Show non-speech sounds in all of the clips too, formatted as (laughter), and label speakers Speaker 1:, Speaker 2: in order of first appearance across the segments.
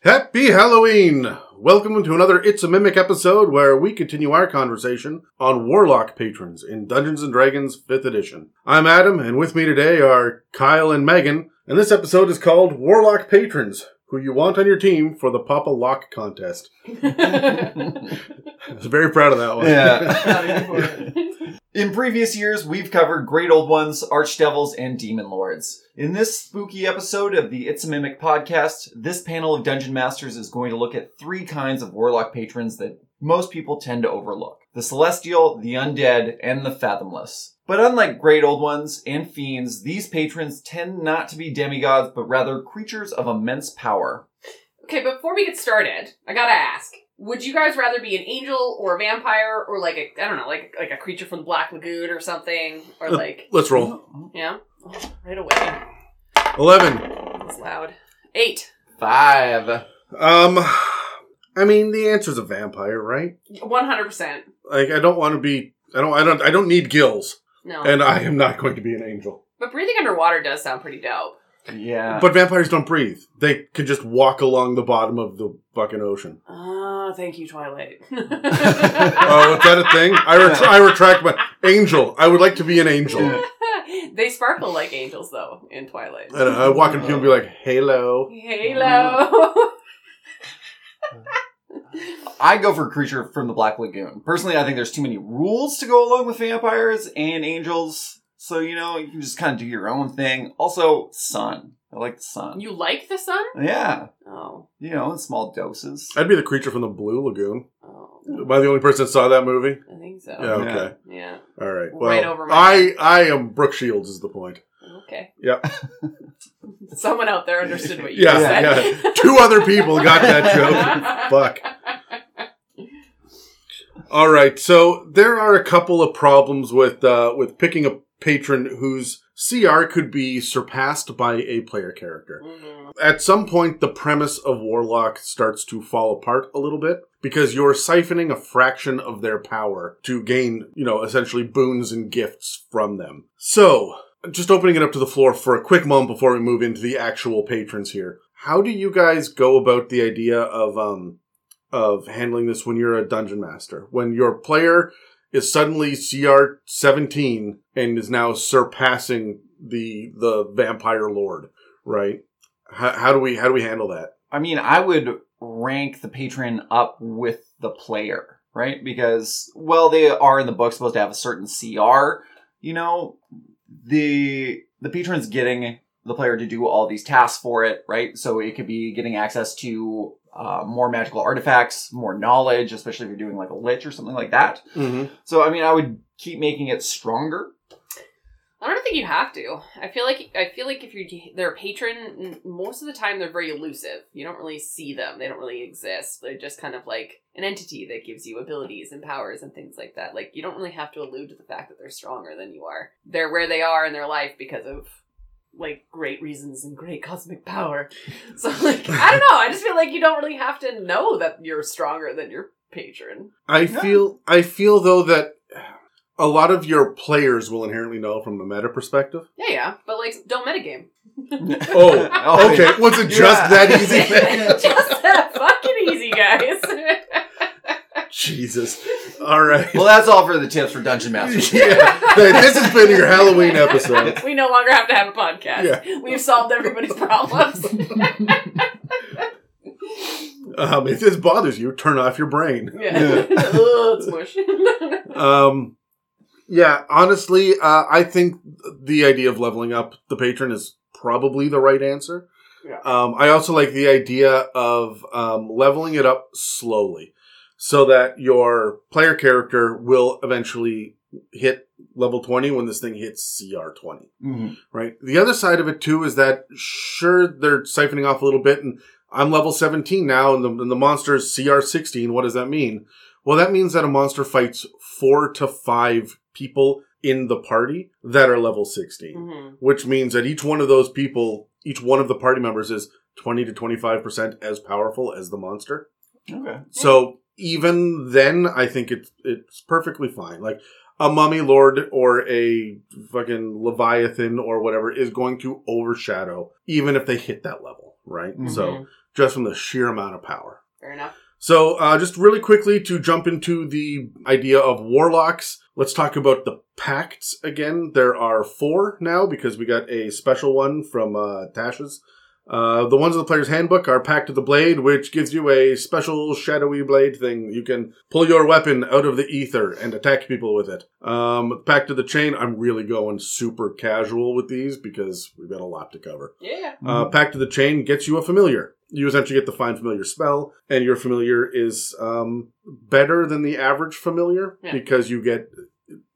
Speaker 1: Happy Halloween! Welcome to another It's a Mimic episode where we continue our conversation on Warlock patrons in Dungeons and Dragons 5th edition. I'm Adam, and with me today are Kyle and Megan, and this episode is called Warlock Patrons Who You Want on Your Team for the Papa Lock Contest. (laughs) I was very proud of that one.
Speaker 2: (laughs) In previous years, we've covered great old ones, archdevils, and demon lords. In this spooky episode of the It's a Mimic podcast, this panel of dungeon masters is going to look at three kinds of warlock patrons that most people tend to overlook the celestial, the undead, and the fathomless. But unlike great old ones and fiends, these patrons tend not to be demigods, but rather creatures of immense power.
Speaker 3: Okay, before we get started, I gotta ask: Would you guys rather be an angel or a vampire, or like a I don't know, like like a creature from the Black Lagoon or something, or like
Speaker 1: (laughs) Let's roll.
Speaker 3: yeah, Oh, right away.
Speaker 1: 11.
Speaker 3: That's loud. Eight.
Speaker 2: Five.
Speaker 1: Um, I mean, the answer's a vampire, right?
Speaker 3: One hundred percent.
Speaker 1: Like, I don't want to be. I don't. I don't. I don't need gills,
Speaker 3: No,
Speaker 1: and I am not going to be an angel.
Speaker 3: but breathing underwater does sound pretty dope.
Speaker 2: Yeah.
Speaker 1: But vampires don't breathe. They can just walk along the bottom of the fucking ocean.
Speaker 3: Oh, thank you, Twilight. (laughs)
Speaker 1: Oh, is that a thing? I, ret- I retract my angel. I would like to be an angel.
Speaker 3: they sparkle like angels, though, in Twilight.
Speaker 1: And I walk into you and be like, "Halo."
Speaker 3: Halo. (laughs)
Speaker 2: I go for creature from the Black Lagoon. Personally, I think there's too many rules to go along with vampires and angels. So, you know, you can just kind of do your own thing. Also, sun. I like the sun.
Speaker 3: you like the sun?
Speaker 2: Yeah.
Speaker 3: Oh.
Speaker 2: You know, in small doses.
Speaker 1: I'd be the creature from the Blue Lagoon.
Speaker 3: Oh,
Speaker 1: Am I the only person that saw that movie?
Speaker 3: I think so.
Speaker 1: Yeah. Okay.
Speaker 3: yeah.
Speaker 1: All right. Well,
Speaker 3: Right over my
Speaker 1: I I am Brooke Shields is the point.
Speaker 3: Okay.
Speaker 1: Yep.
Speaker 3: (laughs) Someone out there understood what you
Speaker 1: Yeah,
Speaker 3: said. (laughs)
Speaker 1: Two other people got that joke. Fuck. All right, so there are a couple of problems with uh, with picking a patron whose CR could be surpassed by a player character.
Speaker 3: Mhm.
Speaker 1: At some point, the premise of Warlock starts to fall apart a little bit because you're siphoning a fraction of their power to gain, you know, essentially boons and gifts from them. So, just opening it up to the floor for a quick moment before we move into the actual patrons here. How do you guys go about the idea of um of handling this when you're a dungeon master? When your player is suddenly CR 17 and is now surpassing the the vampire lord, right? How, how do we how do we handle that?
Speaker 2: I mean, I would rank the patron up with the player, right? Because, well, they are in the book supposed to have a certain CR. You know, the the patron's getting the player to do all these tasks for it, right? So it could be getting access to uh, more magical artifacts, more knowledge, especially if you're doing like a lich or something like that.
Speaker 1: Mm-hmm.
Speaker 2: So, I mean, I would keep making it stronger.
Speaker 3: I don't think you have to. I feel like I feel like if you're they're a patron, m- most of the time they're very elusive. You don't really see them. They don't really exist. They're just kind of like an entity that gives you abilities and powers and things like that. Like you don't really have to allude to the fact that they're stronger than you are. They're where they are in their life because of like great reasons and great cosmic power. (laughs) So like I don't know. I just feel like you don't really have to know that you're stronger than your patron.
Speaker 1: I
Speaker 2: Yeah.
Speaker 1: feel I feel though that a lot of your players will inherently know from a meta perspective.
Speaker 3: Yeah, yeah. But like don't metagame. (laughs)
Speaker 1: Oh,
Speaker 2: (laughs)
Speaker 1: Okay, was it just
Speaker 2: Yeah.
Speaker 1: that easy? (laughs)
Speaker 2: (laughs)
Speaker 3: just that fucking easy, guys. (laughs)
Speaker 1: Jesus. All right.
Speaker 2: Well, that's all for the tips for Dungeon
Speaker 1: (laughs)
Speaker 2: Masters.
Speaker 1: yeah. Th- This has been your Halloween episode.
Speaker 3: we no longer have to have a podcast. We've solved everybody's (laughs) problems.
Speaker 1: Um, if this bothers you, turn off your brain.
Speaker 3: yeah. (laughs) Ugh, it's mush.
Speaker 1: Um, yeah, honestly, uh, I think the idea of leveling up the patron is probably the right answer.
Speaker 3: Yeah.
Speaker 1: Um, I also like the idea of um, leveling it up slowly so that your player character will eventually hit level 20 when this thing hits CR 20
Speaker 2: Mhm.
Speaker 1: right? The other side of it too is that sure they're siphoning off a little bit, and I'm level 17 now, and the, and the monster is CR 16. What does that mean? Well, that means that a monster fights four to five people in the party that are level 16,
Speaker 3: Mhm.
Speaker 1: which means that each one of those people, each one of the party members, is 20 to 25 percent as powerful as the monster.
Speaker 2: Okay.
Speaker 1: So even then, I think it's it's perfectly fine. Like a mummy lord or a fucking leviathan or whatever is going to overshadow, even if they hit that level, right?
Speaker 2: Mhm.
Speaker 3: Mm-hmm.
Speaker 1: So just from the sheer amount of power.
Speaker 3: fair enough.
Speaker 1: So, uh, just really quickly to jump into the idea of warlocks, let's talk about the pacts again. There are four now because we got a special one from uh, Tasha's. Uh, the ones in the player's handbook are Pact of the Blade, which gives you a special shadowy blade thing. You can pull your weapon out of the ether and attack people with it. Um, Pact of the Chain, I'm really going super casual with these because we've got a lot to cover.
Speaker 3: Yeah.
Speaker 2: Mm-hmm.
Speaker 1: Uh, Pact of the Chain gets you a familiar. You essentially get the find familiar spell, and your familiar is um, better than the average familiar
Speaker 3: Yeah.
Speaker 1: because you get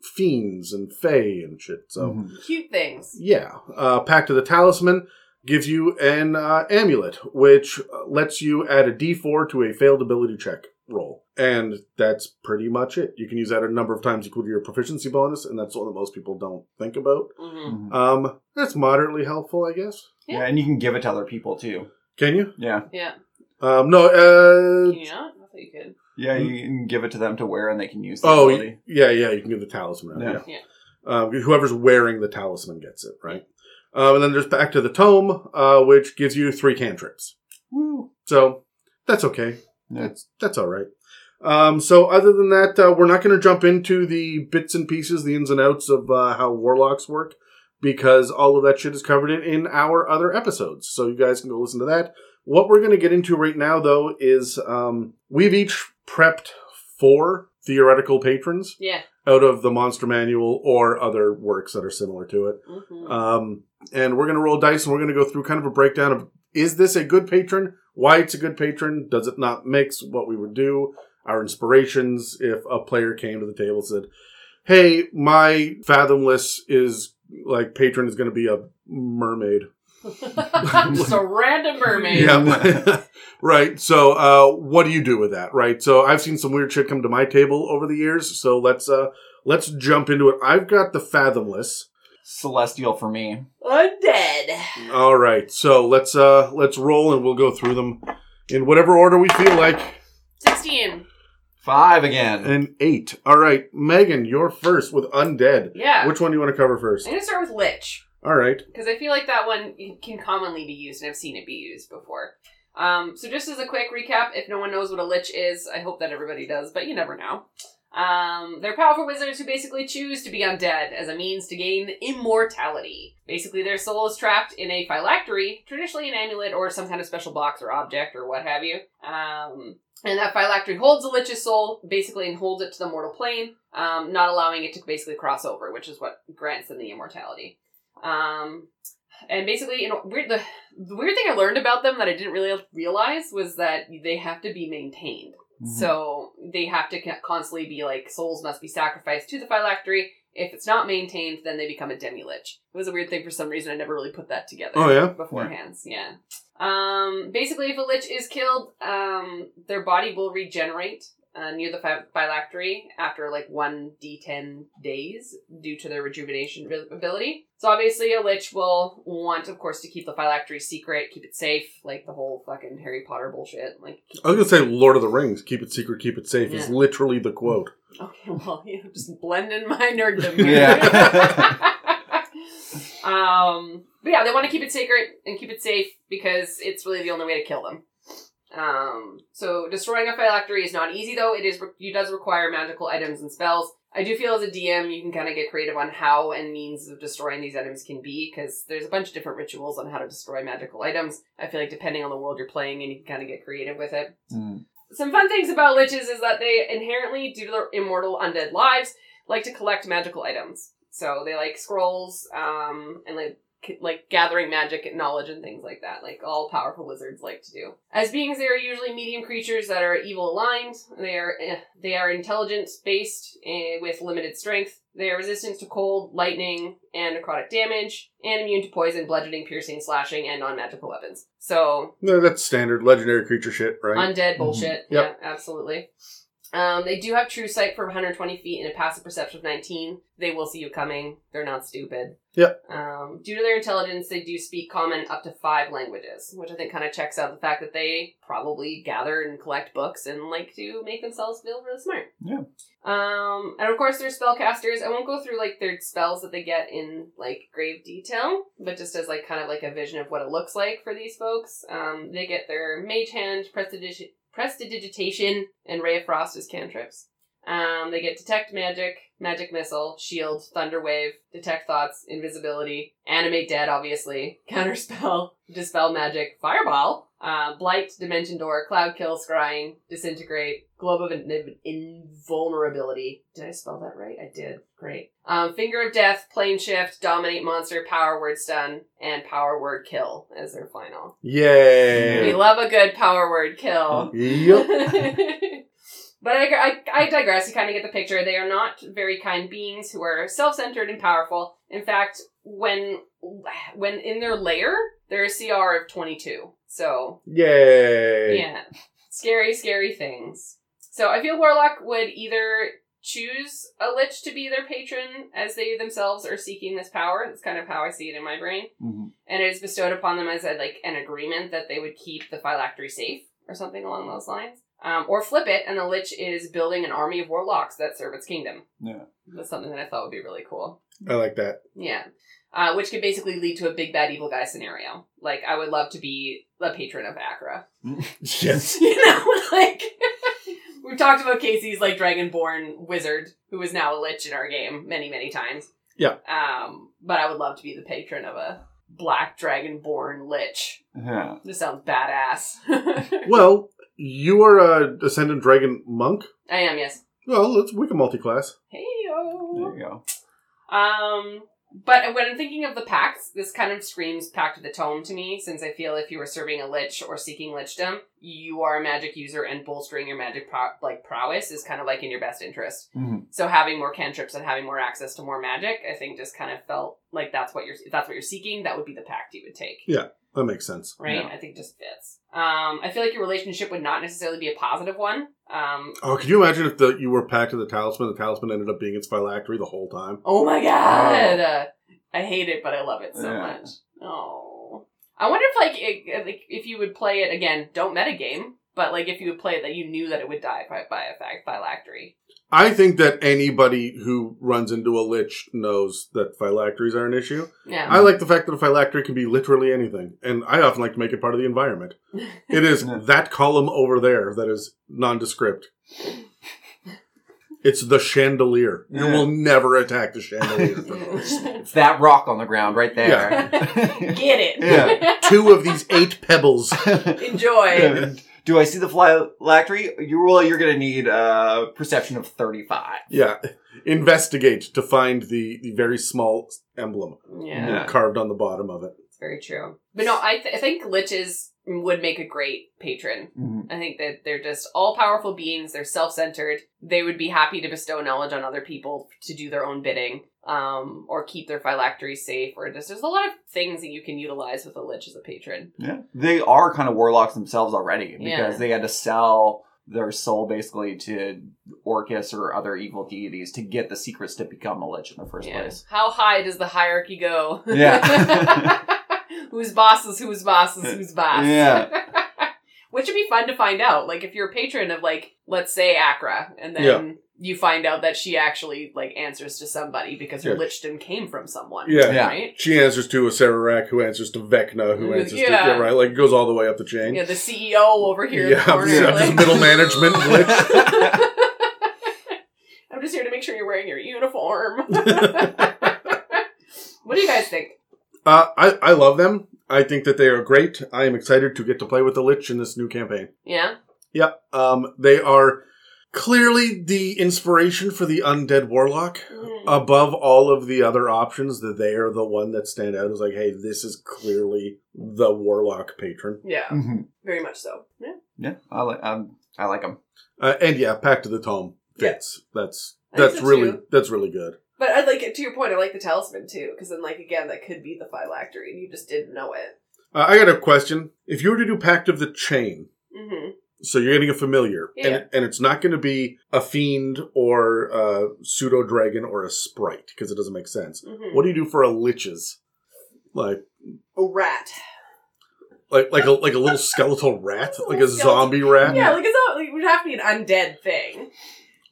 Speaker 1: fiends and fae and shit. So
Speaker 2: Mhm.
Speaker 3: Cute things.
Speaker 1: yeah, uh, Pact of the Talisman gives you an uh, amulet, which uh, lets you add a D4 to a failed ability check roll, and that's pretty much it. You can use that a number of times equal to your proficiency bonus, and that's one that most people don't think about.
Speaker 3: hmm
Speaker 2: Mhm.
Speaker 1: Um, that's moderately helpful, I guess.
Speaker 2: Yeah, and you can give it to other people too.
Speaker 1: Can you?
Speaker 2: Yeah,
Speaker 3: Yeah.
Speaker 1: Um, no, uh,
Speaker 3: Can you not? I thought you could.
Speaker 2: yeah, you can give it to them to wear, and they can use. The
Speaker 1: oh,
Speaker 2: ability.
Speaker 1: y- yeah, yeah, you can give the talisman.
Speaker 2: Yeah.
Speaker 1: Out, yeah.
Speaker 3: Yeah.
Speaker 1: Um, whoever's wearing the talisman gets it, right? Um, and then there's back to the tome, uh, which gives you three cantrips.
Speaker 2: Woo.
Speaker 1: So that's okay.
Speaker 2: Yeah.
Speaker 1: That's that's all right. Um, so other than that, uh, we're not going to jump into the bits and pieces, the ins and outs of uh, how warlocks work, because all of that shit is covered in, in our other episodes. So you guys can go listen to that. What we're going to get into right now, though, is um, we've each prepped four theoretical patrons
Speaker 3: Yeah.
Speaker 1: out of the Monster Manual or other works that are similar to it.
Speaker 3: hmm
Speaker 1: Um, and we're going to roll dice and we're going to go through kind of a breakdown of is this a good patron? Why it's a good patron? Does it not mix what we would do? Our inspirations. If a player came to the table and said, "Hey, my fathomless is like patron is going to be a mermaid."
Speaker 3: (laughs) Just a random mermaid.
Speaker 2: Yeah.
Speaker 1: Uh, Yeah. (laughs) right. So, uh, what do you do with that? Right. So, I've seen some weird shit come to my table over the years. So let's uh, let's jump into it. I've got the fathomless.
Speaker 2: Celestial for me.
Speaker 3: Undead.
Speaker 1: All right, so let's uh let's roll and we'll go through them in whatever order we feel like.
Speaker 3: Sixteen.
Speaker 2: Five again.
Speaker 1: And eight. All right, Megan, you're first with undead.
Speaker 3: Yeah.
Speaker 1: Which one do you want to cover first?
Speaker 3: I'm gonna start with Lich.
Speaker 1: All right.
Speaker 3: because I feel like that one can commonly be used, and I've seen it be used before. Um, so, just as a quick recap, if no one knows what a lich is, I hope that everybody does, but you never know. Um, they're powerful wizards who basically choose to be undead as a means to gain immortality. Basically, their soul is trapped in a phylactery, traditionally an amulet or some kind of special box or object or what have you. Um, and that phylactery holds the lich's soul, basically, and holds it to the mortal plane, um, not allowing it to basically cross over, which is what grants them the immortality. Um, and basically, you know, weird, the, the weird thing I learned about them that I didn't really realize was that they have to be maintained.
Speaker 1: Mm-hmm.
Speaker 3: So they have to ca- constantly be like, souls must be sacrificed to the phylactery. If it's not maintained, then they become a demi-lich. It was a weird thing for some reason. I never really put that together
Speaker 1: Oh yeah.
Speaker 3: beforehand. Yeah. Um, basically, if a lich is killed, um, their body will regenerate uh, near the phy- phylactery after like one d10 days due to their rejuvenation abil- ability. So obviously, a lich will want, of course, to keep the phylactery secret, keep it safe, like the whole fucking Harry Potter bullshit. Like, keep-
Speaker 1: I was gonna say Lord of the Rings, keep it secret, keep it safe is
Speaker 3: Yeah.
Speaker 1: literally the quote.
Speaker 3: Okay, (laughs) well, you know, just blending my nerddom here.
Speaker 2: Yeah.
Speaker 3: (laughs) um, but yeah, they want to keep it sacred and keep it safe because it's really the only way to kill them. Um, so destroying a phylactery is not easy though. It is it does require magical items and spells. I do feel as a DM you can kind of get creative on how and means of destroying these items can be because there's a bunch of different rituals on how to destroy magical items. I feel like depending on the world you're playing and you can kind of get creative with it
Speaker 2: Mhm.
Speaker 3: some fun things about liches is that they inherently, due to their immortal undead lives, like to collect magical items. So they like scrolls, um, and like c- like gathering magic and knowledge and things like that, like all powerful wizards like to do. As beings, they are usually medium creatures that are evil aligned. They are eh, they are intelligence based eh, with limited strength. They are resistant to cold, lightning, and necrotic damage, and immune to poison, bludgeoning, piercing, slashing, and non magical weapons. So
Speaker 1: No, that's standard legendary creature shit, right?
Speaker 3: Undead bullshit.
Speaker 1: Mm-hmm. Yep.
Speaker 3: Yeah, absolutely. Um, they do have true sight for 120 feet and a passive perception of 19. They will see you coming. They're not stupid.
Speaker 1: Yep.
Speaker 3: Um, due to their intelligence, they do speak common up to five languages, which I think kind of checks out the fact that they probably gather and collect books and like to make themselves feel really smart.
Speaker 2: Yeah.
Speaker 3: Um, and of course, they're spellcasters. I won't go through like their spells that they get in like grave detail, but just as like kind of like a vision of what it looks like for these folks. Um, they get their mage hand, prestidigitation, prestidigitation, and ray of frost as cantrips. Um, they get detect magic, magic missile, shield, thunder wave, detect thoughts, invisibility, animate dead, obviously, (laughs) counterspell, dispel magic, fireball, uh, blight, dimension door, cloud kill, scrying, disintegrate, globe of in- invulnerability. Did I spell that right? I did. Great. Um, finger of death, plane shift, dominate monster, power word stun, and power word kill as their final. We
Speaker 1: Yay.
Speaker 3: love a good power word kill.
Speaker 1: Yep.
Speaker 3: (laughs) but I, I, I digress. You kind of get the picture. They are not very kind beings who are self centered and powerful. In fact, when when in their lair, they're a CR of 22. So,
Speaker 1: Yay.
Speaker 3: yeah. Scary, scary things. So I feel Warlock would either choose a Lich to be their patron as they themselves are seeking this power. That's kind of how I see it in my brain
Speaker 2: Mhm.
Speaker 3: and it is bestowed upon them as a, like an agreement that they would keep the phylactery safe or something along those lines. Um, or flip it, and the Lich is building an army of warlocks that serve its kingdom.
Speaker 2: Yeah.
Speaker 3: that's something that I thought would be really cool.
Speaker 1: I like that. (laughs)
Speaker 3: Yeah, uh, which could basically lead to a big bad evil guy scenario. Like I would love to be a patron of Akra.
Speaker 1: Yes.
Speaker 3: (laughs) you know, like (laughs) we've talked about Casey's like dragonborn wizard who is now a lich in our game many, many times.
Speaker 1: Yeah.
Speaker 3: Um, but I would love to be the patron of a black dragonborn lich.
Speaker 2: Yeah.
Speaker 3: This sounds badass. (laughs)
Speaker 1: Well, you are a Ascendant Dragon Monk.
Speaker 3: I am, yes.
Speaker 1: Well, let's Wicca multi-class.
Speaker 3: Hey
Speaker 2: There you go.
Speaker 3: Um, but when I'm thinking of the pacts, this kind of screams Pact of the Tome to me, since I feel if you were serving a lich or seeking lichdom, you are a magic user, and bolstering your magic pro- like prowess is kind of like in your best interest.
Speaker 2: Mhm.
Speaker 3: So having more cantrips and having more access to more magic, I think, just kind of felt like that's what you're if that's what you're seeking. That would be the pact you would take
Speaker 1: That makes sense.
Speaker 3: right?
Speaker 2: Yeah.
Speaker 3: I think just fits. Um, I feel like your relationship would not necessarily be a positive one. Um,
Speaker 1: Oh, could you imagine if the, you were packed to the talisman? The talisman ended up being its phylactery the whole time.
Speaker 3: oh my god, Uh, I hate it, but I love it so
Speaker 2: Yeah.
Speaker 3: much. Oh, I wonder if like it, like if you would play it again. Don't metagame, but like if you would play it that you knew that it would die by, by a fact phylactery.
Speaker 1: I think that anybody who runs into a lich knows that phylacteries are an issue.
Speaker 3: Yeah,
Speaker 1: I like the fact that a phylactery can be literally anything, and I often like to make it part of the environment. It is
Speaker 2: Yeah.
Speaker 1: that column over there that is nondescript. It's the chandelier. You
Speaker 2: Yeah.
Speaker 1: will never attack the chandelier. for those.
Speaker 2: It's that rock on the ground right there.
Speaker 3: (laughs) get it.
Speaker 2: Yeah.
Speaker 1: Two of these eight pebbles. (laughs)
Speaker 2: (laughs)
Speaker 3: (laughs) Enjoy.
Speaker 2: And Do I see the phylactery? You well, you're gonna need a uh, perception of thirty-five.
Speaker 1: Yeah. Investigate to find the, the very small emblem
Speaker 3: yeah.
Speaker 2: Yeah.
Speaker 1: carved on the bottom of it.
Speaker 3: It's very true. But no, I, th- I think liches would make a great patron.
Speaker 2: Mhm.
Speaker 3: I think that they're just all powerful beings. They're self centered. They would be happy to bestow knowledge on other people to do their own bidding um, or keep their phylacteries safe. Or just there's a lot of things that you can utilize with a lich as a patron.
Speaker 2: Yeah. They are kind of warlocks themselves already because
Speaker 3: Yeah.
Speaker 2: they had to sell their soul basically to Orcus or other evil deities to get the secrets to become a lich in the first
Speaker 3: Yeah. (laughs)
Speaker 2: place. (laughs)
Speaker 3: How high does the hierarchy go?
Speaker 2: Yeah.
Speaker 3: (laughs) who's boss is who's boss is who's boss?
Speaker 2: Yeah.
Speaker 3: (laughs) Which would be fun to find out. Like if you're a patron of like, let's say Akra, and then
Speaker 1: Yeah.
Speaker 3: you find out that she actually like answers to somebody because her
Speaker 1: Yeah.
Speaker 3: lichdom came from someone.
Speaker 1: Yeah.
Speaker 2: Yeah.
Speaker 3: Right?
Speaker 1: She answers to a Sararak, who answers to Vecna, who answers to.
Speaker 3: Yeah.
Speaker 1: Yeah, right. Like, it goes all the way up the chain.
Speaker 3: Yeah, the CEO over here in the
Speaker 1: Yeah,
Speaker 3: corner.
Speaker 1: yeah, just
Speaker 3: like-
Speaker 1: middle management
Speaker 2: glitch.
Speaker 3: I'm just here to make sure you're wearing
Speaker 1: (laughs)
Speaker 3: your uniform. what do you guys think?
Speaker 1: Uh, I, I love them. I think that they are great. I am excited to get to play with the Lich in this new campaign.
Speaker 3: Yeah?
Speaker 1: Yep. Um, they are clearly the inspiration for the Undead Warlock.
Speaker 3: Mhm.
Speaker 1: Above all of the other options, that they are the one that stand out as like, hey, this is clearly the Warlock patron.
Speaker 3: yeah,
Speaker 2: Mhm.
Speaker 3: very much so. Yeah.
Speaker 2: yeah, I like um, I like them.
Speaker 1: Uh, and yeah, Pact of the Tome
Speaker 3: Yeah.
Speaker 1: fits. That's
Speaker 3: I think
Speaker 1: that's
Speaker 3: so
Speaker 1: really
Speaker 3: too.
Speaker 1: that's really good.
Speaker 3: But I like to your point. I like the talisman too, because then like again, that could be the phylactery, and you just didn't know it.
Speaker 1: Uh, I got a question. If you were to do Pact of the Chain,
Speaker 3: Mm-hmm.
Speaker 1: So you're getting a familiar,
Speaker 3: Yeah.
Speaker 1: and, and it's not going to be a fiend or a pseudo dragon or a sprite because it doesn't make sense.
Speaker 3: Mhm.
Speaker 1: What do you do for a liches? Like
Speaker 3: A rat.
Speaker 1: like like a like a little skeletal rat,
Speaker 3: Little
Speaker 1: like a
Speaker 3: skeletal-
Speaker 1: zombie rat.
Speaker 3: Yeah, like it's not, like, it would have to be an undead thing.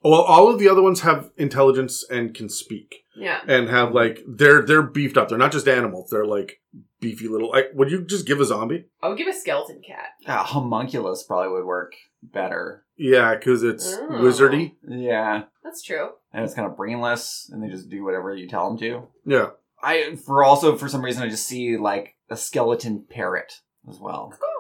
Speaker 1: Well, all of the other ones have intelligence and can speak
Speaker 3: Yeah.
Speaker 1: and have like they're they're beefed up. They're not just animals. They're like beefy little. Like, would you just give a zombie?
Speaker 3: I would give a skeleton cat.
Speaker 2: Uh, homunculus probably would work better.
Speaker 1: Yeah, because it's
Speaker 3: Oh.
Speaker 1: wizardy.
Speaker 2: Yeah,
Speaker 3: That's true.
Speaker 2: and it's kind of brainless, and they just do whatever you tell them to.
Speaker 1: Yeah,
Speaker 2: I for also for some reason I just see like a skeleton parrot as
Speaker 3: (laughs)
Speaker 2: well.
Speaker 3: Oh.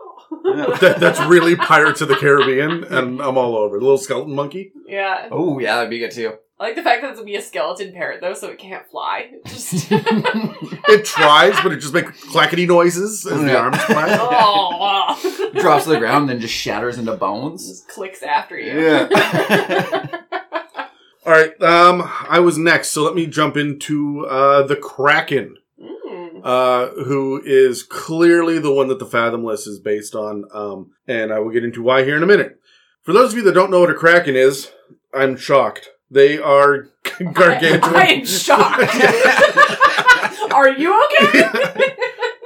Speaker 2: Yeah.
Speaker 1: that, that's really Pirates of the Caribbean, and I'm all over. The little skeleton monkey.
Speaker 3: Yeah.
Speaker 2: Oh yeah, that'd be good too.
Speaker 3: I like the fact that it's gonna be a skeleton parrot though, so it can't fly. (laughs)
Speaker 1: (laughs)
Speaker 3: Just
Speaker 1: It tries, but it just makes clackety noises as the
Speaker 2: Yeah.
Speaker 1: arms (laughs) clack.
Speaker 3: oh,
Speaker 2: Drops to the ground, then just shatters into bones.
Speaker 3: (laughs) just clicks after you.
Speaker 2: Yeah.
Speaker 1: All right, um, I was next, so let me jump into uh, the Kraken.
Speaker 3: Mm. (laughs)
Speaker 1: uh, who is clearly the one that the Fathomless is based on, um, and I will get into why here in a minute. For those of you that don't know what a kraken is, I'm shocked. They are (laughs) gargantuan.
Speaker 3: (laughs) I, I am
Speaker 1: (laughs)
Speaker 3: shocked. Are you okay?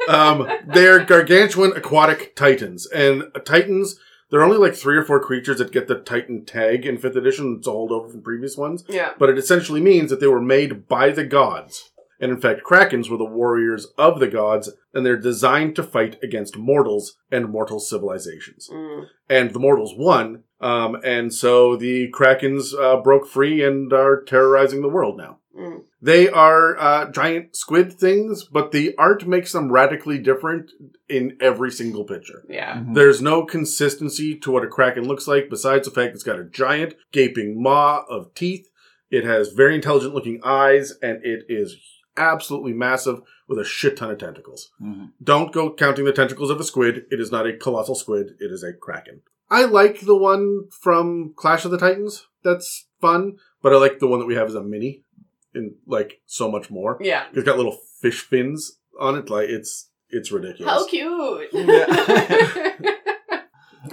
Speaker 1: um, they're gargantuan aquatic titans, and titans. There are only like three or four creatures that get the Titan tag in fifth edition. It's a holdover from previous ones,
Speaker 3: Yeah.
Speaker 1: but it essentially means that they were made by the gods. And in fact, krakens were the warriors of the gods, and they're designed to fight against mortals and mortal civilizations.
Speaker 3: Mm.
Speaker 1: and the mortals won. Um, and so the krakens uh, broke free and are terrorizing the world now.
Speaker 3: Mm.
Speaker 1: They are uh, giant squid things, but the art makes them radically different in every single picture.
Speaker 3: (laughs) Yeah.
Speaker 2: Hmm. Mm-hmm.
Speaker 1: There's no consistency to what a kraken looks like, besides the fact it's got a giant gaping maw of teeth. It has very intelligent looking eyes, and it is absolutely massive with a shit ton of tentacles.
Speaker 2: Mhm.
Speaker 1: Don't go counting the tentacles of a squid. It is not a colossal squid. It is a kraken. I like the one from Clash of the Titans. That's fun, but I like the one that we have as a mini, and like so much more.
Speaker 3: Yeah.
Speaker 1: It's got little fish fins on it. Like it's it's ridiculous.
Speaker 3: How cute. (laughs)
Speaker 2: Yeah.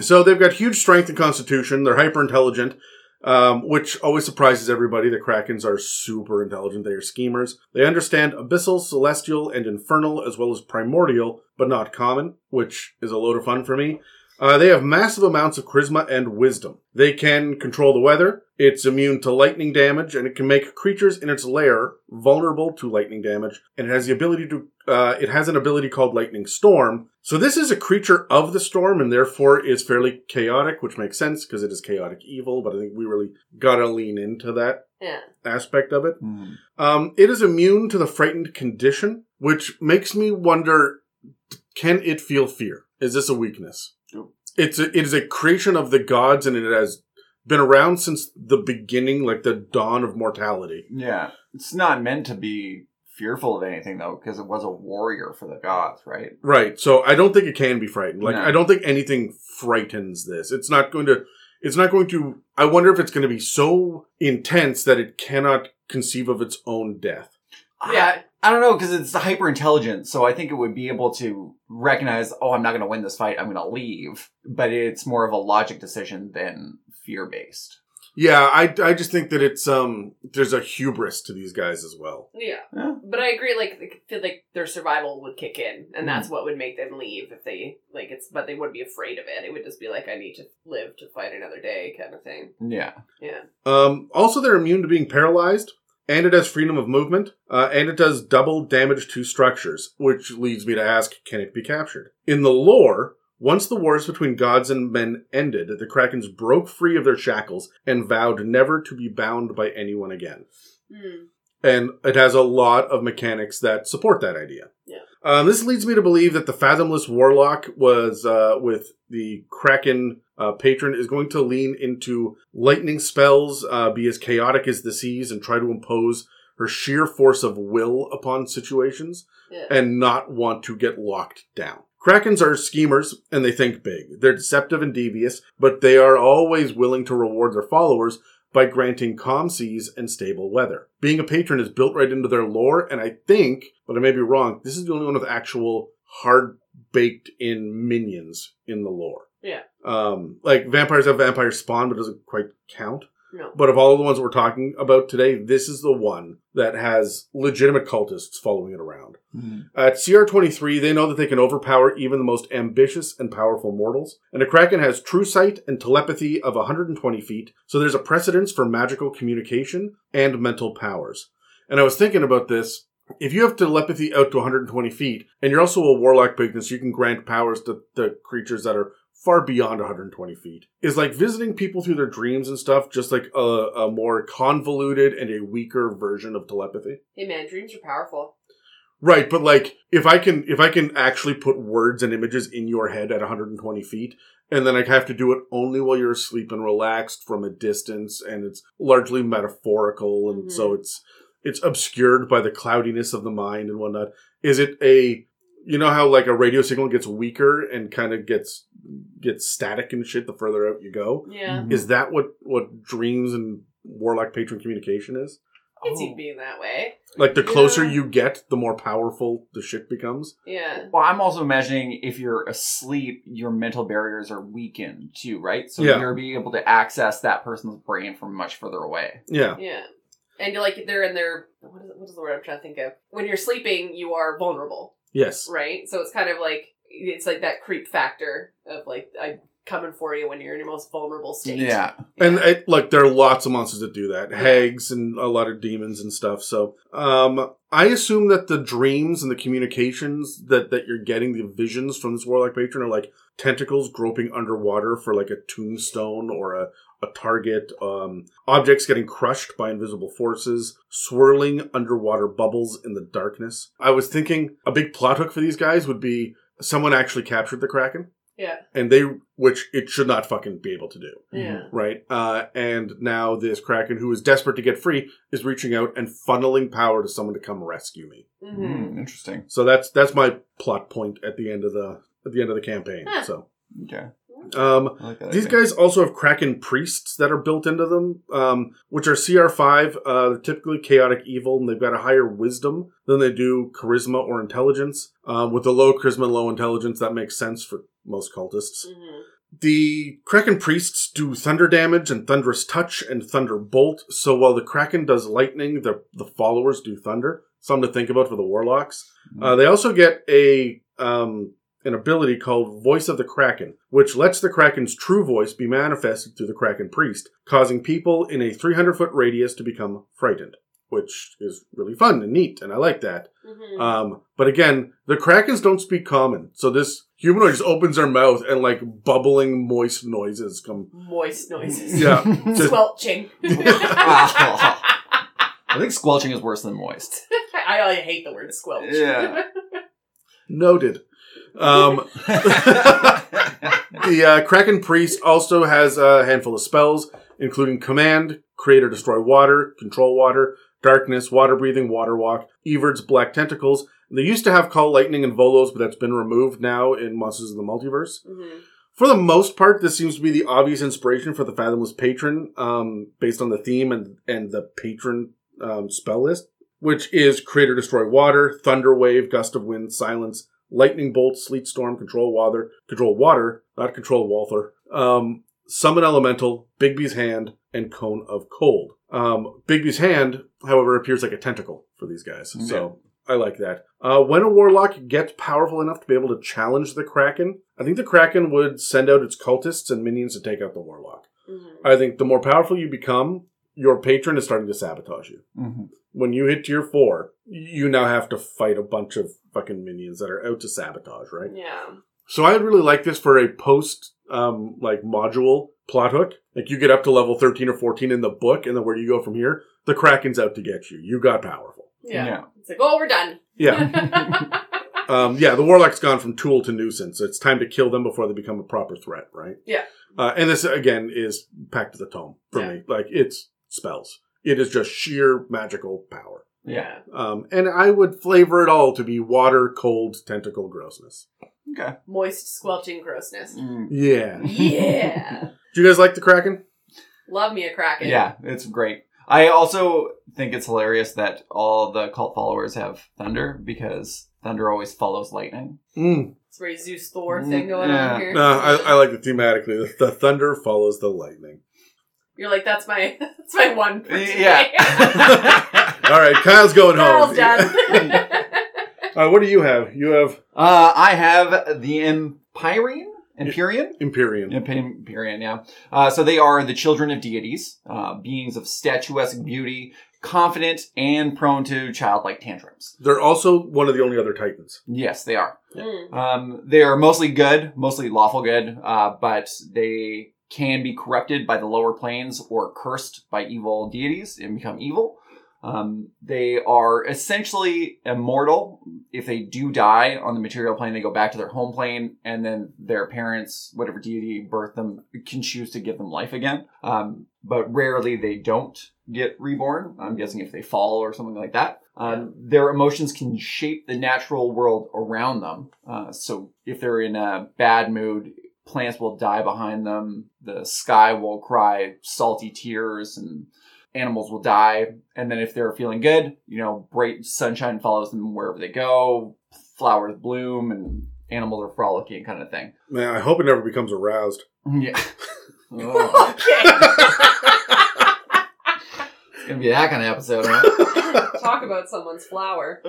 Speaker 1: So they've got huge strength and constitution. They're hyper intelligent, um, which always surprises everybody. The Krakens are super intelligent. They are schemers. They understand abyssal, celestial, and infernal, as well as primordial, but not common, which is a load of fun for me. Uh, they have massive amounts of charisma and wisdom. They can control the weather. It's immune to lightning damage, and it can make creatures in its lair vulnerable to lightning damage. And it has the ability to. Uh, it has an ability called Lightning Storm. So this is a creature of the storm, and therefore is fairly chaotic, which makes sense because it is chaotic evil. But I think we really gotta lean into that
Speaker 3: yeah.
Speaker 1: aspect of it.
Speaker 2: Mhm.
Speaker 1: Um, it is immune to the frightened condition, which makes me wonder: Can it feel fear? Is this a weakness?
Speaker 2: Nope.
Speaker 1: It's a, it is a creation of the gods, and it has been around since the beginning, like the dawn of mortality.
Speaker 2: Yeah, it's not meant to be fearful of anything though, because it was a warrior for the gods, right?
Speaker 1: Right. So I don't think it can be frightened. Like
Speaker 2: No.
Speaker 1: I don't think anything frightens this. It's not going to. It's not going to. I wonder if it's going to be so intense that it cannot conceive of its own death.
Speaker 3: Yeah.
Speaker 2: I, I don't know because it's hyper intelligent, so I think it would be able to recognize, oh, I'm not going to win this fight, I'm going to leave. But it's more of a logic decision than fear based.
Speaker 1: Yeah, I, I just think that it's um there's a hubris to these guys as well.
Speaker 3: Yeah.
Speaker 2: Yeah.
Speaker 3: But I agree, like, I feel like their survival would kick in, and that's what would make them leave if they, like, it's, but they wouldn't be afraid of it. It would just be like, I need to live to fight another day kind of thing.
Speaker 2: Yeah.
Speaker 1: Um, also, they're immune to being paralyzed, and it has freedom of movement, uh, and it does double damage to structures, which leads me to ask can it be captured? In the lore, once the wars between gods and men ended, the Krakens broke free of their shackles and vowed never to be bound by anyone again and it has a lot of mechanics that support that idea.
Speaker 3: Yeah.
Speaker 1: Um, this leads me to believe that the Fathomless Warlock was uh, with the Kraken uh, patron is going to lean into lightning spells, uh, be as chaotic as the seas, and try to impose her sheer force of will upon situations
Speaker 3: Yeah.
Speaker 1: and not want to get locked down. Krakens are schemers and they think big. They're deceptive and devious, but they are always willing to reward their followers by granting calm seas and stable weather. Being a patron is built right into their lore, and I think, but I may be wrong, this is the only one with actual hard baked in minions in the lore.
Speaker 3: Yeah.
Speaker 1: Um, like vampires have vampire spawn, but it doesn't quite count.
Speaker 3: No.
Speaker 1: But of all the ones we're talking about today, this is the one that has legitimate cultists following it around. At CR23, they know that they can overpower even the most ambitious and powerful mortals, and a Kraken has true sight and telepathy of 120 feet, so there's a precedence for magical communication and mental powers. And I was thinking about this. If you have telepathy out to 120 feet, and you're also a warlock patron, so you can grant powers to the creatures that are far beyond 120 feet, is like visiting people through their dreams and stuff, just like a, a more convoluted and a weaker version of telepathy.
Speaker 3: Hey man, dreams are powerful.
Speaker 1: Right, but like if I can if I can actually put words and images in your head at 120 feet, and then I have to do it only while you're asleep and relaxed from a distance, and it's largely metaphorical, and
Speaker 3: Mhm.
Speaker 1: so it's it's obscured by the cloudiness of the mind and whatnot. Is it a you know how like a radio signal gets weaker and kind of gets gets static and shit the further out you go?
Speaker 3: Yeah.
Speaker 2: Mhm.
Speaker 1: Is that what what dreams and warlock patron communication is?
Speaker 3: I
Speaker 2: Oh.
Speaker 3: can see it being that way.
Speaker 1: Like the closer
Speaker 3: Yeah.
Speaker 1: you get, the more powerful the shit becomes.
Speaker 3: Yeah.
Speaker 2: Well, I'm also imagining if you're asleep, your mental barriers are weakened too, right? So
Speaker 1: Yeah.
Speaker 2: you're being able to access that person's brain from much further away.
Speaker 1: Yeah.
Speaker 3: Yeah. And you're like they're in their what is, what is the word I'm trying to think of? When you're sleeping, you are vulnerable,
Speaker 1: Yes.
Speaker 3: right? So it's kind of like it's like that creep factor of like I'm coming for you when you're in your most vulnerable state.
Speaker 2: Yeah. uh,
Speaker 1: And I, look, there are lots of monsters that do that. Hags and a lot of demons and stuff. So, um, I assume that the dreams and the communications that, that you're getting, the visions from this warlock patron are like tentacles groping underwater for like a tombstone or a, a target, um, objects getting crushed by invisible forces, swirling underwater bubbles in the darkness. I was thinking a big plot hook for these guys would be someone actually captured the Kraken.
Speaker 3: Yeah.
Speaker 1: And they, which it should not fucking be able to do.
Speaker 3: Yeah.
Speaker 1: right? Uh, and now this Kraken, who is desperate to get free, is reaching out and funneling power to someone to come rescue me.
Speaker 3: Mm-hmm.
Speaker 2: Mm, interesting.
Speaker 1: So that's that's my plot point at the end of the at the end of the campaign.
Speaker 3: Huh.
Speaker 1: So
Speaker 2: Okay.
Speaker 1: um,
Speaker 2: I like that.
Speaker 1: these
Speaker 2: idea.
Speaker 1: guys also have Kraken priests that are built into them, um, which are CR five. Uh, they're typically chaotic evil, and they've got a higher wisdom than they do charisma or intelligence. Um, with the low charisma and low intelligence, that makes sense for most cultists.
Speaker 3: hmm
Speaker 1: The Kraken priests do thunder damage and thunderous touch and thunderbolt. So while the Kraken does lightning, the the followers do thunder. Something to think about for the warlocks. Uh,
Speaker 2: (laughs)
Speaker 1: they also get a um, an ability called Voice of the Kraken, which lets the Kraken's true voice be manifested through the Kraken priest, causing people in a 300 foot radius to become frightened, which is really fun and neat, and I like that.
Speaker 2: Uh,
Speaker 3: hmm
Speaker 1: Um, but again, the Krakens don't speak common, so this humanoid just opens their mouth and like bubbling moist noises come.
Speaker 2: (laughs)
Speaker 3: Moist noises. (laughs)
Speaker 1: yeah, just-
Speaker 3: Squelching.
Speaker 2: Wow.
Speaker 3: I,
Speaker 2: I think squelching is worse than moist. (laughs)
Speaker 3: I hate the word squelch. (laughs)
Speaker 2: Yeah.
Speaker 1: Noted. Um,
Speaker 2: Mm-hmm.
Speaker 1: the uh, Kraken priest also has a handful of spells, including command, create or destroy water, control water, darkness, water breathing, water walk, Everd's black tentacles. They used to have call lightning and volos, but that's been removed now in Monsters of the Multiverse.
Speaker 3: hmm
Speaker 1: For the most part, this seems to be the obvious inspiration for the Fathomless Patron, um, based on the theme and and the patron um, spell list, which is Creator Destroy Water, Thunder Wave, Gust of Wind, Silence, Lightning Bolt, Sleet Storm, Control Water, Control Water, not Control Walther, um, Summon Elemental, Bigby's Hand, and Cone of Cold. Um, Bigby's Hand, however, appears like a tentacle for these guys, so I like that. Uh, when a warlock gets powerful enough to be able to challenge the Kraken, I think the Kraken would send out its cultists and minions to take out the warlock.
Speaker 3: hmm
Speaker 1: I think the more powerful you become, your patron is starting to sabotage you.
Speaker 2: Mhm.
Speaker 1: When you hit tier four, you now have to fight a bunch of fucking minions that are out to sabotage, right?
Speaker 3: Yeah.
Speaker 1: So I would really like this for a post um like module plot hook. Like you get up to level thirteen or fourteen in the book, and then where do you go from here? The Kraken's out to get you. You got powerful.
Speaker 3: Yeah.
Speaker 2: Yeah.
Speaker 3: It's like, oh, we're done.
Speaker 1: Yeah.
Speaker 3: (laughs)
Speaker 1: Um, yeah, the warlock's gone from tool to nuisance. It's time to kill them before they become a proper threat, right?
Speaker 3: Yeah.
Speaker 1: Uh, and this again is packed to the tome for
Speaker 3: Yeah.
Speaker 1: me. Like it's spells. It is just sheer magical power.
Speaker 3: yeah.
Speaker 1: Um, and I would flavor it all to be water, cold, tentacle grossness.
Speaker 2: Okay.
Speaker 3: Moist, squelching grossness.
Speaker 2: Mm.
Speaker 1: Yeah.
Speaker 3: yeah.
Speaker 1: Do you guys like the Kraken?
Speaker 3: Love me a Kraken.
Speaker 2: Yeah, it's great. I also think it's hilarious that all the cult followers have thunder because thunder always follows lightning.
Speaker 1: Mm.
Speaker 3: It's very Zeus Thor
Speaker 2: Mm,
Speaker 3: thing going
Speaker 2: yeah.
Speaker 3: on here.
Speaker 1: No, I, I like it thematically. The, the thunder follows the lightning.
Speaker 3: You're like, that's my (laughs) that's my one. For today.
Speaker 2: (laughs) Yeah.
Speaker 1: All right, Kyle's going
Speaker 3: Kyle's
Speaker 1: home.
Speaker 3: done.
Speaker 1: All right, what do you have? You have
Speaker 2: (laughs) Uh, I have the Empyrean? Empyrean?
Speaker 1: Empyrean.
Speaker 2: Emp- Empyrean, yeah. Uh, so they are the children of deities, uh, beings of statuesque beauty, confident and prone to childlike tantrums.
Speaker 1: They're also one of the only other Titans.
Speaker 2: Yes, they are.
Speaker 3: (laughs) Mm.
Speaker 2: Um, they are mostly good, mostly lawful good, uh, but they can be corrupted by the lower planes or cursed by evil deities and become evil. Um, they are essentially immortal. If they do die on the material plane, they go back to their home plane, and then their parents, whatever deity birthed them, can choose to give them life again. Um, but rarely they don't get reborn. I'm guessing if they fall or something like that. Um, Their emotions can shape the natural world around them. Uh, so if they're in a bad mood, plants will die behind them. The sky will cry salty tears, and animals will die. And then if they're feeling good, you know, bright sunshine follows them wherever they go. Flowers bloom, and animals are frolicking, kind of thing.
Speaker 1: Man, I hope it never becomes aroused. (laughs)
Speaker 2: (laughs) Yeah. Ugh. it's gonna be that kind of episode, huh?
Speaker 1: (laughs)
Speaker 3: Talk about
Speaker 2: (laughs)
Speaker 3: someone's flower.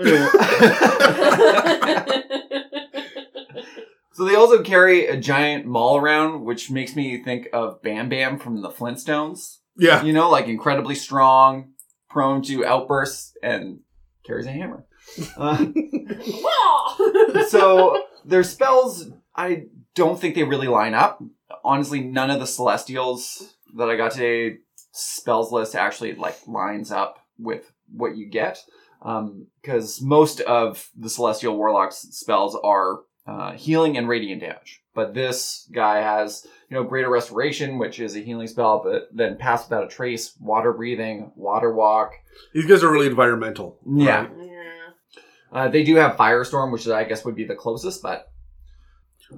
Speaker 2: so they also carry a giant maul around, which makes me think of Bam Bam from the Flintstones.
Speaker 1: yeah.
Speaker 2: You know, like incredibly strong, prone to outbursts, and carries a hammer. Uh,
Speaker 3: Wah!
Speaker 2: so their spells, I don't think they really line up. Honestly, none of the Celestials that I got today spells list actually like lines up with what you get, because most of the Celestial Warlocks spells are uh, healing and radiant damage. But this guy has, you know, greater restoration, which is a healing spell, but then pass without a trace, water breathing, water walk.
Speaker 1: These guys are really environmental.
Speaker 2: Yeah.
Speaker 1: right?
Speaker 3: Yeah.
Speaker 2: Uh, they do have firestorm, which I guess would be the closest, but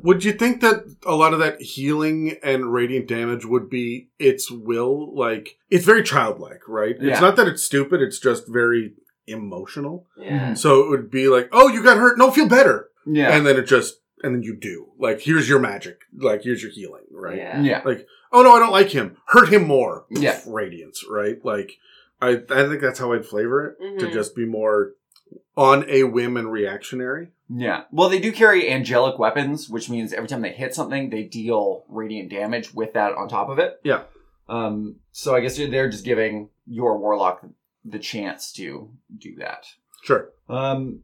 Speaker 1: Would you think that a lot of that healing and radiant damage would be its will? Like, it's very childlike, right?
Speaker 2: Yeah.
Speaker 1: It's not that it's stupid, it's just very emotional.
Speaker 3: Yeah.
Speaker 1: So it would be like, oh, you got hurt. No, feel better.
Speaker 2: yeah.
Speaker 1: And then it just, and then you do. Like, here's your magic. Like, here's your healing, right?
Speaker 3: Yeah.
Speaker 2: Yeah.
Speaker 1: Oh, no, I don't like him. Hurt him more.
Speaker 2: Yeah.
Speaker 1: Pff, Radiance, right? Like, I, I think that's how I'd flavor it to
Speaker 2: Mm-hmm.
Speaker 3: Mhm.
Speaker 1: just be more on a whim and reactionary.
Speaker 2: Yeah. Well, they do carry angelic weapons, which means every time they hit something, they deal radiant damage with that on top of it.
Speaker 1: Yeah.
Speaker 2: Um, so I guess they're just giving your warlock the chance to do that.
Speaker 1: Sure.
Speaker 2: Um,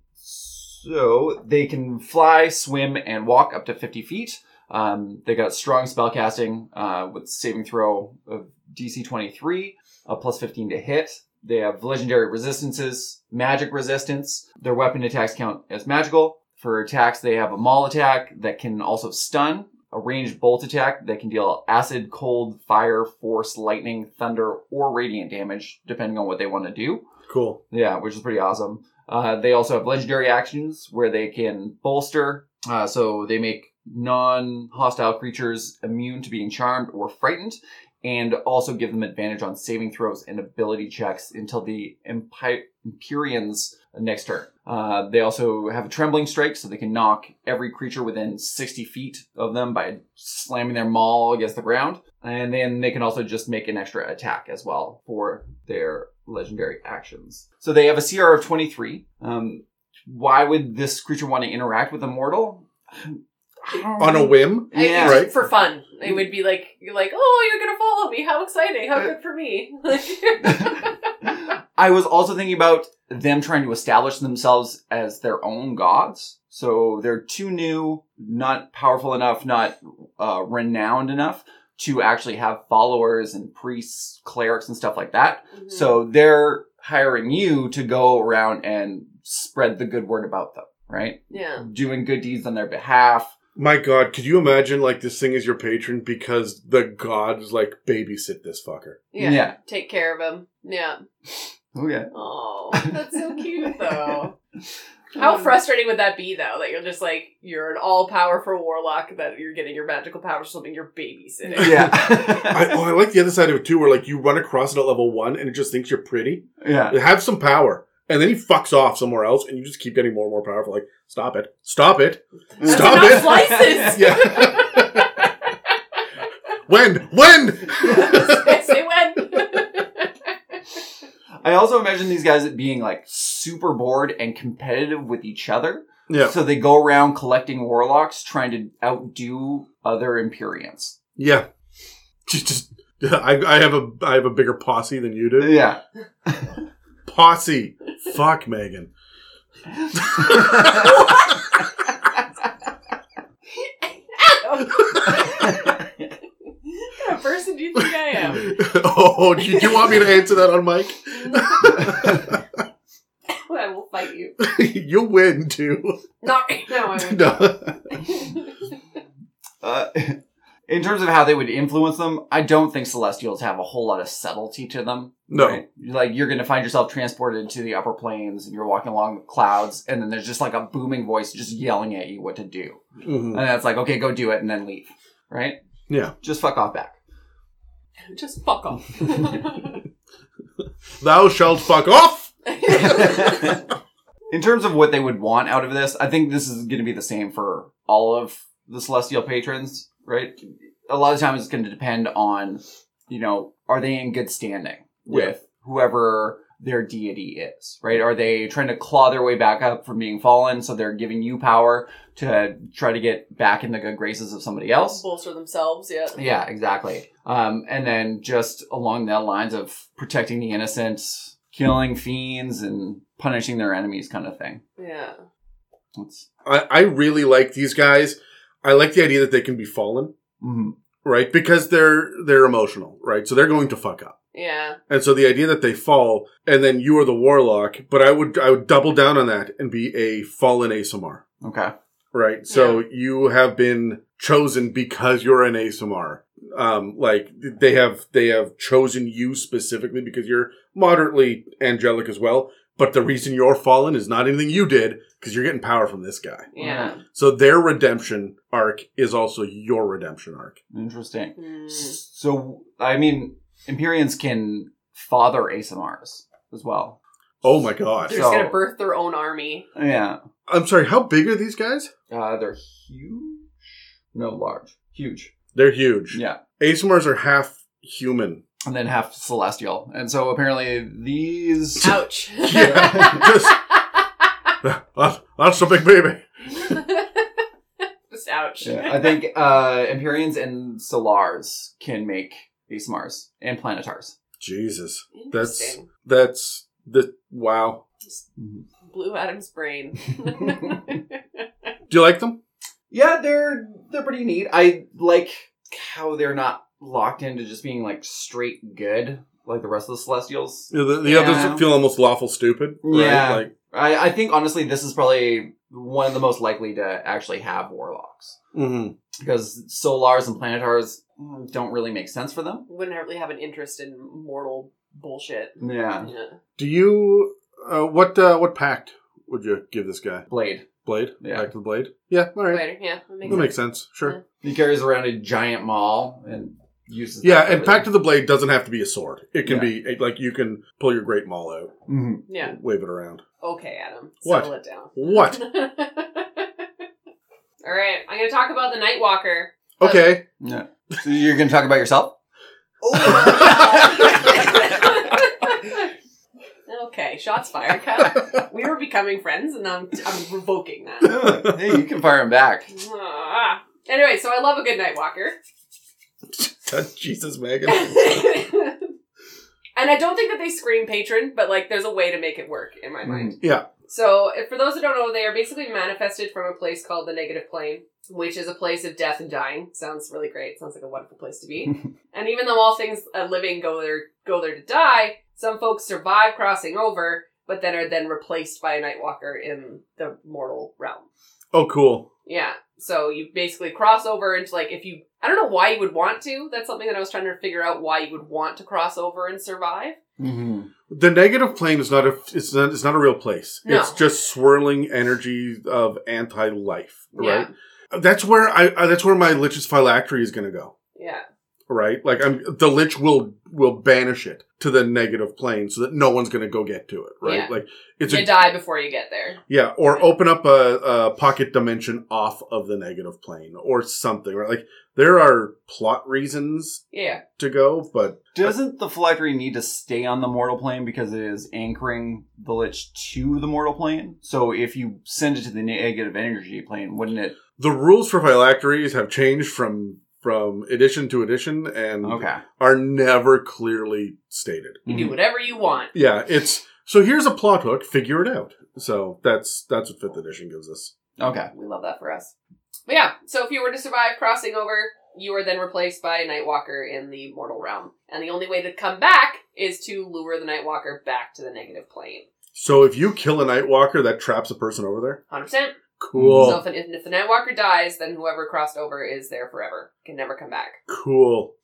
Speaker 2: so they can fly, swim, and walk up to 50 feet. Um, they got strong spellcasting uh, with saving throw of DC 23, a plus 15 to hit. They have legendary resistances, magic resistance. Their weapon attacks count as magical. For attacks, they have a maul attack that can also stun, a ranged bolt attack that can deal acid, cold, fire, force, lightning, thunder, or radiant damage, depending on what they want to do.
Speaker 1: Cool.
Speaker 2: Yeah, which is pretty awesome. Uh, they also have legendary actions where they can bolster. Uh, so they make non hostile creatures immune to being charmed or frightened, and also give them advantage on saving throws and ability checks until the Empi- Empyrean's next turn. Uh, they also have a trembling strike, so they can knock every creature within 60 feet of them by slamming their maul against the ground. And then they can also just make an extra attack as well for their legendary actions. So they have a CR of 23. Um, why would this creature want to interact with a mortal? (sighs)
Speaker 1: On a whim?
Speaker 3: I-
Speaker 2: Yeah.
Speaker 3: it's
Speaker 1: Right.
Speaker 3: For fun. It would be like, you're like, oh, you're going to follow me. How exciting.
Speaker 2: Uh,
Speaker 3: How good for me.
Speaker 2: (laughs)
Speaker 3: (laughs)
Speaker 2: I was also thinking about them trying to establish themselves as their own gods. So they're too new, not powerful enough, not uh, renowned enough to actually have followers and priests, clerics, and stuff like that.
Speaker 3: Mm.
Speaker 2: So they're hiring you to go around and spread the good word about them, right?
Speaker 3: yeah.
Speaker 2: Doing good deeds on their behalf.
Speaker 1: My God, could you imagine like this thing is your patron because the gods like babysit this fucker?
Speaker 3: yeah.
Speaker 2: Yeah.
Speaker 3: Take care of him. Yeah.
Speaker 2: Okay.
Speaker 3: Oh, that's so cute, though. (laughs) How frustrating would that be, though? That you're just like you're an all-powerful warlock that you're getting your magical powers from something you're (laughs) babysitting.
Speaker 1: I,
Speaker 2: Yeah.
Speaker 1: oh, I like the other side of it too, where like you run across it at level one and it just thinks you're pretty.
Speaker 2: yeah.
Speaker 1: It have some power. And then he fucks off somewhere else and you just keep getting more and more powerful. Like, stop it. Stop it.
Speaker 3: That's
Speaker 1: Stop
Speaker 3: enough
Speaker 1: it.
Speaker 3: slices.
Speaker 1: Yeah. when? When?
Speaker 3: I say (laughs) when.
Speaker 2: I also imagine these guys being like super bored and competitive with each other.
Speaker 1: yeah.
Speaker 2: So they go around collecting warlocks trying to outdo other Empyreans.
Speaker 1: Yeah. Just, just I, I have a I have a bigger posse than you do.
Speaker 2: Yeah. (laughs)
Speaker 1: Posse. Fuck Megan.
Speaker 3: what kind of person do you think
Speaker 1: (laughs)
Speaker 3: I am?
Speaker 1: oh, do you, do you want me to answer that on mic? (laughs)
Speaker 3: I will fight you.
Speaker 1: You'll win too.
Speaker 3: (laughs) Not right now. I won't.
Speaker 1: (laughs) No.
Speaker 2: Uh, (laughs) in terms of how they would influence them, I don't think Celestials have a whole lot of subtlety to them.
Speaker 1: No.
Speaker 2: right? Like you're going to find yourself transported to the upper planes and you're walking along the clouds and then there's just like a booming voice just yelling at you what to do.
Speaker 1: Mhm.
Speaker 2: And that's like, okay, go do it and then leave. Right?
Speaker 1: Yeah.
Speaker 2: Just fuck off back.
Speaker 3: (laughs) Just fuck off. (laughs)
Speaker 1: Thou shalt fuck off.
Speaker 2: (laughs) in terms of what they would want out of this, I think this is going to be the same for all of the celestial patrons, right? A lot of times it's going to depend on, you know, are they in good standing with whoever their deity is, right? Are they trying to claw their way back up from being fallen, so they're giving you power to try to get back in the good graces of somebody else?
Speaker 3: Bolster themselves. Yeah.
Speaker 2: Yeah, exactly. Um, and then just along the lines of protecting the innocent, killing fiends, and punishing their enemies, kind of thing.
Speaker 3: Yeah.
Speaker 2: It's,
Speaker 1: I, I really like these guys. I like the idea that they can be fallen,
Speaker 2: mhm.
Speaker 1: right? Because they're they're emotional, right? So they're going to fuck up.
Speaker 3: Yeah.
Speaker 1: And so the idea that they fall and then you are the warlock, but I would I would double down on that and be a fallen ASMR.
Speaker 2: Okay.
Speaker 1: Right. So you have been chosen because you're an ASMR. Um, like they have they have chosen you specifically because you're moderately angelic as well. But the reason you're fallen is not anything you did, because you're getting power from this guy.
Speaker 3: Yeah.
Speaker 1: So their redemption arc is also your redemption arc.
Speaker 2: Interesting. Mm-hmm.
Speaker 3: Mm.
Speaker 2: So, I mean, Empyreans can father ASMRs as well.
Speaker 1: Oh my god.
Speaker 3: They're just
Speaker 2: So-
Speaker 3: gonna birth their own army.
Speaker 2: Yeah.
Speaker 1: I'm sorry, how big are these guys?
Speaker 2: Uh, they're huge. No, large. Huge.
Speaker 1: They're huge.
Speaker 2: Yeah.
Speaker 1: ASMRs are half human. (laughs)
Speaker 2: And then half celestial. And so apparently these.
Speaker 3: Ouch. (laughs)
Speaker 1: Yeah, That's, that's a big baby.
Speaker 3: Just ouch.
Speaker 2: Yeah, I think uh, Empyreans and Solars can make ASMRs and Planetars.
Speaker 1: Jesus. That's-
Speaker 3: Interesting.
Speaker 1: That's the wow.
Speaker 3: Blue
Speaker 2: (laughs)
Speaker 3: Adam's brain. (laughs)
Speaker 1: Do you like them?
Speaker 2: Yeah, they're they're pretty neat. I like how they're not locked into just being like straight good like the rest of the Celestials.
Speaker 1: The, the
Speaker 2: Yeah.
Speaker 1: others feel almost lawful stupid. Right?
Speaker 2: Yeah.
Speaker 1: Like,
Speaker 2: I, I think honestly, this is probably one of the most likely to actually have Warlocks
Speaker 1: mhm.
Speaker 2: because Solars and Planetars mm, don't really make sense for them.
Speaker 3: Wouldn't really have an interest in mortal bullshit.
Speaker 2: Yeah,
Speaker 1: Do you uh, what uh, what pact would you give this guy?
Speaker 2: Blade.
Speaker 1: Blade.
Speaker 2: Yeah.
Speaker 1: Pact of the blade. Yeah. All right.
Speaker 3: Later, yeah, that
Speaker 1: That
Speaker 3: makes sense.
Speaker 1: makes sense. Sure.
Speaker 2: He carries around a giant maul and uses.
Speaker 1: Yeah.
Speaker 2: that
Speaker 1: and
Speaker 2: for everything.
Speaker 1: pact of the blade doesn't have to be a sword. It can
Speaker 2: Yeah.
Speaker 1: be it- like you can pull your great maul out,
Speaker 2: Mhm.
Speaker 3: Yeah.
Speaker 1: wave it around.
Speaker 3: Okay, Adam.
Speaker 1: What?
Speaker 3: Settle it down.
Speaker 1: What?
Speaker 3: (laughs) All right, I'm going to talk about the Nightwalker.
Speaker 1: Okay.
Speaker 2: Yeah. Mm-hmm. So you're gonna talk about yourself?
Speaker 1: Oh.
Speaker 3: (laughs) okay, shots fired.
Speaker 1: (laughs)
Speaker 3: Cut. We were becoming friends, and I'm I'm revoking
Speaker 2: (laughs)
Speaker 3: that. (laughs)
Speaker 1: (laughs)
Speaker 2: hey, you can fire him back.
Speaker 3: Ah. Anyway, so I love a good Nightwalker.
Speaker 1: Jesus, Megan.
Speaker 3: (laughs) and I don't think that they scream patron, but like there's a way to make it work in my mind.
Speaker 1: Yeah.
Speaker 3: So if- for those that don't know, they are basically manifested from a place called the negative plane, which is a place of death and dying. Sounds really great. Sounds like a wonderful place to be. and even though all things uh, living go there go there to die, some folks survive crossing over, but then are then replaced by a nightwalker in the mortal realm.
Speaker 1: Oh, cool.
Speaker 3: Yeah. So you basically cross over into like if you I don't know why you would want to. That's something that I was trying to figure out why you would want to cross over and survive.
Speaker 2: Mm-hmm.
Speaker 1: The negative plane is not a it's not it's not a real place.
Speaker 3: No.
Speaker 1: It's just swirling energy of anti life,
Speaker 3: Yeah.
Speaker 1: right? That's where I uh, that's where my lich's phylactery is going to go,
Speaker 3: Yeah.
Speaker 1: right? Like I'm the lich will will banish it to the negative plane so that no one's going to go get to it, right?
Speaker 3: Yeah.
Speaker 1: Like it's
Speaker 3: you
Speaker 1: a
Speaker 3: die before you get there.
Speaker 1: yeah, or open up a, a pocket dimension off of the negative plane or something, right? Like there are plot reasons
Speaker 3: Yeah.
Speaker 1: to go, but
Speaker 2: Doesn't the phylactery need to stay on the mortal plane because it is anchoring the lich to the mortal plane? So if you send it to the negative energy plane, wouldn't it?
Speaker 1: the rules for phylacteries have changed from from edition to edition and
Speaker 2: Okay.
Speaker 1: are never clearly stated.
Speaker 3: You do whatever you want.
Speaker 1: Yeah, it's so here's a plot hook, figure it out. So that's that's what fifth edition gives us.
Speaker 2: Okay.
Speaker 3: We love that for us. But yeah, so if you were to survive crossing over, you are then replaced by a Nightwalker in the mortal realm. And the only way to come back is to lure the Nightwalker back to the negative plane.
Speaker 1: So if you kill a Nightwalker, that traps a person over there.
Speaker 3: 100%.
Speaker 1: Cool,
Speaker 3: So if, an, if the Nightwalker dies, then whoever crossed over is there forever. Can never come back.
Speaker 1: cool.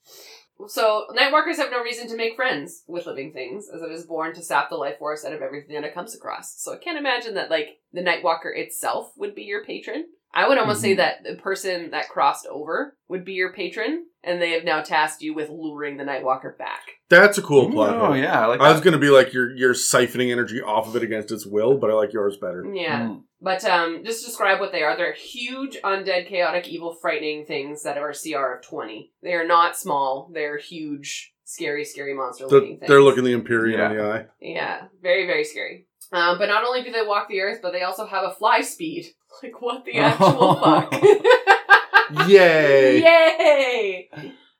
Speaker 3: So, Nightwalkers have no reason to make friends with living things, as it is born to sap the life force out of everything that it comes across. So, I can't imagine that, like, the Nightwalker itself would be your patron. I would almost
Speaker 1: Mm-hmm.
Speaker 3: say
Speaker 2: Mhm.
Speaker 3: that the person that crossed over would be your patron, and they have now tasked you with luring the Nightwalker back.
Speaker 1: That's a cool plot
Speaker 2: Oh
Speaker 1: hook.
Speaker 2: yeah, I like
Speaker 1: I was
Speaker 2: that.
Speaker 1: gonna be like you're you're siphoning energy off of it against its will, but I like yours better.
Speaker 3: Yeah.
Speaker 2: Mm.
Speaker 3: But um, just describe what they are. They're huge, undead, chaotic, evil, frightening things that are a CR of 20. They are not small, they're huge, scary, scary monster
Speaker 1: They're,
Speaker 3: looking things.
Speaker 1: they're looking the Empyrean in the eye.
Speaker 3: Yeah, very, very scary. Um, but not only do they walk the earth, but they also have a fly speed. (laughs) Like, what
Speaker 1: (laughs)
Speaker 3: the actual fuck? (laughs)
Speaker 1: Yay!
Speaker 3: Yay!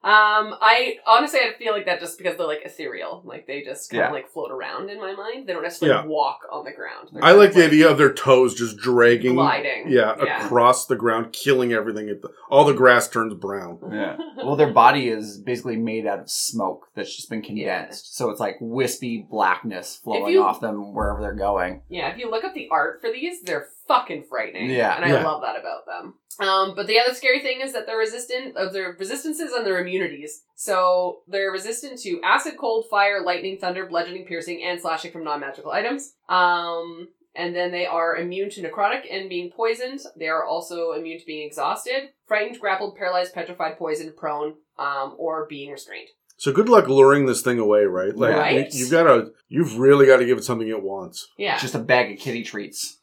Speaker 3: Um, I honestly, I feel like that just because they're like ethereal. Like, they just kind of
Speaker 2: Yeah.
Speaker 3: like float around in my mind. They don't necessarily
Speaker 1: Yeah.
Speaker 3: walk on the ground. They're
Speaker 1: I
Speaker 3: kind
Speaker 1: like
Speaker 3: of,
Speaker 1: the idea of their toes just dragging,
Speaker 3: (laughs) gliding.
Speaker 1: yeah, across the ground, killing everything. At the, all the grass turns brown.
Speaker 2: Yeah.
Speaker 3: (laughs)
Speaker 2: Well, their body is basically made out of smoke that's just been condensed, so it's like wispy blackness flowing
Speaker 3: you-
Speaker 2: off them wherever they're going.
Speaker 3: Yeah, if you look up the art for these, they're fucking frightening.
Speaker 2: Yeah.
Speaker 3: and I
Speaker 1: Yeah.
Speaker 3: love that about them. Um, but the other scary thing is that they're resistant of their resistances and their immunities. So they're resistant to acid, cold, fire, lightning, thunder, bludgeoning, piercing, and slashing from non-magical items. Um, and then they are immune to necrotic and being poisoned. They are also immune to being exhausted, frightened, grappled, paralyzed, petrified, poisoned, prone, um, or being restrained.
Speaker 1: So good luck luring this thing away, right? Like
Speaker 3: Right.
Speaker 1: You, you've got to, you've really got to give it something it wants.
Speaker 3: Yeah,
Speaker 2: Just a bag of kitty treats.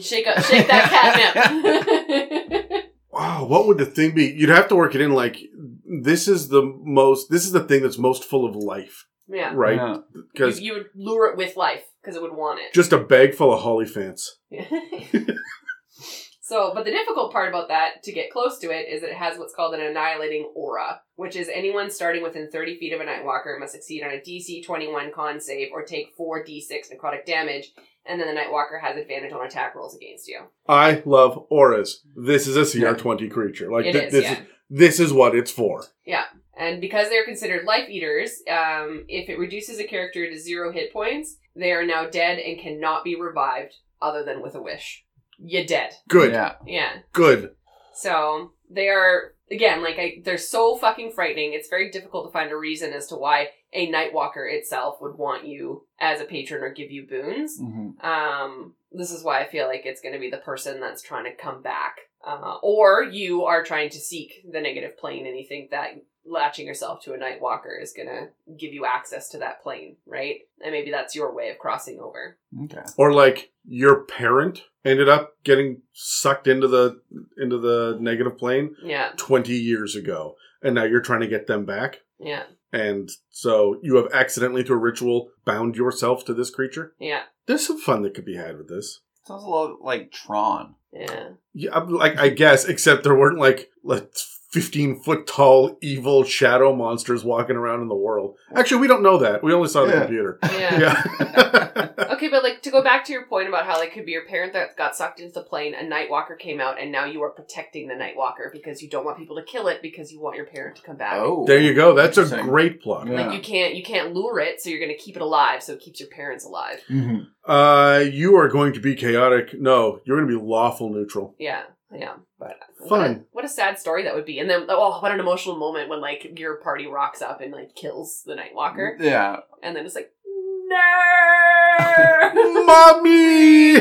Speaker 3: shake up, shake that catnip. (laughs)
Speaker 1: Wow, what would the thing be? You'd have to work it in. Like this is the most, this is the thing that's most full of life,
Speaker 3: yeah.
Speaker 1: right?
Speaker 2: Yeah.
Speaker 1: Because
Speaker 3: you, you would lure it with life because it would want it.
Speaker 1: just a bag full of hollyfants.
Speaker 3: (laughs) so, but the difficult part about that to get close to it is that it has what's called an annihilating aura, which is anyone starting within 30 feet of a Nightwalker must succeed on a DC 21 con save or take 4d6 necrotic damage, and then the Nightwalker has advantage on attack rolls against you.
Speaker 1: I love auras. This is a
Speaker 2: Yeah.
Speaker 1: CR20 creature. Like
Speaker 3: It
Speaker 1: thi-
Speaker 3: is,
Speaker 1: this,
Speaker 3: yeah.
Speaker 1: is, this is what it's for.
Speaker 3: And because they're considered life eaters, um, if it reduces a character to zero hit points, they are now dead and cannot be revived other than with a wish. You're dead.
Speaker 1: Good,
Speaker 2: Yeah.
Speaker 3: Yeah.
Speaker 1: good.
Speaker 3: So they are again like I, they're so fucking frightening. It's very difficult to find a reason as to why a Nightwalker itself would want you as a patron or give you boons.
Speaker 2: hmm
Speaker 3: Um, this is why I feel like it's going to be the person that's trying to come back, uh, or you are trying to seek the negative plane, and you think that latching yourself to a Nightwalker is going to give you access to that plane, right? And maybe that's your way of crossing over.
Speaker 2: Okay.
Speaker 1: Or like your parent ended up getting sucked into the into the negative plane
Speaker 3: Yeah,
Speaker 1: 20 years ago, and now you're trying to get them back.
Speaker 3: yeah,
Speaker 1: And so you have accidentally through a ritual bound yourself to this creature.
Speaker 3: yeah,
Speaker 1: There's some fun that could be had with this.
Speaker 2: Sounds a lot like Tron.
Speaker 3: yeah.
Speaker 1: Yeah, I'm like I guess, except there weren't like like fifteen foot tall evil shadow monsters walking around in the world. Actually, we don't know that. We only saw the
Speaker 2: Yeah.
Speaker 1: computer.
Speaker 3: Yeah.
Speaker 1: Yeah, (laughs)
Speaker 3: Okay, but like to go back to your point about how like could be your parent that got sucked into the plane, a Nightwalker came out, and now you are protecting the Nightwalker because you don't want people to kill it because you want your parent to come back.
Speaker 2: Oh,
Speaker 1: there you go. That's a
Speaker 2: Interesting.
Speaker 1: great plot.
Speaker 2: Yeah.
Speaker 3: Like you can't you can't lure it, so you're gonna keep it alive, so it keeps your parents alive.
Speaker 2: Mhm.
Speaker 1: Uh, you are going to be chaotic. No, you're going to be lawful neutral.
Speaker 3: Yeah, yeah. But What a,
Speaker 1: Fun.
Speaker 3: what a sad story that would be. And then oh, what an emotional moment when like your party rocks up and like kills the Nightwalker,
Speaker 2: (laughs) Yeah.
Speaker 3: and then it's like
Speaker 2: (laughs)
Speaker 3: nerd. (laughs)
Speaker 1: Mommy!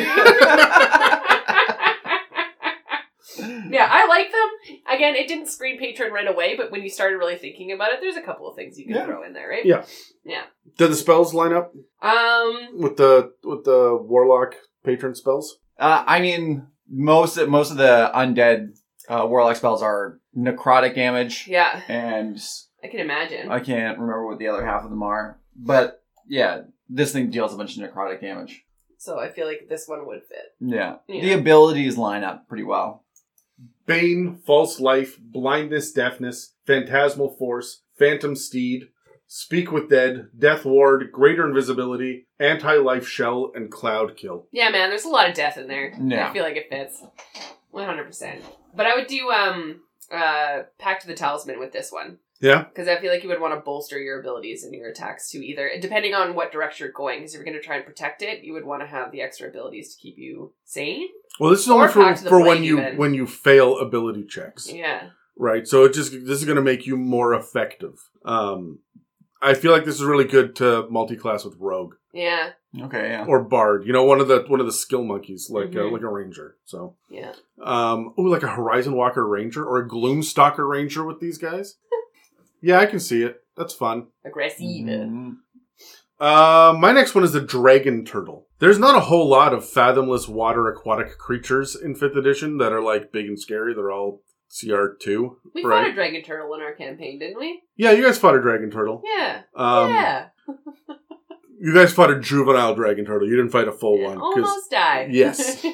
Speaker 3: yeah, I like them. Again, it didn't scream patron right away, but when you started really thinking about it, there's a couple of things you can
Speaker 2: Yeah.
Speaker 3: throw in there, right?
Speaker 1: Yeah. Do the spells line up
Speaker 3: Um,
Speaker 1: with the with the warlock patron spells?
Speaker 2: Uh, I mean, most of, most of the undead uh, warlock spells are necrotic damage,
Speaker 3: yeah,
Speaker 2: and
Speaker 3: I can imagine.
Speaker 2: I can't remember what the other half of them are. But yeah, this thing deals a bunch of necrotic damage.
Speaker 3: so I feel like this one would fit.
Speaker 2: Yeah,
Speaker 3: Yeah.
Speaker 2: the abilities line up pretty well.
Speaker 1: Bane, false life, blindness, deafness, phantasmal force, phantom steed, speak with dead, death ward, greater invisibility, anti-life shell, and cloud kill.
Speaker 3: Yeah, man, there's a lot of death in there.
Speaker 2: Yeah.
Speaker 3: I feel like it fits. 100%. But I would do um uh Pact of the Talisman with this one.
Speaker 1: Yeah.
Speaker 3: Because I feel like you would want to bolster your abilities and your attacks to either, depending on what direction you're going, because if you're going to try and protect it, you would want to have the extra abilities to keep you sane.
Speaker 1: Well, this is
Speaker 3: Or
Speaker 1: only for,
Speaker 3: Pact of the
Speaker 1: for when
Speaker 3: Plague
Speaker 1: you
Speaker 3: even.
Speaker 1: when you fail ability checks.
Speaker 3: Yeah.
Speaker 1: right? So it just this is going to make you more effective. Um, I feel like this is really good to multi-class with rogue
Speaker 3: Yeah.
Speaker 2: Okay, yeah.
Speaker 1: or bard. You know, one of the one of the skill monkeys, like uh,
Speaker 3: Mhm.
Speaker 1: like a ranger. So,
Speaker 3: Yeah.
Speaker 1: um, ooh, like a horizon walker ranger or a gloom stalker ranger with these guys. yeah, I can see it. That's fun.
Speaker 3: Aggressive.
Speaker 1: Mm-hmm.
Speaker 2: Mhm.
Speaker 1: Uh, my next one is the dragon turtle. There's not a whole lot of fathomless water aquatic creatures in fifth edition that are like big and scary. They're all CR two.
Speaker 3: We fought
Speaker 1: Right.
Speaker 3: a dragon turtle in our campaign, didn't we?
Speaker 1: Yeah, you guys fought a dragon turtle.
Speaker 3: Yeah.
Speaker 1: Um,
Speaker 3: yeah.
Speaker 1: You guys fought a juvenile dragon turtle. You didn't fight a full one. 'cause-
Speaker 3: Almost died. (laughs)
Speaker 1: Yes.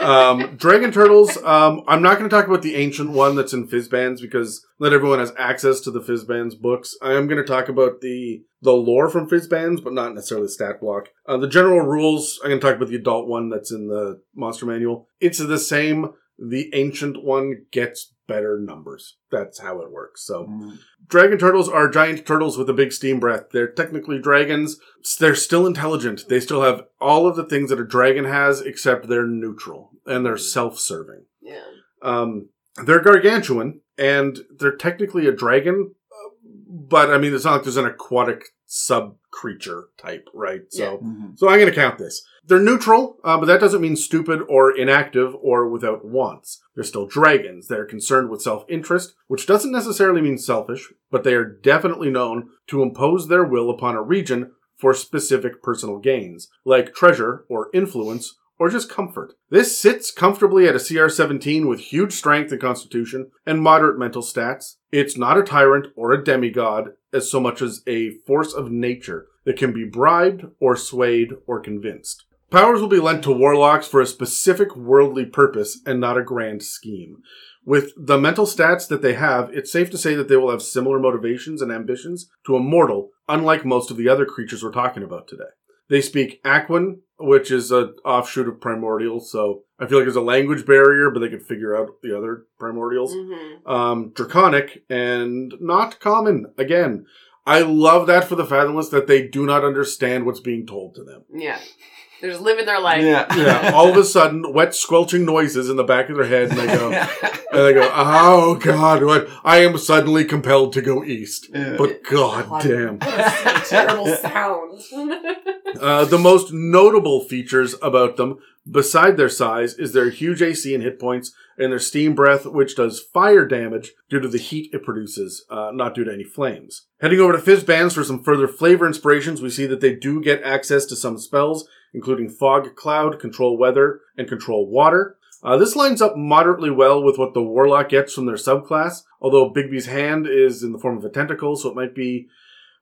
Speaker 1: um, dragon turtles. Um, I'm not going to talk about the ancient one that's in Fizzbands because not everyone has access to the Fizzbands books. I am going to talk about the the lore from Fizzbands, but not necessarily the stat block. Uh, the general rules. I'm going to talk about the adult one that's in the monster manual. It's the same. The ancient one gets better numbers. That's how it works. So.
Speaker 2: Mhm.
Speaker 1: Dragon turtles are giant turtles with a big steam breath. They're technically dragons. S- They're still intelligent. They still have all of the things that a dragon has, except they're neutral and they're self serving.
Speaker 3: yeah.
Speaker 1: Um, they're gargantuan and they're technically a dragon, uh, but I mean, it's not like there's an aquatic sub creature type, right? So.
Speaker 2: Mhm.
Speaker 1: So I'm going to count this. They're neutral, uh, but that doesn't mean stupid or inactive or without wants. They're still dragons. They're concerned with self interest, which doesn't necessarily mean selfish, but they are definitely known to impose their will upon a region for specific personal gains, like treasure or influence or just comfort. This sits comfortably at a CR 17 with huge strength and constitution and moderate mental stats. It's not a tyrant or a demigod as so much as a force of nature that can be bribed or swayed or convinced. Powers will be lent to warlocks for a specific worldly purpose and not a grand scheme. With the mental stats that they have, it's safe to say that they will have similar motivations and ambitions to a mortal, unlike most of the other creatures we're talking about today. They speak Aquan, which is an offshoot of Primordial, so I feel like there's a language barrier, but they could figure out the other Primordials.
Speaker 3: hmm
Speaker 1: Um, Draconic and not common. Again, I love that for the Fathomless that they do not understand what's being told to them.
Speaker 3: Yeah. They're just living their life.
Speaker 2: yeah.
Speaker 1: Yeah, all of a sudden, wet squelching noises in the back of their head, and (laughs) they
Speaker 2: (laughs)
Speaker 1: go, and they go, oh god, what? I am suddenly compelled to go east.
Speaker 2: Yeah.
Speaker 1: But god
Speaker 3: God.
Speaker 1: damn.
Speaker 3: (laughs) What
Speaker 1: (laughs)
Speaker 3: a terrible sound. (laughs)
Speaker 1: Uh, the most notable features about them, beside their size, is their huge AC and hit points, and their steam breath, which does fire damage due to the heat it produces, uh, not due to any flames. Heading over to Fizzbands for some further flavor inspirations, we see that they do get access to some spells, including Fog Cloud, Control Weather, and Control Water. Uh, this lines up moderately well with what the Warlock gets from their subclass, although Bigby's hand is in the form of a tentacle, so it might be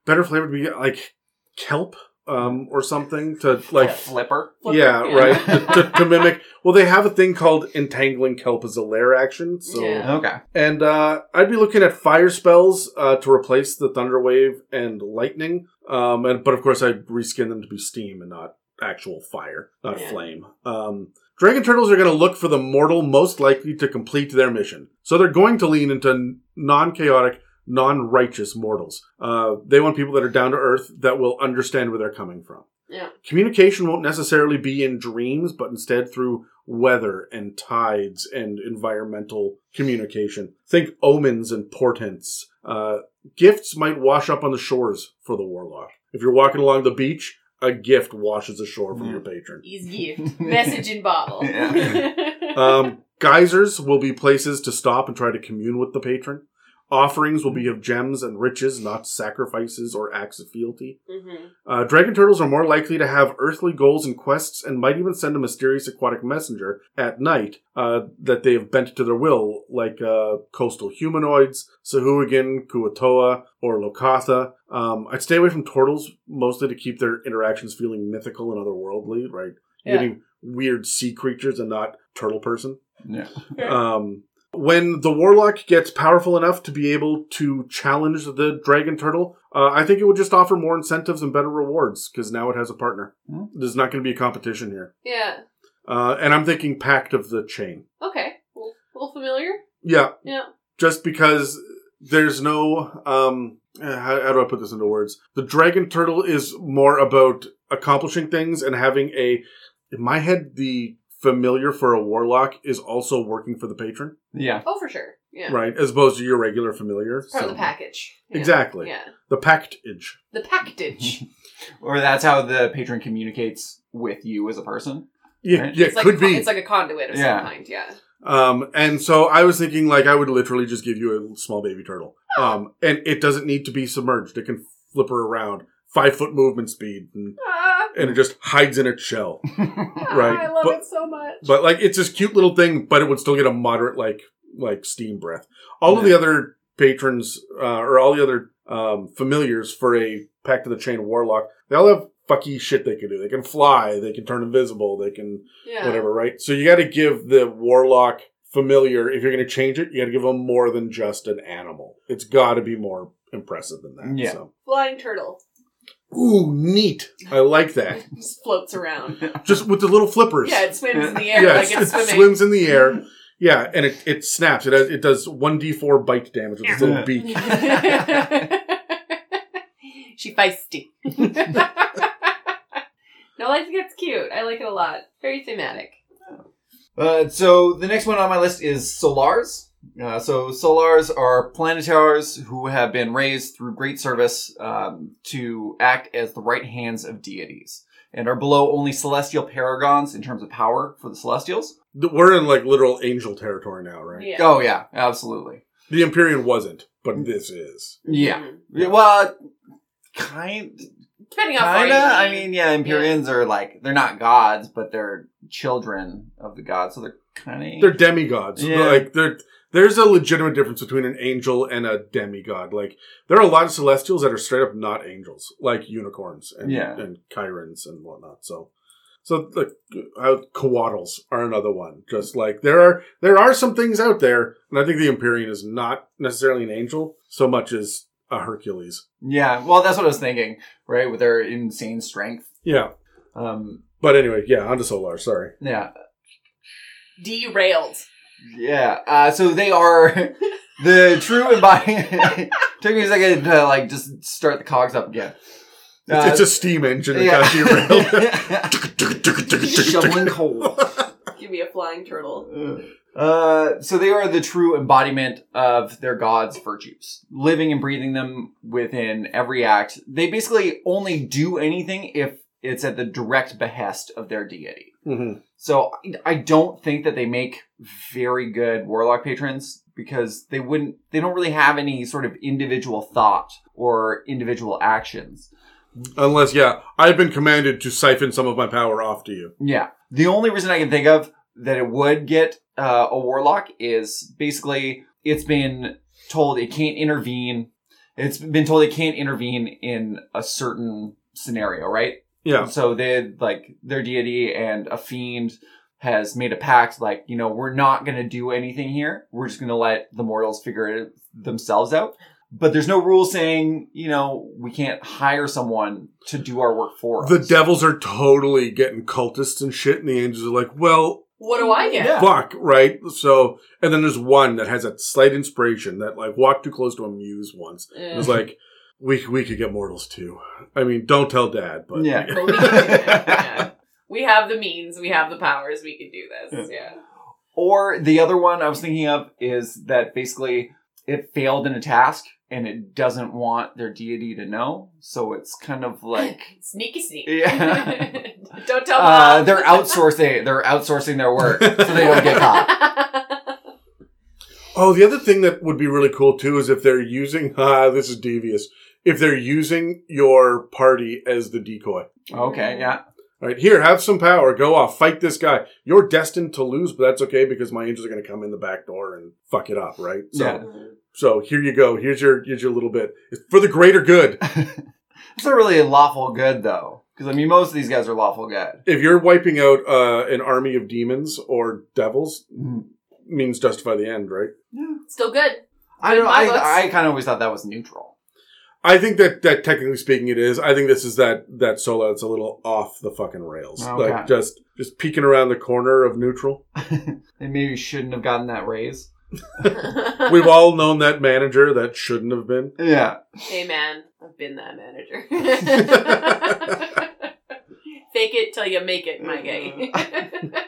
Speaker 1: better flavored to be like kelp um, or something to like
Speaker 2: A flipper.
Speaker 1: yeah,
Speaker 3: Yeah.
Speaker 1: right. to, to, to mimic. Well, they have a thing called entangling kelp as a lair action. So,
Speaker 3: Yeah.
Speaker 2: Okay.
Speaker 1: and uh, I'd be looking at fire spells uh, to replace the thunder wave and lightning. Um, and but of course, I'd reskin them to be steam and not actual fire, not
Speaker 3: Yeah.
Speaker 1: flame. Um, Dragon turtles are going to look for the mortal most likely to complete their mission. So they're going to lean into non-chaotic, non-righteous mortals. Uh, they want people that are down to earth that will understand where they're coming from.
Speaker 3: (laughs) Yeah.
Speaker 1: Communication won't necessarily be in dreams, but instead through weather and tides and environmental communication. Think omens and portents. Uh, gifts might wash up on the shores for the warlock. If you're walking along the beach, a gift washes ashore from your patron.
Speaker 3: Easy. Message
Speaker 1: (laughs)
Speaker 3: in bottle. (laughs)
Speaker 1: Um, geysers will be places to stop and try to commune with the patron. Offerings will be of gems and riches, not sacrifices or acts of fealty.
Speaker 3: Mhm.
Speaker 1: Uh, dragon turtles are more likely to have earthly goals and quests and might even send a mysterious aquatic messenger at night uh, that they have bent to their will, like uh, coastal humanoids, Sahuagin, Kuatoa, or Lokatha. Um, I'd stay away from turtles mostly to keep their interactions feeling mythical and otherworldly, right?
Speaker 3: Yeah.
Speaker 1: Getting weird sea creatures and not turtle person.
Speaker 2: (laughs) Yeah.
Speaker 1: Um, when the warlock gets powerful enough to be able to challenge the dragon turtle, uh, I think it would just offer more incentives and better rewards because now it has a partner.
Speaker 2: Hmm.
Speaker 1: There's not going to be a competition here.
Speaker 3: Yeah.
Speaker 1: Uh, and I'm thinking Pact of the Chain.
Speaker 3: Okay. A little, little familiar?
Speaker 1: Yeah,
Speaker 3: Yeah.
Speaker 1: just because there's no. Um, eh, how, how do I put this into words? The dragon turtle is more about accomplishing things and having a. In my head, the familiar for a warlock is also working for the patron.
Speaker 2: Yeah.
Speaker 3: Oh, for sure. Yeah.
Speaker 1: right? As opposed to your regular familiar.
Speaker 3: It's part
Speaker 1: so-
Speaker 3: of the package. Yeah.
Speaker 1: Exactly.
Speaker 3: Yeah.
Speaker 1: The pactage.
Speaker 3: The package.
Speaker 2: (laughs) Or that's how the patron communicates with you as a person.
Speaker 1: Yeah, (laughs)
Speaker 2: Right.
Speaker 1: yeah,
Speaker 3: it's like
Speaker 1: could
Speaker 3: a, con-
Speaker 1: be.
Speaker 3: It's like a conduit of
Speaker 2: Yeah.
Speaker 3: some kind. Yeah.
Speaker 1: um, and so I was thinking, like, I would literally just give you a small baby turtle. Um, and it doesn't need to be submerged. It can flip her around, five foot movement speed, and,
Speaker 3: Ah,
Speaker 1: and it just hides in its shell.
Speaker 3: ah,
Speaker 1: Right,
Speaker 3: I love
Speaker 1: but-
Speaker 3: it so much.
Speaker 1: But like, it's this cute little thing, but it would still get a moderate, like, like steam breath. All of
Speaker 2: Yeah.
Speaker 1: the other patrons, uh, or all the other um, familiars for a Pact of the Chain warlock, they all have fucky shit they can do. They can fly. They can turn invisible. They can
Speaker 3: yeah.
Speaker 1: whatever, right? So you got to give the warlock familiar. If you're going to change it, you got to give them more than just an animal. It's got to be more impressive than that.
Speaker 2: Yeah.
Speaker 1: So.
Speaker 3: Flying turtle
Speaker 1: Ooh, neat! I like
Speaker 3: (laughs)
Speaker 1: that.
Speaker 3: just
Speaker 1: (laughs)
Speaker 3: floats around.
Speaker 1: just with the little flippers.
Speaker 3: Yeah, it swims in the air
Speaker 1: Yeah,
Speaker 3: like
Speaker 1: it
Speaker 3: it's swimming.
Speaker 1: swims in the air. Yeah, and it, it snaps. It has, it does one d four bite damage with its little
Speaker 2: Yeah.
Speaker 3: (laughs)
Speaker 1: beak.
Speaker 3: she feisty. (laughs) no, I think that's cute. I like it a lot. Very thematic.
Speaker 2: Uh, so the next one on my list is Solars. Uh, so Solars are planetars who have been raised through great service um, to act as the right hands of deities and are below only celestial paragons in terms of power for the celestials.
Speaker 1: Th- We're in like literal angel territory now, right?
Speaker 3: Yeah.
Speaker 2: Oh yeah, absolutely.
Speaker 1: The Empyrean wasn't, but this is.
Speaker 2: Yeah.
Speaker 3: Mhm.
Speaker 2: yeah well, kind
Speaker 3: Depending on how far
Speaker 2: Kinda.
Speaker 3: you
Speaker 2: I
Speaker 3: lean.
Speaker 2: mean, yeah, Empyreans are like they're not gods, but they're children of the gods, so they're kind
Speaker 1: They're
Speaker 2: of
Speaker 1: demigods.
Speaker 2: Yeah.
Speaker 1: They're, Like they're, there's a legitimate difference between an angel and a demigod. Like there are a lot of celestials that are straight up not angels, like unicorns and
Speaker 2: Yeah.
Speaker 1: and chirons and whatnot. So, so like uh, coatls are another one. Just like there are there are some things out there, and I think the Empyrean is not necessarily an angel so much as a Hercules.
Speaker 2: yeah. Well, that's what I was thinking, right? With their insane strength.
Speaker 1: Yeah.
Speaker 2: Um,
Speaker 1: But anyway, yeah, onto Solar. Sorry.
Speaker 2: yeah,
Speaker 3: derailed.
Speaker 2: yeah. Uh, so they are (laughs) the true embodiment. (laughs) Took me a second to like just start the cogs up again.
Speaker 1: It's,
Speaker 2: Uh,
Speaker 1: it's a steam engine that got derailed.
Speaker 2: yeah. (laughs)
Speaker 1: (laughs)
Speaker 2: Shoveling coal.
Speaker 3: Give me a flying turtle.
Speaker 2: Uh, so they are the true embodiment of their god's virtues, living and breathing them within every act. They basically only do anything if it's at the direct behest of their deity.
Speaker 1: Mhm.
Speaker 2: So I- I don't think that they make very good warlock patrons because they wouldn't they don't really have any sort of individual thought or individual actions.
Speaker 1: Unless, yeah, I've been commanded to siphon some of my power off to you.
Speaker 2: Yeah. The only reason I can think of that it would get uh, a warlock is basically it's been told it can't intervene. It's been told it can't intervene in a certain scenario, right?
Speaker 1: Yeah.
Speaker 2: So they like their deity and a fiend has made a pact like, you know, we're not going to do anything here. We're just going to let the mortals figure it themselves out. But there's no rule saying, you know, we can't hire someone to do our work for
Speaker 1: The
Speaker 2: us.
Speaker 1: devils are totally getting cultists and shit, and the angels are like, well,
Speaker 3: What do I get?
Speaker 2: Yeah.
Speaker 1: fuck, right? So, and then there's one that has a slight inspiration that, like, walked too close to a muse once.
Speaker 3: Eh.
Speaker 1: It was like, we, we could get mortals too. I mean, don't tell dad, but.
Speaker 2: Yeah.
Speaker 3: But we
Speaker 1: (laughs)
Speaker 3: can do that, yeah. We have the means. We have the powers. We can do this. Yeah.
Speaker 2: Or the other one I was thinking of is that basically it failed in a task and it doesn't want their deity to know. So it's kind of
Speaker 3: (laughs)
Speaker 2: like
Speaker 3: sneaky sneak.
Speaker 2: Yeah.
Speaker 3: (laughs) Don't tell
Speaker 2: uh,
Speaker 3: mom.
Speaker 2: they're outsourcing. They're outsourcing their work so they don't
Speaker 3: (laughs)
Speaker 2: get caught.
Speaker 1: Oh, the other thing that would be really cool too is if they're using, (laughs) ah, this is devious. If they're using your party as the decoy.
Speaker 2: Okay, yeah.
Speaker 1: All right, here, have some power. Go off, fight this guy. You're destined to lose, but that's okay because my angels are going to come in the back door and fuck it up, right? So,
Speaker 2: Yeah.
Speaker 1: so here you go. Here's your here's your little bit it's for the greater
Speaker 2: (laughs)
Speaker 1: good.
Speaker 2: It's not really a lawful good though, because I mean most of these guys are lawful good.
Speaker 1: If you're wiping out uh, an army of demons or devils, means justify the end, right?
Speaker 3: Still good. (laughs)
Speaker 2: I don't know.
Speaker 3: My books.
Speaker 2: I, I kind of always thought that was neutral.
Speaker 1: I think that that technically speaking, it is. I think this is that that solo that's a little off the fucking rails,
Speaker 2: Okay.
Speaker 1: like just just peeking around the corner of neutral.
Speaker 2: They maybe shouldn't have gotten that raise.
Speaker 3: (laughs)
Speaker 1: We've all known that manager that shouldn't have been.
Speaker 2: Yeah.
Speaker 3: hey man, I've been that (laughs) manager. Fake it till you make it, my guy.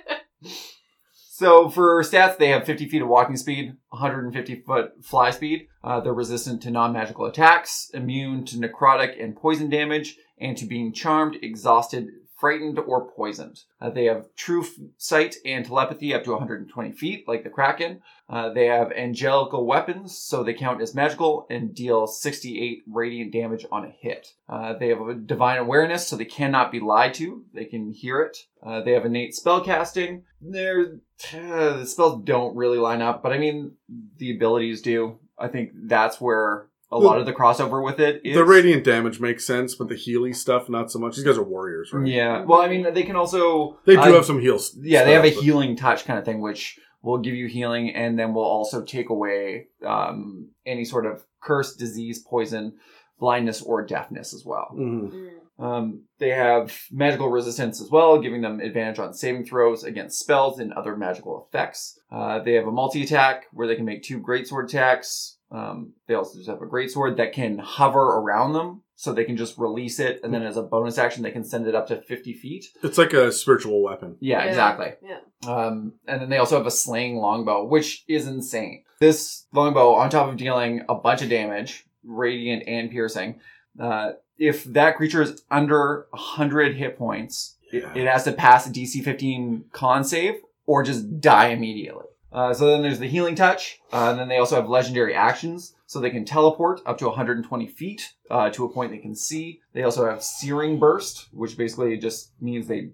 Speaker 2: So for stats, they have 50 feet of walking speed, 150 foot fly speed. Uh, they're resistant to non-magical attacks, immune to necrotic and poison damage, and to being charmed, exhausted, frightened, or poisoned. Uh, they have true f- sight and telepathy up to 120 feet, like the kraken. Uh, they have angelical weapons, so they count as magical and deal 68 radiant damage on a hit. Uh, they have a divine awareness, so they cannot be lied to. They can hear it. Uh, they have innate spell casting. They're uh, the spells don't really line up, but I mean the abilities do. I think that's where a lot of the crossover with it is.
Speaker 1: The radiant damage makes sense, but the Healy stuff not so much. These guys are warriors, right?
Speaker 2: Yeah. Well, I mean they can also
Speaker 1: They do
Speaker 2: uh,
Speaker 1: have some heals.
Speaker 2: yeah they have a healing touch kind of thing which will give you healing and then will also take away um, any sort of curse, disease, poison, blindness, or deafness as well.
Speaker 1: hmm
Speaker 3: (laughs)
Speaker 2: Um, they have magical resistance as well, giving them advantage on saving throws against spells and other magical effects. Uh, they have a multi attack where they can make two greatsword attacks. Um, they also just have a greatsword that can hover around them, so they can just release it, and then as a bonus action, they can send it up to 50 feet.
Speaker 1: It's like a spiritual weapon.
Speaker 2: Yeah, exactly.
Speaker 3: Yeah.
Speaker 2: Um, and then they also have a slaying longbow, which is insane. This longbow, on top of dealing a bunch of damage, radiant and piercing, uh, if that creature is under 100 hit points,
Speaker 1: Yeah.
Speaker 2: it has to pass a DC 15 con save or just die immediately. Uh, so then there's the healing touch, uh, and then they also have legendary actions, so they can teleport up to 120 feet uh, to a point they can see. They also have searing burst, which basically just means they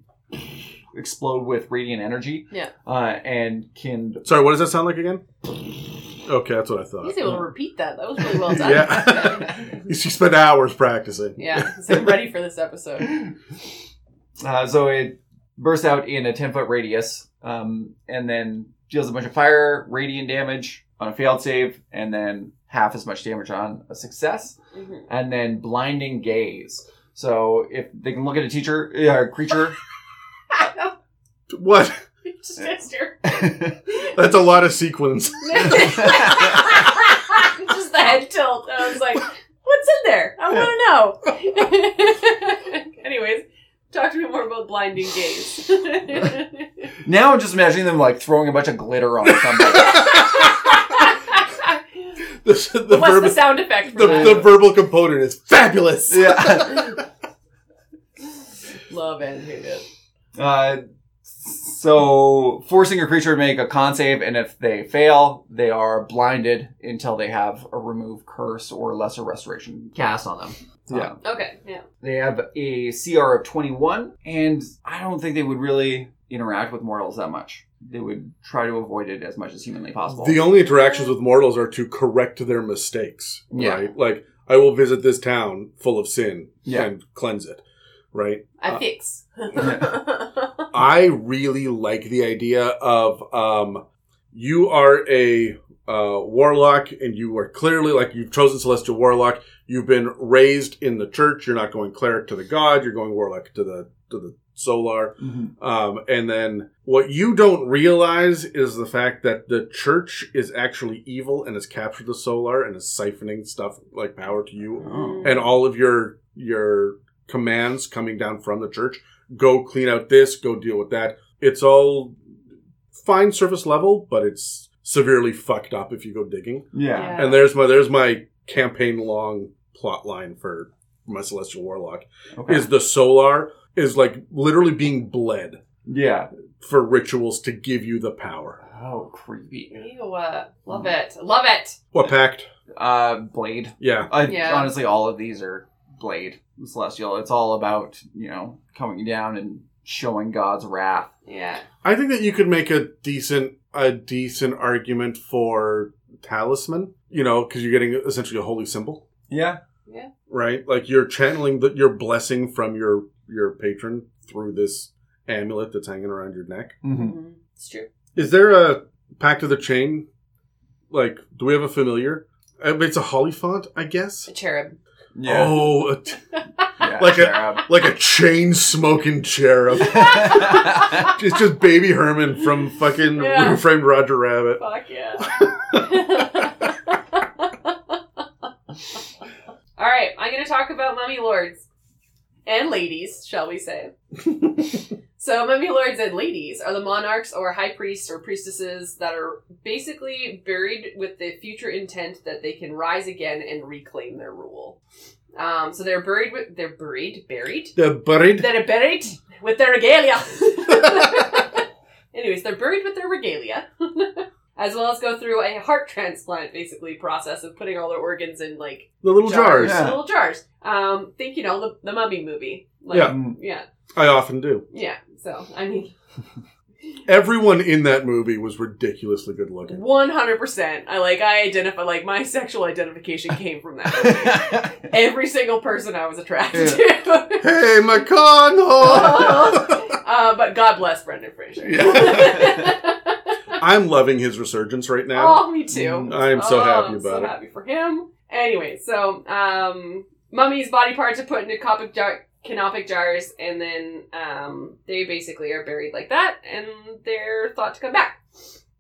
Speaker 2: explode with radiant energy.
Speaker 3: Yeah.
Speaker 2: Uh, and
Speaker 1: (laughs)
Speaker 2: can
Speaker 1: Sorry, what does that sound like again? Okay, that's what I thought. (laughs)
Speaker 3: He's able to repeat that. That was really
Speaker 2: (laughs)
Speaker 3: well done.
Speaker 1: Yeah. You spent hours practicing.
Speaker 3: (laughs) yeah. So I'm ready for this episode.
Speaker 2: Uh, so it bursts out in a 10 foot radius um, and then deals a bunch of fire, radiant damage on a failed save, and then half as much damage on a success,
Speaker 3: Mhm.
Speaker 2: and then blinding gaze. So if they can look at a teacher, uh, a creature,
Speaker 1: What?
Speaker 3: (laughs) Just gesture.
Speaker 1: That's a lot of sequins. (laughs)
Speaker 3: Just the head tilt. I was like, what's in there? I want to know. Anyways, talk to me more about blinding gaze.
Speaker 2: now I'm just imagining them like throwing a bunch of glitter on
Speaker 3: (laughs)
Speaker 2: somebody.
Speaker 1: This- the,
Speaker 3: What's
Speaker 1: verb-
Speaker 3: the sound effect for
Speaker 1: the,
Speaker 3: that?
Speaker 1: the verbal component is fabulous.
Speaker 2: yeah.
Speaker 3: Love and hate it.
Speaker 2: Uh, so forcing a creature to make a con save, and if they fail, they are blinded until they have a remove curse or lesser restoration cast on them.
Speaker 1: Yeah.
Speaker 2: Um,
Speaker 3: Okay, yeah.
Speaker 2: they have a CR of 21, and I don't think they would really interact with mortals that much. They would try to avoid it as much as humanly possible.
Speaker 1: The only interactions with mortals are to correct their mistakes.
Speaker 2: Yeah.
Speaker 1: Right? Like, I will visit this town full of sin
Speaker 2: Yeah.
Speaker 1: and cleanse it. Right?
Speaker 3: I
Speaker 1: Uh,
Speaker 3: fix.
Speaker 1: I really like the idea of um, you are a uh, warlock and you are clearly like you've chosen celestial warlock. You've been raised in the church. You're not going cleric to the god. You're going warlock to the to the solar.
Speaker 2: Mhm.
Speaker 1: Um, and then what you don't realize is the fact that the church is actually evil and has captured the solar and is siphoning stuff like power to you
Speaker 2: Oh.
Speaker 1: and all of your your commands coming down from the church go clean out this go deal with that it's all fine surface level but it's severely fucked up if you go digging
Speaker 2: Yeah.
Speaker 1: and there's my there's my campaign long plot line for my celestial warlock
Speaker 2: Okay.
Speaker 1: is the solar is like literally being bled
Speaker 2: yeah.
Speaker 1: for rituals to give you the power.
Speaker 2: Oh, creepy.
Speaker 3: (laughs) Ew, uh, love it. Love it.
Speaker 1: What pact?
Speaker 2: Uh, Blade.
Speaker 1: Yeah.
Speaker 2: I,
Speaker 3: Yeah.
Speaker 2: Honestly, all of these are Blade, Celestial. It's all about, you know, coming down and showing God's wrath.
Speaker 3: Yeah.
Speaker 1: I think that you could make a decent a decent argument for talisman, you know, cuz you're getting essentially a holy symbol,
Speaker 2: Yeah.
Speaker 1: right? Like you're channeling the, your blessing from your your patron through this amulet that's hanging around your neck.
Speaker 2: hmm
Speaker 3: Mhm. It's true.
Speaker 1: Is there a Pact of the Chain? Like, do we have a familiar? I mean, it's a holly font, I guess. (laughs)
Speaker 3: A cherub. (laughs)
Speaker 2: Yeah.
Speaker 1: Oh, a t-
Speaker 2: (laughs) yeah.
Speaker 1: like a-
Speaker 2: cherub.
Speaker 1: like a chain smoking cherub.
Speaker 2: (laughs) yeah.
Speaker 1: It's just baby Herman from fucking
Speaker 3: Yeah.
Speaker 1: Who Framed Roger Rabbit.
Speaker 3: Fuck yeah. (laughs) All right, I'm going to talk about mummy lords and ladies, shall we say. so, mummy lords and ladies are the monarchs or high priests or priestesses that are basically buried with the future intent that they can rise again and reclaim their rule. Um, so they're buried with they're buried buried
Speaker 1: The buried.
Speaker 3: that are buried with
Speaker 1: (laughs)
Speaker 3: their regalia. Anyways, they're buried with their regalia, (laughs) as well as go through a heart transplant, basically process of putting all their organs in like
Speaker 1: The little jars.
Speaker 2: Yeah.
Speaker 3: little jars. Um, think you know the the mummy movie. Like,
Speaker 1: Yeah.
Speaker 3: yeah,
Speaker 1: I often do.
Speaker 3: yeah. So I mean,
Speaker 1: Everyone in that movie was ridiculously good looking.
Speaker 3: one hundred percent. I like I identify like my sexual identification came from that.
Speaker 1: (laughs)
Speaker 3: movie. Every single person I was
Speaker 1: (laughs)
Speaker 3: attracted to. (laughs)
Speaker 1: Hey, McConnell!
Speaker 3: uh, but God bless Brendan Fraser. (laughs)
Speaker 2: Yeah.
Speaker 1: I'm loving his resurgence right now.
Speaker 3: Oh, me too.
Speaker 1: I am so
Speaker 3: Oh,
Speaker 1: happy
Speaker 3: I'm
Speaker 1: about
Speaker 3: so
Speaker 1: it.
Speaker 3: happy for him. Anyway, so um, mummies' body parts are put into copic jar- canopic jars, and then um, they basically are buried like that, and they're thought to come back.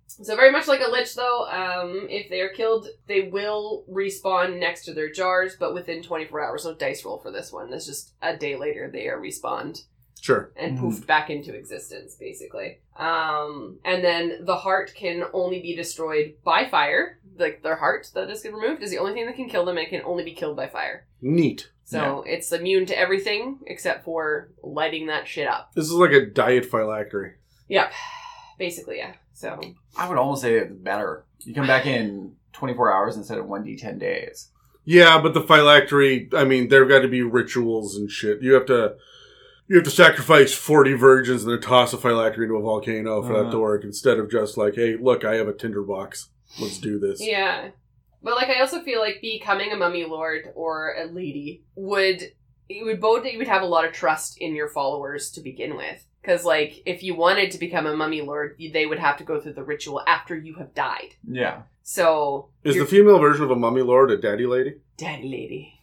Speaker 3: So very much like a lich, though, um, if they are killed, they will respawn next to their jars, but within 24 hours. No dice roll for this one. That's just a day later they are respawned
Speaker 1: Sure.
Speaker 3: and
Speaker 2: Mm.
Speaker 3: poofed back into existence, basically. Um, and then the heart can only be destroyed by fire. Like their heart that is removed is the only thing that can kill them, and it can only be killed by fire.
Speaker 1: Neat.
Speaker 3: So it's immune to everything except for lighting that shit up.
Speaker 1: This is like a diet phylactery.
Speaker 3: Yep, basically, yeah. So
Speaker 2: I would almost say it's better. You come back in 24 hours instead of 1d10 days.
Speaker 1: Yeah, but the phylactery, I mean, there've got to be rituals and shit. You have to you have to sacrifice 40 virgins and then toss a phylactery into a volcano for that
Speaker 2: Uh-huh.
Speaker 1: to work instead of just like, hey, look, I have a tinderbox. Let's do this.
Speaker 3: Yeah. But like I also feel like becoming a mummy lord or a lady would it would both you would have a lot of trust in your followers to begin with. Cause like if you wanted to become a mummy lord, you- they would have to go through the ritual after you have died.
Speaker 2: Yeah.
Speaker 3: So
Speaker 1: Is
Speaker 3: (laughs) you're-
Speaker 1: the female version of a mummy lord a daddy lady?
Speaker 3: daddy lady.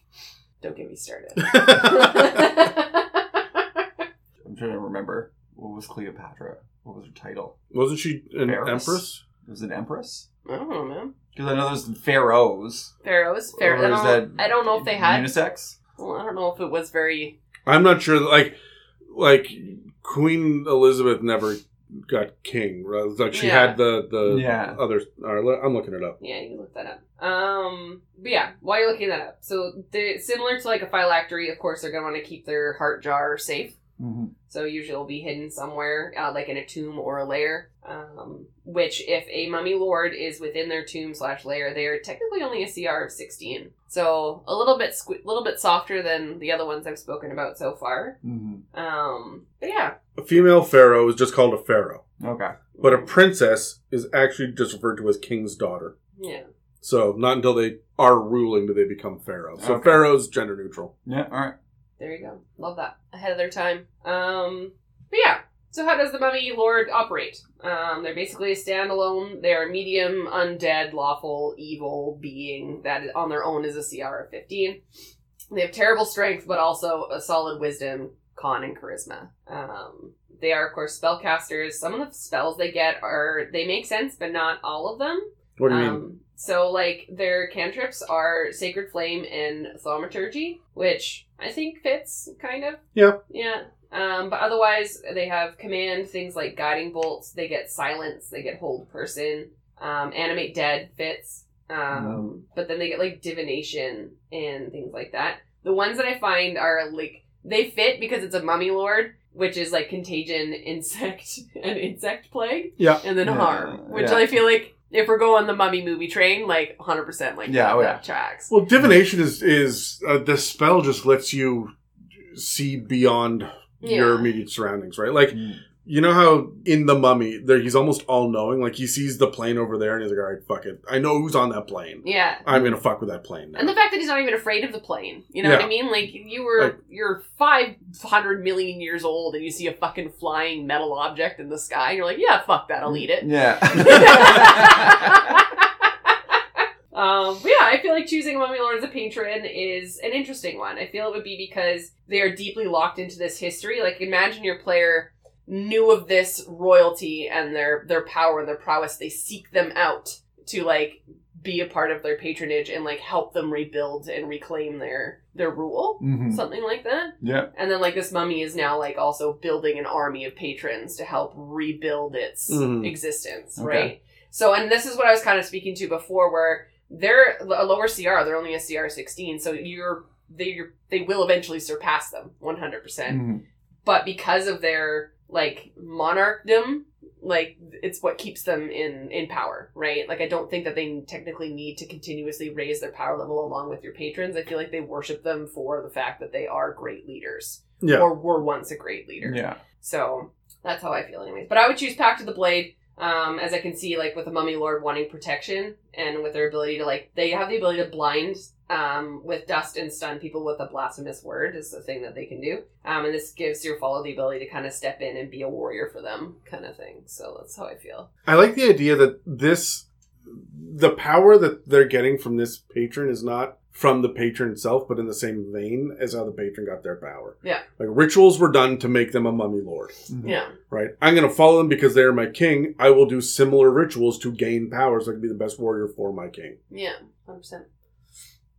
Speaker 3: Don't get me
Speaker 2: (laughs)
Speaker 3: started. (laughs)
Speaker 2: I'm trying to remember. What was Cleopatra? What was her title?
Speaker 1: Wasn't she an
Speaker 2: Ferris.
Speaker 1: empress?
Speaker 2: It was an empress?
Speaker 3: I don't know, man.
Speaker 2: Because I know there's pharaohs.
Speaker 3: Pharaohs, pharaohs.
Speaker 2: Or
Speaker 3: I
Speaker 2: is
Speaker 3: don't,
Speaker 2: that
Speaker 3: I don't know if they had.
Speaker 2: Unisex?
Speaker 3: Well, I don't know if it was very.
Speaker 1: I'm not sure. Like, like Queen Elizabeth never got king. Right? Like she
Speaker 3: Yeah.
Speaker 1: had the the
Speaker 2: Yeah.
Speaker 1: other. all right, I'm looking it up.
Speaker 3: Yeah, you can look that up. Um, but yeah, while you're looking that up, so they similar to like a phylactery, of course, they're gonna want to keep their heart jar safe.
Speaker 2: Mm-hmm.
Speaker 3: So usually it'll be hidden somewhere, uh, like in a tomb or a lair. Um, which, if a mummy lord is within their tomb slash lair, they are technically only a CR of sixteen. So a little bit, squ- little bit softer than the other ones I've spoken about so far.
Speaker 2: Mm-hmm.
Speaker 3: Um, but yeah,
Speaker 1: A female pharaoh is just called a pharaoh,
Speaker 2: Okay.
Speaker 1: but a princess is actually just referred to as king's daughter.
Speaker 3: yeah,
Speaker 1: So not until they are ruling do they become pharaoh. So
Speaker 2: Okay.
Speaker 1: pharaoh's gender neutral.
Speaker 2: Yeah, all right.
Speaker 3: there you go. Love that ahead of their time. Um, but yeah. So how does the mummy lord operate? Um, they're basically a standalone. They are a medium, undead, lawful, evil being that on their own is a CR of fifteen. They have terrible strength, but also a solid wisdom, con, and charisma. Um, they are, of course, spellcasters. Some of the spells they get are they make sense, but not all of them.
Speaker 1: What do you mean?
Speaker 3: Um, so like their cantrips are Sacred Flame and Thaumaturgy, which I think fits kind of.
Speaker 1: Yeah.
Speaker 3: Yeah. Um, but otherwise, they have command things like guiding bolts. They get silence. They get hold person. Um, animate dead fits. Um,
Speaker 1: Mm-hmm.
Speaker 3: but then they get like divination and things like that. The ones that I find are like they fit because it's a mummy lord, which is like contagion, insect, (laughs) and insect plague,
Speaker 1: Yeah.
Speaker 3: and then
Speaker 2: Yeah,
Speaker 3: harm, which
Speaker 2: yeah.
Speaker 3: I feel like if we're going the mummy movie train, like 100 percent like
Speaker 2: Yeah,
Speaker 3: that,
Speaker 2: oh,
Speaker 3: that tracks.
Speaker 1: Well, divination is is uh, the spell just lets you see beyond your
Speaker 3: Yeah.
Speaker 1: immediate surroundings, right? Like
Speaker 2: Mm.
Speaker 1: you know how in the mummy there he's almost all knowing. Like he sees the plane over there and he's like, "All right, fuck it, I know who's on that plane.
Speaker 3: Yeah.
Speaker 1: I'm gonna fuck with that plane." Now.
Speaker 3: And the fact that he's not even afraid of the plane, you know what
Speaker 1: Yeah.
Speaker 3: I mean? Like you were,
Speaker 1: Like-
Speaker 3: you're five hundred million years old, and you see a fucking flying metal object in the sky, and you're like, yeah, fuck that,
Speaker 2: Mm,
Speaker 3: I'll eat it. (laughs)
Speaker 2: Yeah.
Speaker 3: um, but yeah, I feel like choosing Mummy Lord as a patron is an interesting one. I feel it would be because they are deeply locked into this history. Like, imagine your player knew of this royalty and their their power and their prowess. They seek them out to like be a part of their patronage and like help them rebuild and reclaim their their rule,
Speaker 2: Mhm.
Speaker 3: something like that.
Speaker 2: Yeah.
Speaker 3: And then like this mummy is now like also building an army of patrons to help rebuild its
Speaker 1: Mhm.
Speaker 3: existence,
Speaker 2: Okay.
Speaker 3: right? So and this is what I was kind of speaking to before where they're a lower CR, they're only a CR 16, so you're they you're, they will eventually surpass them 100%. percent
Speaker 2: Mhm.
Speaker 3: But because of their like monarchdom, like it's what keeps them in in power, right? Like I don't think that they technically need to continuously raise their power level along with your patrons. I feel like they worship them for the fact that they are great leaders
Speaker 1: yeah,
Speaker 3: or were once a great leader.
Speaker 2: Yeah.
Speaker 3: So that's how I feel, anyways. But I would choose Pact of the Blade, um, as I can see, like with the Mummy Lord wanting protection and with their ability to like they have the ability to blind um, with dust and stun people with a blasphemous word is the thing that they can do, um, and this gives your follow the ability to kind of step in and be a warrior for them, kind of thing. So that's how I feel.
Speaker 1: I like the idea that this the power that they're getting from this patron is not from the patron itself, but in the same vein as how the patron got their power.
Speaker 3: Yeah.
Speaker 1: like rituals were done to make them a mummy lord.
Speaker 2: Mhm.
Speaker 3: Yeah,
Speaker 1: right? I'm going to follow them because they are my king. I will do similar rituals to gain powers. I can be the best warrior for my king.
Speaker 3: yeah, hundred percent.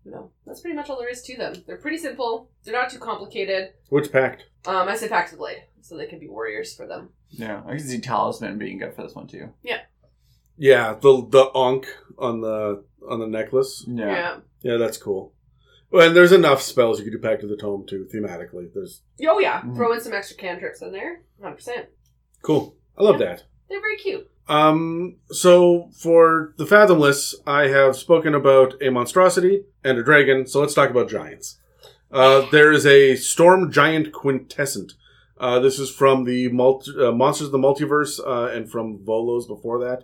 Speaker 3: No, that's pretty much all there is to them. They're pretty simple. They're not too complicated.
Speaker 1: Which pact?
Speaker 3: Um, I say Pact of the Blade, so they can be warriors for them.
Speaker 2: Yeah. I can see talisman being good for this one too.
Speaker 1: Yeah, the the onk on the on the necklace.
Speaker 2: Yeah.
Speaker 1: Yeah, that's cool. Well, and there's enough spells you could do Pact of the Tome too thematically. There's
Speaker 3: Oh yeah,
Speaker 2: Mhm.
Speaker 3: throw in some extra cantrips in there. Hundred percent.
Speaker 1: cool. I love
Speaker 3: Yeah.
Speaker 1: that.
Speaker 3: They're very cute.
Speaker 1: Um, so for the Fathomless, I have spoken about a monstrosity and a dragon, so let's talk about giants. Uh, there is a Storm Giant Quintessent. Uh, this is from the multi- uh, Monsters of the Multiverse uh, and from Volos before that.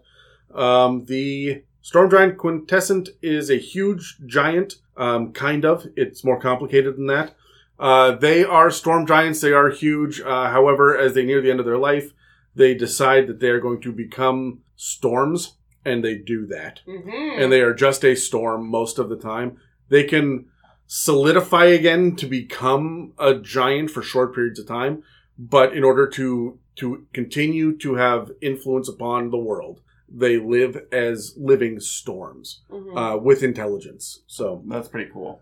Speaker 1: Um, the Storm Giant Quintessent is a huge giant, um, kind of. It's more complicated than that. Uh, they are storm giants. They are huge. Uh, however, as they near the end of their life, they decide that they are going to become storms, and they do that.
Speaker 3: Mm-hmm.
Speaker 1: And they are just a storm most of the time. They can solidify again to become a giant for short periods of time, but in order to to continue to have influence upon the world, they live as living storms
Speaker 3: Hmm.
Speaker 2: Mm-hmm.
Speaker 1: uh, with intelligence. So
Speaker 2: That's pretty cool.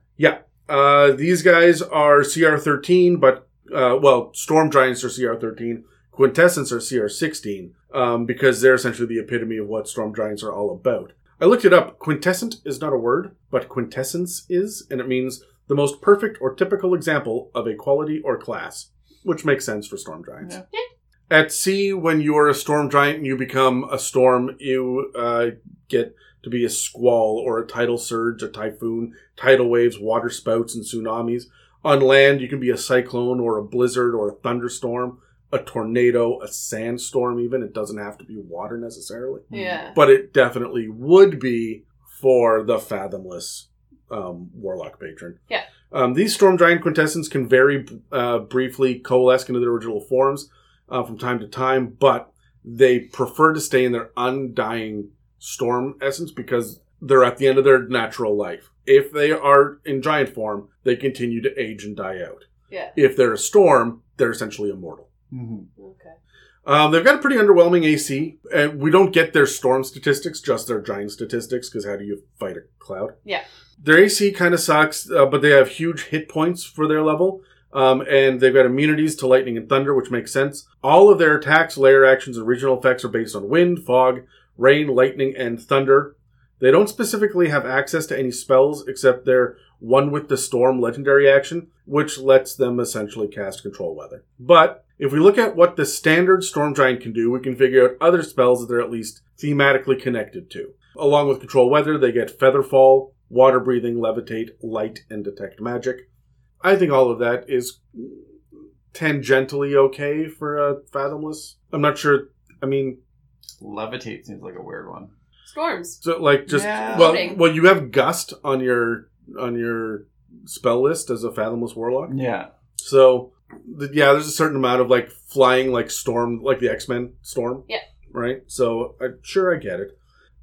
Speaker 1: uh, these guys are CR13, but uh, well, Storm Giants are CR13, Quintessence are CR16, um, because they're essentially the epitome of what Storm Giants are all about. I looked it up. Quintessent is not a word, but quintessence is, and it means the most perfect or typical example of a quality or class, which makes sense for Storm Giants.
Speaker 2: Yeah.
Speaker 1: At sea, when you are a storm giant and you become a storm, you uh, get to be a squall or a tidal surge, a typhoon, tidal waves, water spouts, and tsunamis. On land, you can be a cyclone or a blizzard or a thunderstorm, a tornado, a sandstorm, even. It doesn't have to be water necessarily,
Speaker 2: Mm-hmm.
Speaker 3: yeah.
Speaker 1: but it definitely would be for the fathomless um, warlock patron.
Speaker 3: Yeah.
Speaker 1: Um, these storm giant quintessence can very uh, briefly coalesce into their original forms uh, from time to time, but they prefer to stay in their undying storm essence because they're at the end of their natural life. If they are in giant form, they continue to age and die out.
Speaker 3: Yeah.
Speaker 1: If they're a storm, they're essentially immortal.
Speaker 2: Mhm.
Speaker 3: Okay.
Speaker 1: Um, they've got a pretty underwhelming AC, and we don't get their storm statistics, just their giant statistics. Because how do you fight a cloud?
Speaker 3: Yeah.
Speaker 1: their AC kind of sucks, uh, but they have huge hit points for their level, um, and they've got immunities to lightning and thunder, which makes sense. All of their attacks, layer actions, and regional effects are based on wind, fog, rain, lightning, and thunder. They don't specifically have access to any spells except their one with the storm legendary action, which lets them essentially cast control weather. But if we look at what the standard storm giant can do, we can figure out other spells that they're at least thematically connected to. Along with control weather, they get feather fall, water breathing, levitate, light, and detect magic. I think all of that is tangentially okay for a fathomless. I'm not sure. I mean,
Speaker 2: Levitate seems like a weird one.
Speaker 3: Storms.
Speaker 1: so like just
Speaker 2: Yeah.
Speaker 1: well,
Speaker 3: Floating.
Speaker 1: well, you have gust on your on your spell list as a fathomless warlock.
Speaker 2: Yeah.
Speaker 1: So th- yeah, there's a certain amount of like flying, like storm, like the X Men storm.
Speaker 3: Yeah.
Speaker 1: Right. So I, sure, I get it.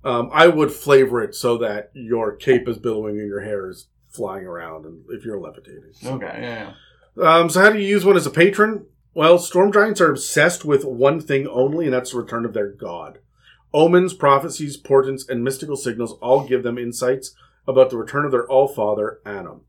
Speaker 1: Um, I would flavor it so that your cape is billowing and your hair is flying around, and if you're levitating.
Speaker 2: Okay. Yeah. yeah.
Speaker 1: Um, so how do you use one as a patron? Well, storm giants are obsessed with one thing only, and that's the return of their god. Omens, prophecies, portents, and mystical signals all give them insights about the return of their all-father, Anum.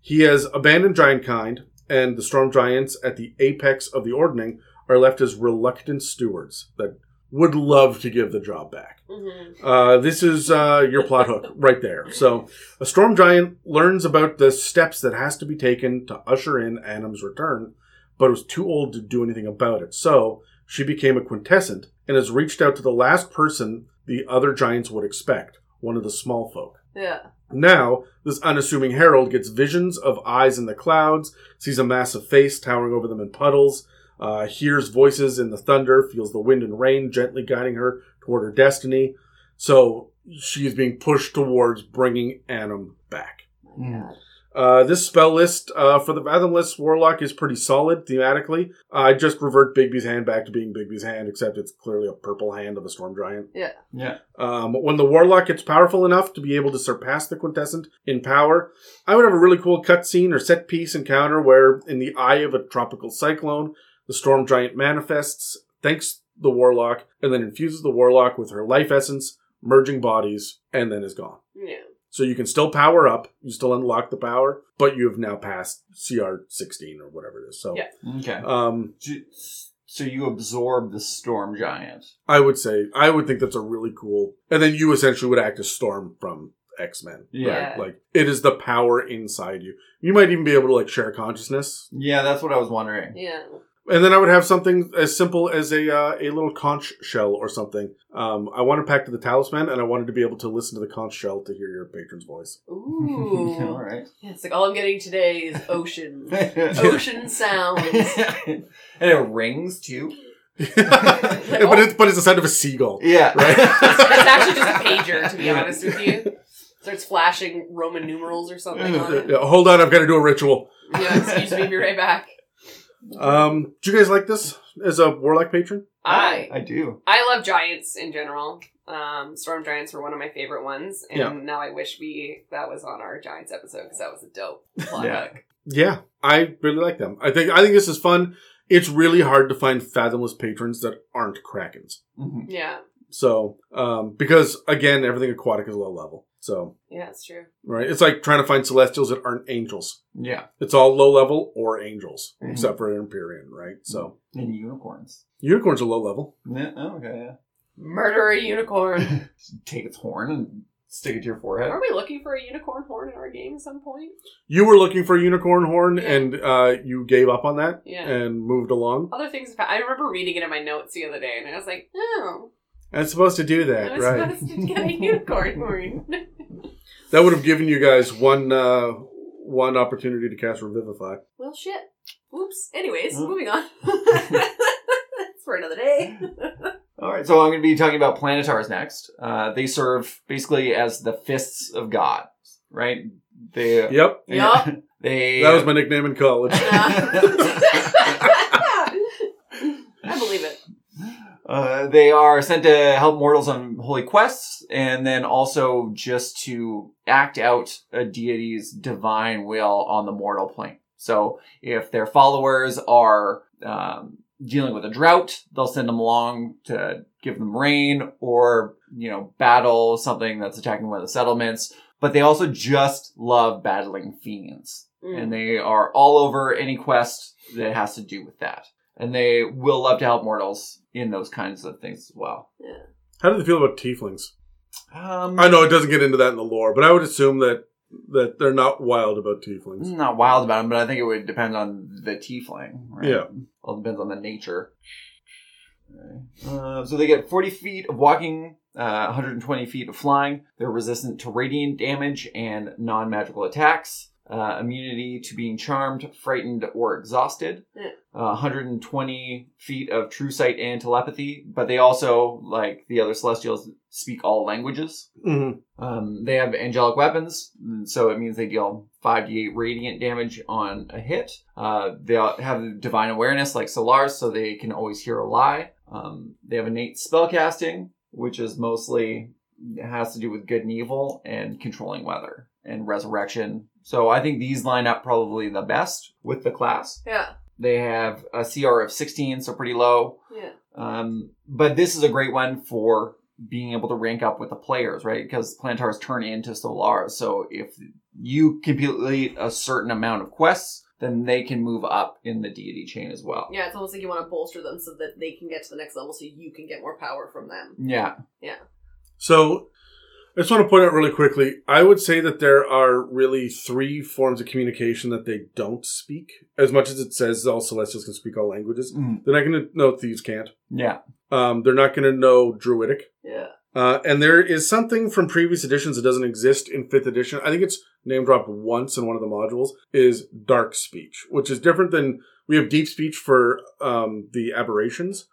Speaker 1: He has abandoned giant kind, and the storm giants at the apex of the ordning are left as reluctant stewards that would love to give the job back.
Speaker 3: hmm
Speaker 1: Uh, this is uh, your plot hook right there. So, a storm giant learns about the steps that has to be taken to usher in Anim's return, but was too old to do anything about it. So, she became a quintessent and has reached out to the last person the other giants would expect, one of the small folk.
Speaker 3: Yeah.
Speaker 1: Now, this unassuming herald gets visions of eyes in the clouds, sees a massive face towering over them in puddles, uh, hears voices in the thunder, feels the wind and rain gently guiding her toward her destiny. So she's being pushed towards bringing Annam back.
Speaker 2: Mm.
Speaker 3: God.
Speaker 1: Uh, this spell list uh, for the Fathomless Warlock is pretty solid thematically. I just revert Bigby's hand back to being Bigby's hand, except it's clearly a purple hand of a storm giant.
Speaker 2: Yeah.
Speaker 1: Um, when the warlock gets powerful enough to be able to surpass the quintessent in power, I would have a really cool cutscene or set piece encounter where, in the eye of a tropical cyclone, the storm giant manifests, thanks the warlock, and then infuses the warlock with her life essence, merging bodies, and then is gone.
Speaker 3: Yeah.
Speaker 1: So you can still power up, you still unlock the power, but you have now passed CR 16 or whatever it is. So,
Speaker 3: Yeah.
Speaker 2: Okay.
Speaker 1: um,
Speaker 2: Ju- So you absorb the storm giant.
Speaker 1: I would say I would think that's a really cool. And then you essentially would act as Storm from X Men.
Speaker 2: Yeah.
Speaker 1: like it is the power inside you. You might even be able to like share consciousness.
Speaker 2: Yeah, that's what I was wondering.
Speaker 3: Yeah.
Speaker 1: And then I would have something as simple as a uh, a little conch shell or something. Um, I wanted packed to the talisman, and I wanted to be able to listen to the conch shell to hear your patron's voice. (laughs)
Speaker 2: (laughs) (laughs) All
Speaker 3: Ooh.
Speaker 2: right.
Speaker 3: Yeah, it's like all I'm getting
Speaker 2: (laughs)
Speaker 3: today is ocean.
Speaker 2: and
Speaker 3: ocean sounds.
Speaker 2: (laughs) it rings too.
Speaker 1: Yeah, but it's but it's the sound of a seagull.
Speaker 2: (laughs) Yeah.
Speaker 1: Right. (laughs)
Speaker 3: It's actually just a pager, to be
Speaker 2: Yeah.
Speaker 3: honest with you. Starts flashing Roman numerals
Speaker 2: (laughs)
Speaker 3: or something on it.
Speaker 1: Yeah, hold on, I've got to do a ritual.
Speaker 3: Yeah, excuse me, be right back.
Speaker 1: Um, do you guys like this as a warlock patron?
Speaker 3: I
Speaker 2: I do.
Speaker 3: I love giants in general. Um, storm giants were one of my favorite ones, and
Speaker 1: Yeah.
Speaker 3: now I wish we that was on our giants episode because that was a dope plot
Speaker 2: Yeah.
Speaker 3: hook.
Speaker 1: Yeah, I really like them. I think I think this is fun. It's really hard to find fathomless patrons that aren't krakens.
Speaker 2: Mhm.
Speaker 3: Yeah,
Speaker 1: So, um, because again, everything aquatic is low level. So,
Speaker 3: yeah, it's true.
Speaker 1: right, it's like trying to find celestials that aren't angels.
Speaker 2: Yeah.
Speaker 1: It's all low level or angels,
Speaker 2: Mhm.
Speaker 1: except for an Empyrean, right? So,
Speaker 2: And unicorns.
Speaker 1: unicorns are low level.
Speaker 2: Yeah. oh, okay.
Speaker 3: Murder a unicorn.
Speaker 2: Yeah. Take its horn and stick it to your forehead.
Speaker 3: Are we looking for a unicorn horn in our game at some point?
Speaker 1: You were looking for a unicorn horn,
Speaker 3: Yeah.
Speaker 1: and uh, you gave up on that
Speaker 3: Yeah.
Speaker 1: and moved along.
Speaker 3: Other things. I remember reading it in my notes the other day, and I was like, oh,
Speaker 1: I'm supposed to do
Speaker 3: I
Speaker 1: that,
Speaker 3: was
Speaker 1: right?
Speaker 3: supposed to get a unicorn horn. (laughs)
Speaker 1: That would have given you guys one uh, one opportunity to cast revivify.
Speaker 3: Well, shit. Oops. Anyways,
Speaker 2: Mm.
Speaker 3: moving on. (laughs) That's for another day. (laughs)
Speaker 2: All right, so I'm going to be talking about planetars next. Uh, they serve basically as the fists of God, right? They,
Speaker 1: Yep,
Speaker 3: Yup.
Speaker 2: (laughs) they.
Speaker 1: that was my nickname in (laughs) college.
Speaker 2: (laughs)
Speaker 3: (laughs) I believe it.
Speaker 2: Uh, they are sent to help mortals on holy quests, and then also just to act out a deity's divine will on the mortal plane. So if their followers are um, dealing with a drought, they'll send them along to give them rain or you know battle something that's attacking one of the settlements. But they also just love battling fiends
Speaker 3: Mm.
Speaker 2: and they are all over any quest that has to do with that. And they will love to help mortals in those kinds of things as well.
Speaker 1: How do they feel about tieflings?
Speaker 2: Um,
Speaker 1: I know it doesn't get into that in the lore, but I would assume that that they're not wild about tieflings.
Speaker 2: not wild about him, but I think it would depend on the tiefling. Right?
Speaker 1: Yeah.
Speaker 2: Well, it depends on the nature. Uh, so they get 40 feet of walking, uh, 120 feet of flying. They're resistant to radiant damage and non magical attacks. Uh, immunity to being charmed, frightened, or exhausted.
Speaker 3: Yeah.
Speaker 2: Uh, 120 feet of true sight and telepathy, but they also, like the other celestials, speak all languages.
Speaker 1: Mhm.
Speaker 2: Um, they have angelic weapons, so it means they deal 5d8 radiant damage on a hit. Uh, they all have divine awareness like Solaris, so they can always hear a lie. Um, they have innate spellcasting, which is mostly has to do with good and evil and controlling weather and resurrection. So I think these line up probably the best with the class.
Speaker 3: Yeah.
Speaker 2: They have a CR of 16, so pretty low.
Speaker 3: Yeah.
Speaker 2: Um, but this is a great one for being able to rank up with the players, right? Because Plantars turn into Solars. So if you complete a certain amount of quests, then they can move up in the deity chain as well.
Speaker 3: Yeah, it's almost like you want to bolster them so that they can get to the next level so you can get more power from them.
Speaker 2: Yeah.
Speaker 1: So I just want to point out really quickly. I would say that there are really three forms of communication that they don't speak. As much as it says all Celestials can speak all languages,
Speaker 2: Mm.
Speaker 1: they're not going to know thieves can't.
Speaker 2: Yeah.
Speaker 1: Um, they're not going to know Druidic.
Speaker 3: Yeah.
Speaker 1: Uh, and there is something from previous editions that doesn't exist in fifth edition. I think it's name dropped once in one of the modules. Is dark speech, which is different than we have deep speech for um, the aberrations.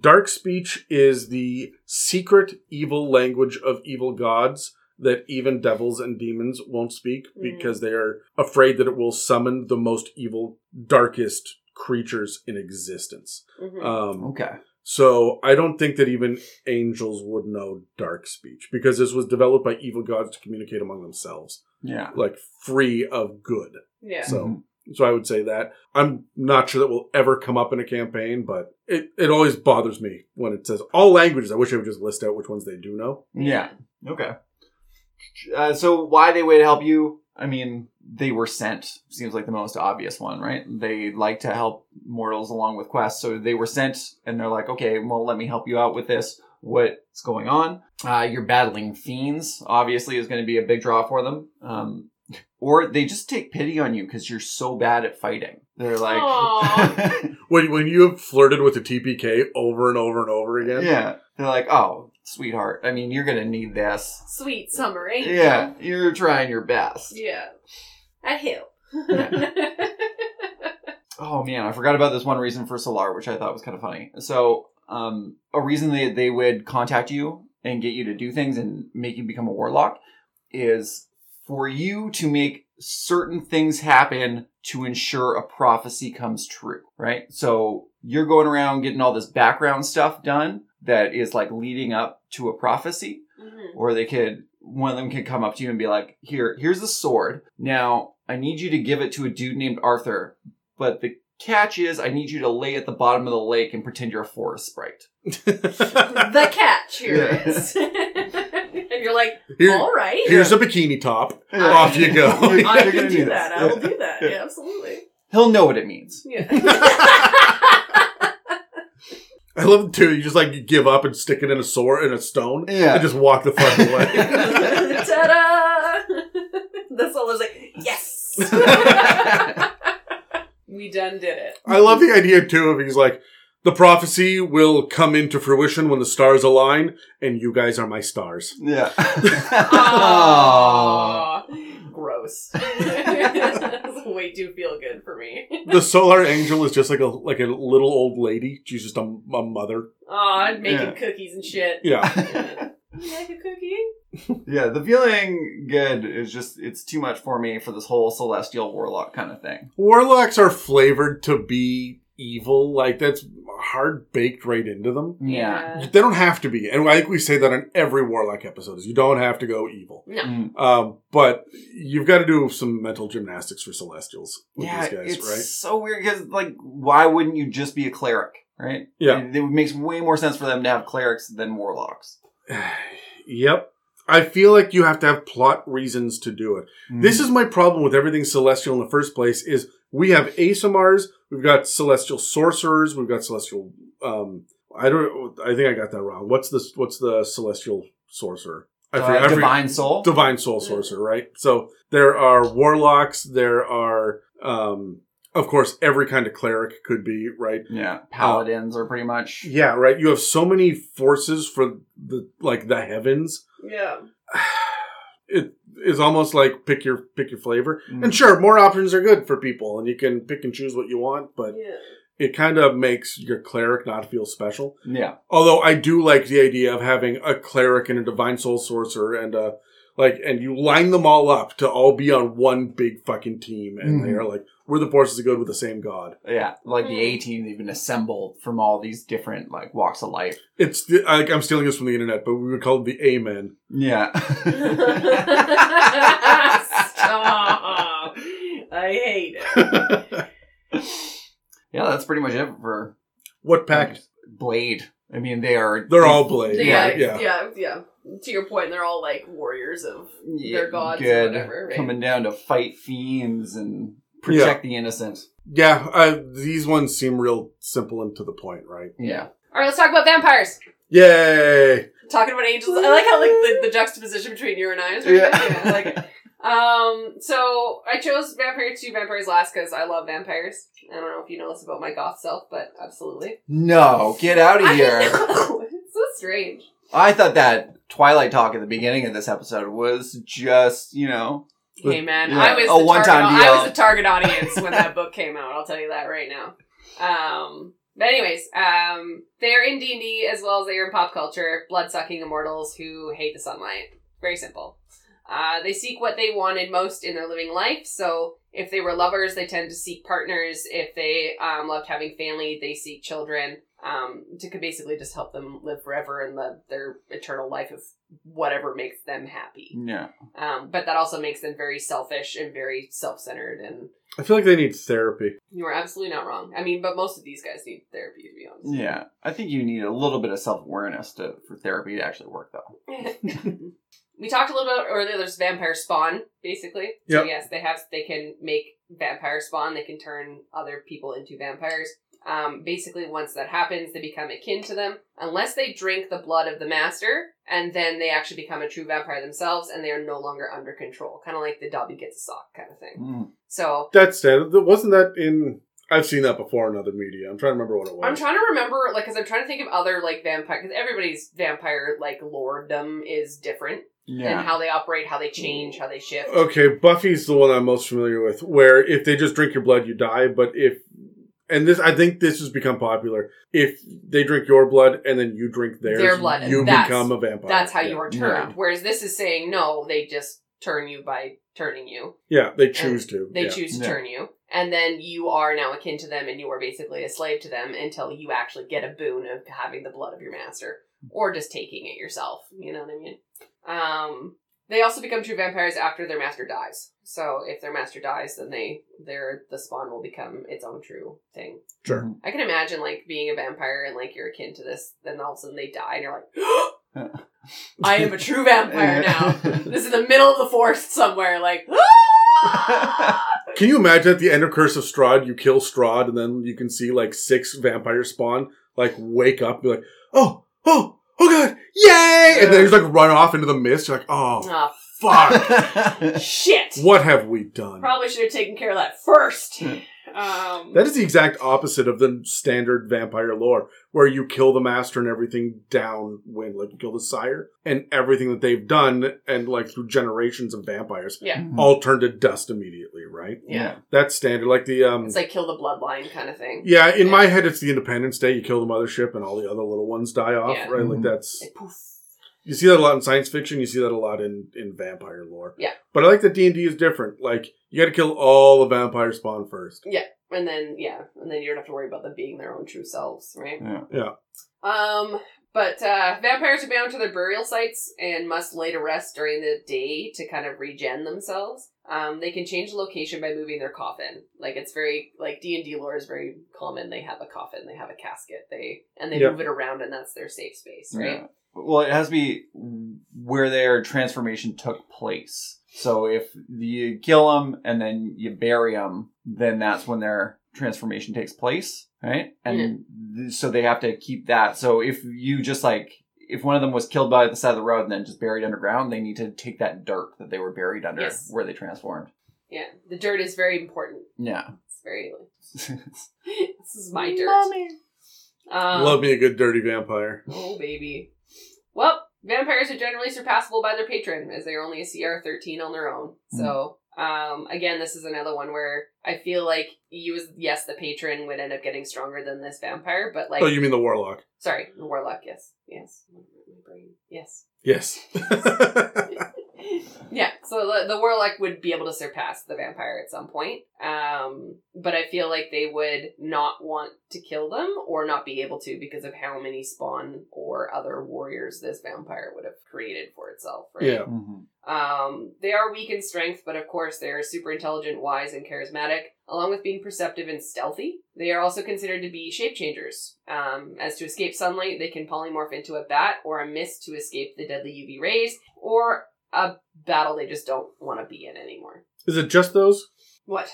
Speaker 1: Dark speech is the secret evil language of evil gods that even devils and demons won't speak
Speaker 3: Mm.
Speaker 1: because they are afraid that it will summon the most evil, darkest creatures in existence.
Speaker 3: hmm
Speaker 1: Um,
Speaker 2: Okay.
Speaker 1: so I don't think that even angels would know dark speech because this was developed by evil gods to communicate among themselves,
Speaker 2: Yeah.
Speaker 1: like free of good.
Speaker 3: yeah.
Speaker 1: So- So I would say that I'm not sure that will ever come up in a campaign, but it, it always bothers me when it says all languages. I wish I would just list out which ones they do know.
Speaker 2: Yeah. Okay. Uh, so why they would help you? I mean, they were sent. Seems like the most obvious one, right? They like to help mortals along with quests, so they were sent, and they're like, okay, well, let me help you out with this. What's going on? Uh, you're battling fiends. Obviously, is going to be a big draw for them. Um, or they just take pity on you because you're so bad at fighting. They're like,
Speaker 3: Aw.
Speaker 1: When when you have flirted with a TPK over and over and over again,
Speaker 2: (laughs) yeah, they're like, oh, sweetheart. I mean, you're going to need this.
Speaker 3: Sweet summary.
Speaker 2: Yeah, you're trying your best.
Speaker 3: Yeah. I help. (laughs)
Speaker 2: Oh man, I forgot about this one reason for Solar, which I thought was kind of funny. So, um, a reason that they would contact you and get you to do things and make you become a warlock is for you to make certain things happen to ensure a prophecy comes true, right? So you're going around getting all this background stuff done that is like leading up to a prophecy
Speaker 3: Mhm.
Speaker 2: or they could one of them could come up to you and be like, "Here, here's the sword. Now I need you to give it to a dude named Arthur, but the catch is I need you to lay at the bottom of the lake and pretend you're a forest sprite."
Speaker 3: the catch here
Speaker 2: Yeah.
Speaker 3: is. (laughs) and you're like,
Speaker 1: (laughs) Here-
Speaker 3: all right.
Speaker 1: (laughs) here's a bikini top.
Speaker 3: Yeah.
Speaker 1: Off you go.
Speaker 3: (laughs)
Speaker 2: (laughs)
Speaker 3: I
Speaker 2: You're
Speaker 3: can
Speaker 2: gonna
Speaker 3: do
Speaker 2: this.
Speaker 3: that. I will do that. Yeah, absolutely.
Speaker 2: He'll know what it means.
Speaker 3: Yeah.
Speaker 1: I love too. You just like give up and stick it in a sword in a stone and
Speaker 3: (laughs)
Speaker 2: Yeah.
Speaker 1: just walk the fuck away. (laughs)
Speaker 3: Ta-da! That's all I was like, yes! we done did it.
Speaker 1: I love the idea too of he's like, the prophecy will come into fruition when the stars align, and you guys are my
Speaker 2: (laughs)
Speaker 1: stars.
Speaker 2: Yeah.
Speaker 3: Aw. (laughs) Gross. That's way too feel good for me.
Speaker 1: The solar angel is just like a like a little old lady. She's just a, a mother.
Speaker 3: Aw, I'm making
Speaker 2: Yeah.
Speaker 3: cookies and shit.
Speaker 1: Yeah.
Speaker 3: You like a cookie?
Speaker 2: (laughs) yeah, the feeling good is just it's too much for me for this whole celestial warlock kind of thing.
Speaker 1: Warlocks are flavored to be evil. Like that's hard baked right into them.
Speaker 2: Yeah.
Speaker 1: They don't have to be, and I think we say that on every warlock episode. Is you don't have to go evil.
Speaker 3: No.
Speaker 2: Mm.
Speaker 1: Um, but you've got to do some mental gymnastics for celestials with
Speaker 2: yeah,
Speaker 1: these guys,
Speaker 2: it's
Speaker 1: right?
Speaker 2: so weird because like, why wouldn't you just be a cleric, right?
Speaker 1: Yeah.
Speaker 2: it, it makes way more sense for them to have clerics than warlocks.
Speaker 1: (sighs) yep. I feel like you have to have plot reasons to do it. Mm. This is my problem with everything celestial in the first place is we have ASMRs, we've got celestial sorcerers, we've got celestial um I don't I think I got that wrong. What's this what's the celestial sorcerer? I
Speaker 2: Uh,
Speaker 1: forget- I forget-
Speaker 2: divine soul.
Speaker 1: divine soul sorcerer, right? So there are warlocks. There are, um, of course, every kind of cleric could be right.
Speaker 2: yeah, paladins are pretty much.
Speaker 1: Oh. Yeah, right. You have so many forces for the like the heavens.
Speaker 3: Yeah.
Speaker 1: It is almost like pick your pick your flavor.
Speaker 2: Mm.
Speaker 1: And sure, more options are good for people, and you can pick and choose what you want. But
Speaker 3: Yeah.
Speaker 1: it kind of makes your cleric not feel special.
Speaker 2: Yeah,
Speaker 1: Although I do like the idea of having a cleric and a divine soul sorcerer and a like and you line them all up to all be on one big fucking team and they
Speaker 2: Mhm.
Speaker 1: are like we're the forces of good with the same god.
Speaker 2: yeah, like the
Speaker 3: Mm.
Speaker 2: A team they've been assembled from all these different like walks of life.
Speaker 1: It's the, I, I'm stealing this from the internet, but we would call them the Amen.
Speaker 2: Yeah. (laughs)
Speaker 3: Stop. I hate it.
Speaker 2: yeah, that's pretty much it for
Speaker 1: What pack?
Speaker 2: Blade. I mean, they are
Speaker 1: They're all blade.
Speaker 3: Yeah,
Speaker 1: Yeah,
Speaker 3: yeah, yeah, To your point, they're all like warriors of.
Speaker 2: yeah,
Speaker 3: They're gods or
Speaker 2: good,
Speaker 3: whatever, right?
Speaker 2: coming down to fight fiends and protect the innocent.
Speaker 1: Yeah, I, these ones seem real simple and to the point, right?
Speaker 2: Yeah,
Speaker 3: All right, let's talk about vampires.
Speaker 1: Yay!
Speaker 3: Talking about angels, I like how like the, the juxtaposition between you and I is really
Speaker 2: Yeah.
Speaker 3: good, yeah, like. Um, so I chose Vampires 2 Vampires Last because I love vampires. I don't know if you know this about my goth self, but absolutely.
Speaker 2: no, get out of here.
Speaker 3: (laughs) it's so strange.
Speaker 2: I thought that Twilight talk at the beginning of this episode was just, you know,
Speaker 3: Hey man,
Speaker 2: Yeah,
Speaker 3: I was
Speaker 2: a
Speaker 3: the
Speaker 2: one-time
Speaker 3: target, I
Speaker 2: deal.
Speaker 3: was the target audience when that book came out. I'll tell you that right now. Um, but anyways, um, they're in D and D as well as they are in pop culture. Blood sucking immortals who hate the sunlight. Very simple. Uh, they seek what they wanted most in their living life. So if they were lovers, they tend to seek partners. If they um, loved having family, they seek children. Um, to could basically just help them live forever in the, their eternal life of whatever makes them happy.
Speaker 2: yeah.
Speaker 3: Um, but that also makes them very selfish and very self centered. And
Speaker 1: I feel like they need therapy.
Speaker 3: you are absolutely not wrong. I mean, but most of these guys need therapy, to be honest.
Speaker 2: Yeah, I think you need a little bit of self awareness to for therapy to actually work, though.
Speaker 3: (laughs) we talked a little bit earlier. There's vampire spawn, basically. So
Speaker 1: Yep.
Speaker 3: yes, they have they can make vampire spawn. They can turn other people into vampires. Um, basically, once that happens, they become akin to them, unless they drink the blood of the master, and then they actually become a true vampire themselves, and they are no longer under control. Kind of like the Dobby gets a sock kind of thing.
Speaker 2: Mm.
Speaker 3: So
Speaker 1: That's that. Wasn't that in? I've seen that before in other media. I'm trying to remember what it was.
Speaker 3: I'm trying to remember, like, because I'm trying to think of other like vampire, because everybody's vampire like lorddom is different and
Speaker 2: Yeah,
Speaker 3: how they operate, how they change, how they shift.
Speaker 1: Okay, Buffy's the one I'm most familiar with, where if they just drink your blood, you die. But if, and this, I think this has become popular. If they drink your blood and then you drink theirs,
Speaker 3: Their blood,
Speaker 1: you
Speaker 3: and that's-
Speaker 1: become a vampire.
Speaker 3: That's how
Speaker 1: yeah.
Speaker 3: you are turned.
Speaker 2: Yeah.
Speaker 3: Whereas this is saying no, they just turn you by turning you.
Speaker 1: Yeah, they choose to.
Speaker 3: They
Speaker 1: yeah.
Speaker 3: choose to
Speaker 2: Yeah.
Speaker 3: turn you, and then you are now akin to them, and you are basically a slave to them until you actually get a boon of having the blood of your master, or just taking it yourself. You know what I mean? Um, they also become true vampires after their master dies. So if their master dies, then they their the spawn will become its own true thing.
Speaker 1: Sure.
Speaker 2: Mhm.
Speaker 3: I can imagine like being a vampire and like you're akin to this, then all of a sudden they die, and you're like. (gasps) I am a
Speaker 2: (laughs)
Speaker 3: true vampire now. This is the middle of the forest somewhere, like. (gasps) Ah!
Speaker 1: Can you imagine at the end of Curse of Strahd, you kill Strahd, and then you can see like six vampire spawn like wake up, and be like, oh, oh, oh, god, yay! And then he's like run off into the mist. You're like,
Speaker 3: (laughs)
Speaker 1: oh,
Speaker 3: Oh,
Speaker 1: fuck,
Speaker 3: shit.
Speaker 1: what have we done?
Speaker 3: Probably should have taken care of that first.
Speaker 2: Yeah.
Speaker 3: Um,
Speaker 1: That is the exact opposite of the standard vampire lore, where you kill the master and everything downwind, like you kill the sire and everything that they've done, and like through generations of vampires,
Speaker 3: yeah,
Speaker 2: Hmm.
Speaker 1: all turn to dust immediately, right?
Speaker 3: yeah.
Speaker 1: That's standard. Like the um,
Speaker 3: It's like kill the bloodline kind of thing.
Speaker 1: yeah, in
Speaker 3: Yeah.
Speaker 1: my head, it's the Independence Day. You kill the mothership, and all the other little ones die off,
Speaker 3: Yeah.
Speaker 1: right? Like
Speaker 2: Mhm.
Speaker 1: that's
Speaker 3: Like, poof.
Speaker 1: you see that a lot in science fiction. You see that a lot in in vampire lore.
Speaker 3: Yeah.
Speaker 1: but I like that D and D is different. Like you got to kill all the vampire spawn first.
Speaker 3: And then yeah, and then you don't have to worry about them being their own true selves, right?
Speaker 2: Yeah.
Speaker 1: Yeah.
Speaker 3: Um, but uh, vampires are bound to their burial sites and must lay to rest during the day to kind of regen themselves. Um, they can change the location by moving their coffin. Like it's very like D and D lore is very common. They have a coffin, they have a casket, they and they
Speaker 1: Yeah.
Speaker 3: move it around, and that's their safe space, right?
Speaker 2: Yeah. Well, it has to be where their transformation took place. So if you kill them and then you bury them, then that's when their transformation takes place, right? And th- so they have to keep that. So if you just like if one of them was killed by the side of the road and then just buried underground, they need to take that dirt that they were buried under
Speaker 3: Yes.
Speaker 2: where they transformed.
Speaker 3: Yeah, the dirt is very important.
Speaker 2: Yeah. (laughs)
Speaker 3: It's very. (laughs) this is my dirt. Um,
Speaker 1: Love me a good dirty vampire.
Speaker 3: Oh baby. Well, vampires are generally surpassable by their patron, as they're only a CR thirteen on their own.
Speaker 1: Hmm.
Speaker 3: So, um, again, this is another one where I feel like you, as yes, the patron would end up getting stronger than this vampire, but like,
Speaker 1: oh, you mean the warlock?
Speaker 3: sorry, the warlock. Yes, yes, my brain. Yes.
Speaker 1: Yes.
Speaker 3: yeah, so the, the warlock would be able to surpass the vampire at some point. Um, but I feel like they would not want to kill them or not be able to because of how many spawn or other warriors this vampire would have created for itself,
Speaker 1: (laughs)
Speaker 3: right?
Speaker 1: yeah.
Speaker 2: Mhm.
Speaker 3: Um, they are weak in strength, but of course they are super intelligent, wise, and charismatic, along with being perceptive and stealthy. They are also considered to be shape changers. Um, as to escape sunlight, they can polymorph into a bat or a mist to escape the deadly UV rays, or a battle they just don't want to be in anymore.
Speaker 1: Is it just those?
Speaker 3: What?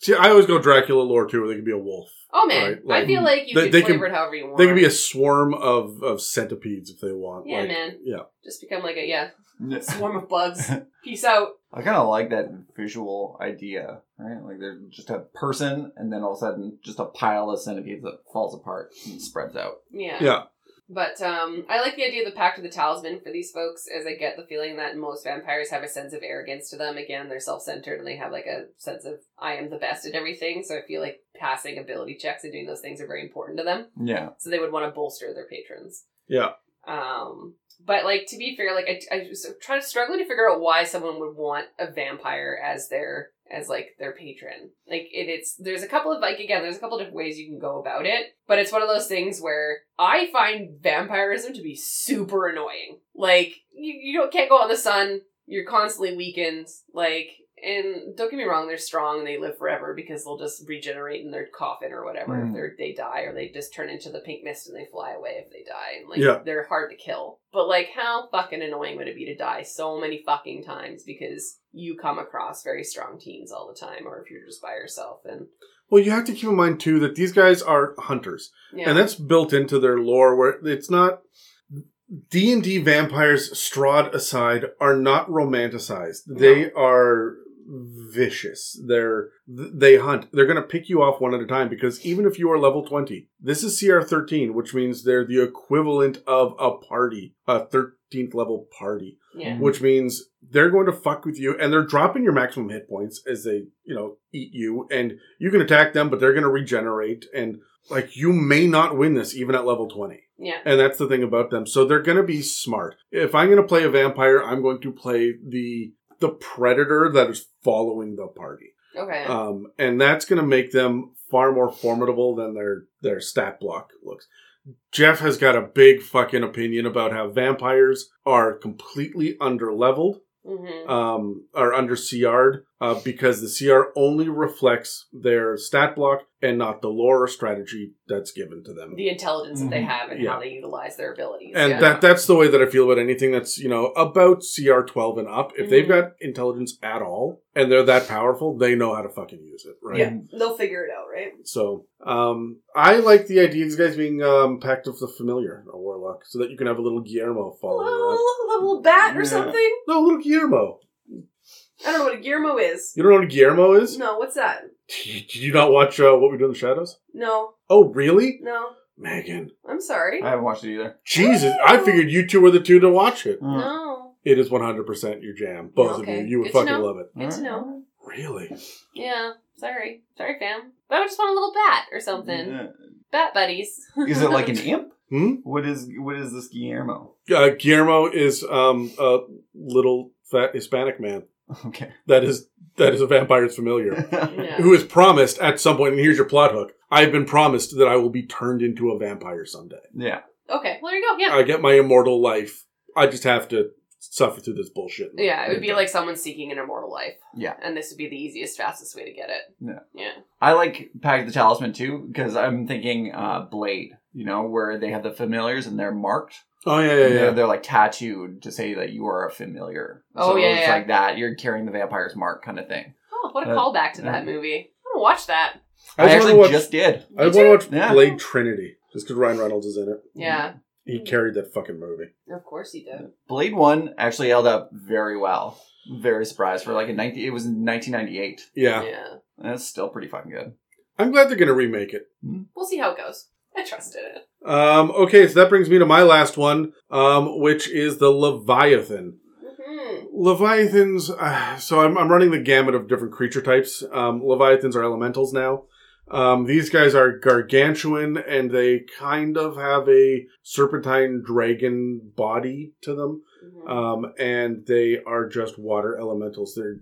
Speaker 1: See, I always go Dracula lore too, where they could be a wolf.
Speaker 3: Oh man,
Speaker 1: Right, like,
Speaker 3: I feel like you
Speaker 1: they-
Speaker 3: could
Speaker 1: they
Speaker 3: flavor
Speaker 1: can-
Speaker 3: it however you want.
Speaker 1: They could be a swarm of, of centipedes if they want.
Speaker 3: yeah,
Speaker 1: like-
Speaker 3: man.
Speaker 1: yeah.
Speaker 3: Just become like a yeah
Speaker 2: Yeah.
Speaker 3: swarm
Speaker 1: (laughs)
Speaker 3: of bugs. Peace out.
Speaker 2: I kind of like that visual idea, right? Like there's just a person, and then all of a sudden, just a pile of centipedes that falls apart and spreads out.
Speaker 3: Yeah.
Speaker 1: Yeah.
Speaker 3: But um, I like the idea of the Pact of the Talisman for these folks, as I get the feeling that most vampires have a sense of arrogance to them. Again, they're self centered and they have like a sense of I am the best at everything. So I feel like passing ability checks and doing those things are very important to them.
Speaker 2: Yeah.
Speaker 3: So they would want to bolster their patrons.
Speaker 1: Yeah.
Speaker 3: Um, but like to be fair, like I, I was trying struggling to figure out why someone would want a vampire as their as like their patron. Like it, it's there's a couple of like again, there's a couple different ways you can go about it, but it's one of those things where I find vampirism to be super annoying. Like you, you don't can't go out in the sun. You're constantly weakened. Like and don't get me wrong, they're strong and they live forever because they'll just regenerate in their coffin or whatever
Speaker 2: Mm.
Speaker 3: if they're they die or they just turn into the pink mist and they fly away if they die and like
Speaker 1: Yeah.
Speaker 3: they're hard to kill. But like how fucking annoying would it be to die so many fucking times because you come across very strong teams all the time or if you're just by yourself and
Speaker 1: Well, you have to keep in mind too that these guys are hunters,
Speaker 3: yeah.
Speaker 1: and that's built into their lore. Where it's not D and D vampires, Strahd aside, are not romanticized. They are vicious. They're th- they hunt. They're going to pick you off one at a time because even if you are level twenty, this is CR thirteen, which means they're the equivalent of a party, a thirteenth level party
Speaker 3: yeah.
Speaker 1: which means they're going to fuck with you and they're dropping your maximum hit points as they, you know, eat you and you can attack them, but they're going to regenerate and like you may not win this even at level 20.
Speaker 3: Yeah.
Speaker 1: And that's the thing about them. So they're going to be smart. If I'm going to play a vampire, I'm going to play the the predator that is following the party.
Speaker 3: Okay.
Speaker 1: Um, and that's going to make them far more formidable than their their stat block looks. Jeff has got a big fucking opinion about how vampires are completely underleveled
Speaker 3: mm-hmm.
Speaker 1: um, are under CR'd uh, because the CR only reflects their stat block and not the lore or strategy that's given to them.
Speaker 3: the intelligence that they
Speaker 2: mhm,
Speaker 3: have and
Speaker 1: mm-hmm. yeah.
Speaker 3: how they utilize their abilities.
Speaker 1: And
Speaker 3: yeah.
Speaker 1: that that's the way that I feel about anything that's, you know, about CR 12 and up. If they've
Speaker 3: Mhm.
Speaker 1: got intelligence at all and they're that powerful, they know how to fucking use it, right?
Speaker 3: Yeah. They'll figure it out, right?
Speaker 1: So, um, I like the idea of these guys being um, packed with the familiar, a warlock, so that you can have a little Guillermo
Speaker 3: A
Speaker 1: following around.
Speaker 3: little, little bat or
Speaker 2: Yeah.
Speaker 3: something.
Speaker 1: No, a little Guillermo.
Speaker 3: I don't know what a Guillermo is.
Speaker 1: You don't know what a Guillermo is?
Speaker 3: No, what's that?
Speaker 1: (laughs) Did you not watch uh, What We Do in the Shadows?
Speaker 3: No,
Speaker 1: Oh, really?
Speaker 3: no.
Speaker 1: Megan.
Speaker 3: I'm sorry.
Speaker 2: I haven't watched it either.
Speaker 1: Jesus, I figured you two were the two to watch it.
Speaker 2: Mm.
Speaker 3: no.
Speaker 1: It is 100% your jam, both
Speaker 3: Okay.
Speaker 1: of you. You would
Speaker 3: Good to
Speaker 1: fucking
Speaker 3: know.
Speaker 1: love it.
Speaker 3: Good to know.
Speaker 1: Really?
Speaker 3: Yeah, sorry. Sorry, fam. But I would just want a little bat or something. Bat buddies.
Speaker 2: Is it
Speaker 3: (laughs)
Speaker 2: like an imp?
Speaker 1: (laughs) Hmm?
Speaker 2: What is what is this Guillermo?
Speaker 1: Uh, Guillermo is um, a little fat Hispanic man.
Speaker 2: (laughs) Okay.
Speaker 1: That is that is a vampire's familiar.
Speaker 3: Yeah.
Speaker 1: Who is promised at some point, and here's your plot hook I've been promised that I will be turned into a vampire someday.
Speaker 2: yeah.
Speaker 3: Okay, well, there you go. Yeah.
Speaker 1: I get my immortal life. I just have to suffer through this bullshit.
Speaker 3: yeah, it would be like someone seeking an immortal life.
Speaker 2: Yeah.
Speaker 3: And this would be the easiest, fastest way to get it.
Speaker 2: Yeah.
Speaker 3: Yeah.
Speaker 2: I like Pack the Talisman too because I'm thinking uh, Blade. You know where they have the familiars and they're marked.
Speaker 1: Oh, yeah, yeah,
Speaker 2: And
Speaker 1: yeah.
Speaker 2: They're, they're like tattooed to say that you are a familiar.
Speaker 3: Oh,
Speaker 2: so
Speaker 3: yeah,
Speaker 2: It's
Speaker 3: yeah.
Speaker 2: like that. You're carrying the vampire's mark kind of thing.
Speaker 3: Oh, what a
Speaker 2: Uh,
Speaker 3: callback to that
Speaker 2: yeah.
Speaker 3: movie. I want to watch that.
Speaker 2: I,
Speaker 1: I, just
Speaker 2: actually
Speaker 1: want to watch,
Speaker 2: just did.
Speaker 1: I
Speaker 3: You
Speaker 1: want to watch
Speaker 2: Yeah.
Speaker 1: Blade Trinity just because Ryan Reynolds is in it.
Speaker 3: Yeah.
Speaker 1: He carried that fucking movie.
Speaker 3: Of course he did.
Speaker 2: Blade One actually held up very well. Very surprised for like a ninety. It was nineteen ninety eight.
Speaker 1: Yeah.
Speaker 3: Yeah.
Speaker 2: That's still pretty fucking good.
Speaker 1: I'm glad they're going to remake it.
Speaker 3: We'll see how it goes. I trusted it.
Speaker 1: Um, okay, so that brings me to my last one, um, which is the Leviathan.
Speaker 3: Mm-hmm.
Speaker 1: Leviathans. Uh, so I'm, I'm running the gamut of different creature types. Um, Leviathans are elementals now. Um, these guys are gargantuan and they kind of have a serpentine dragon body to them.
Speaker 3: Mm-hmm.
Speaker 1: Um, and they are just water elementals. They're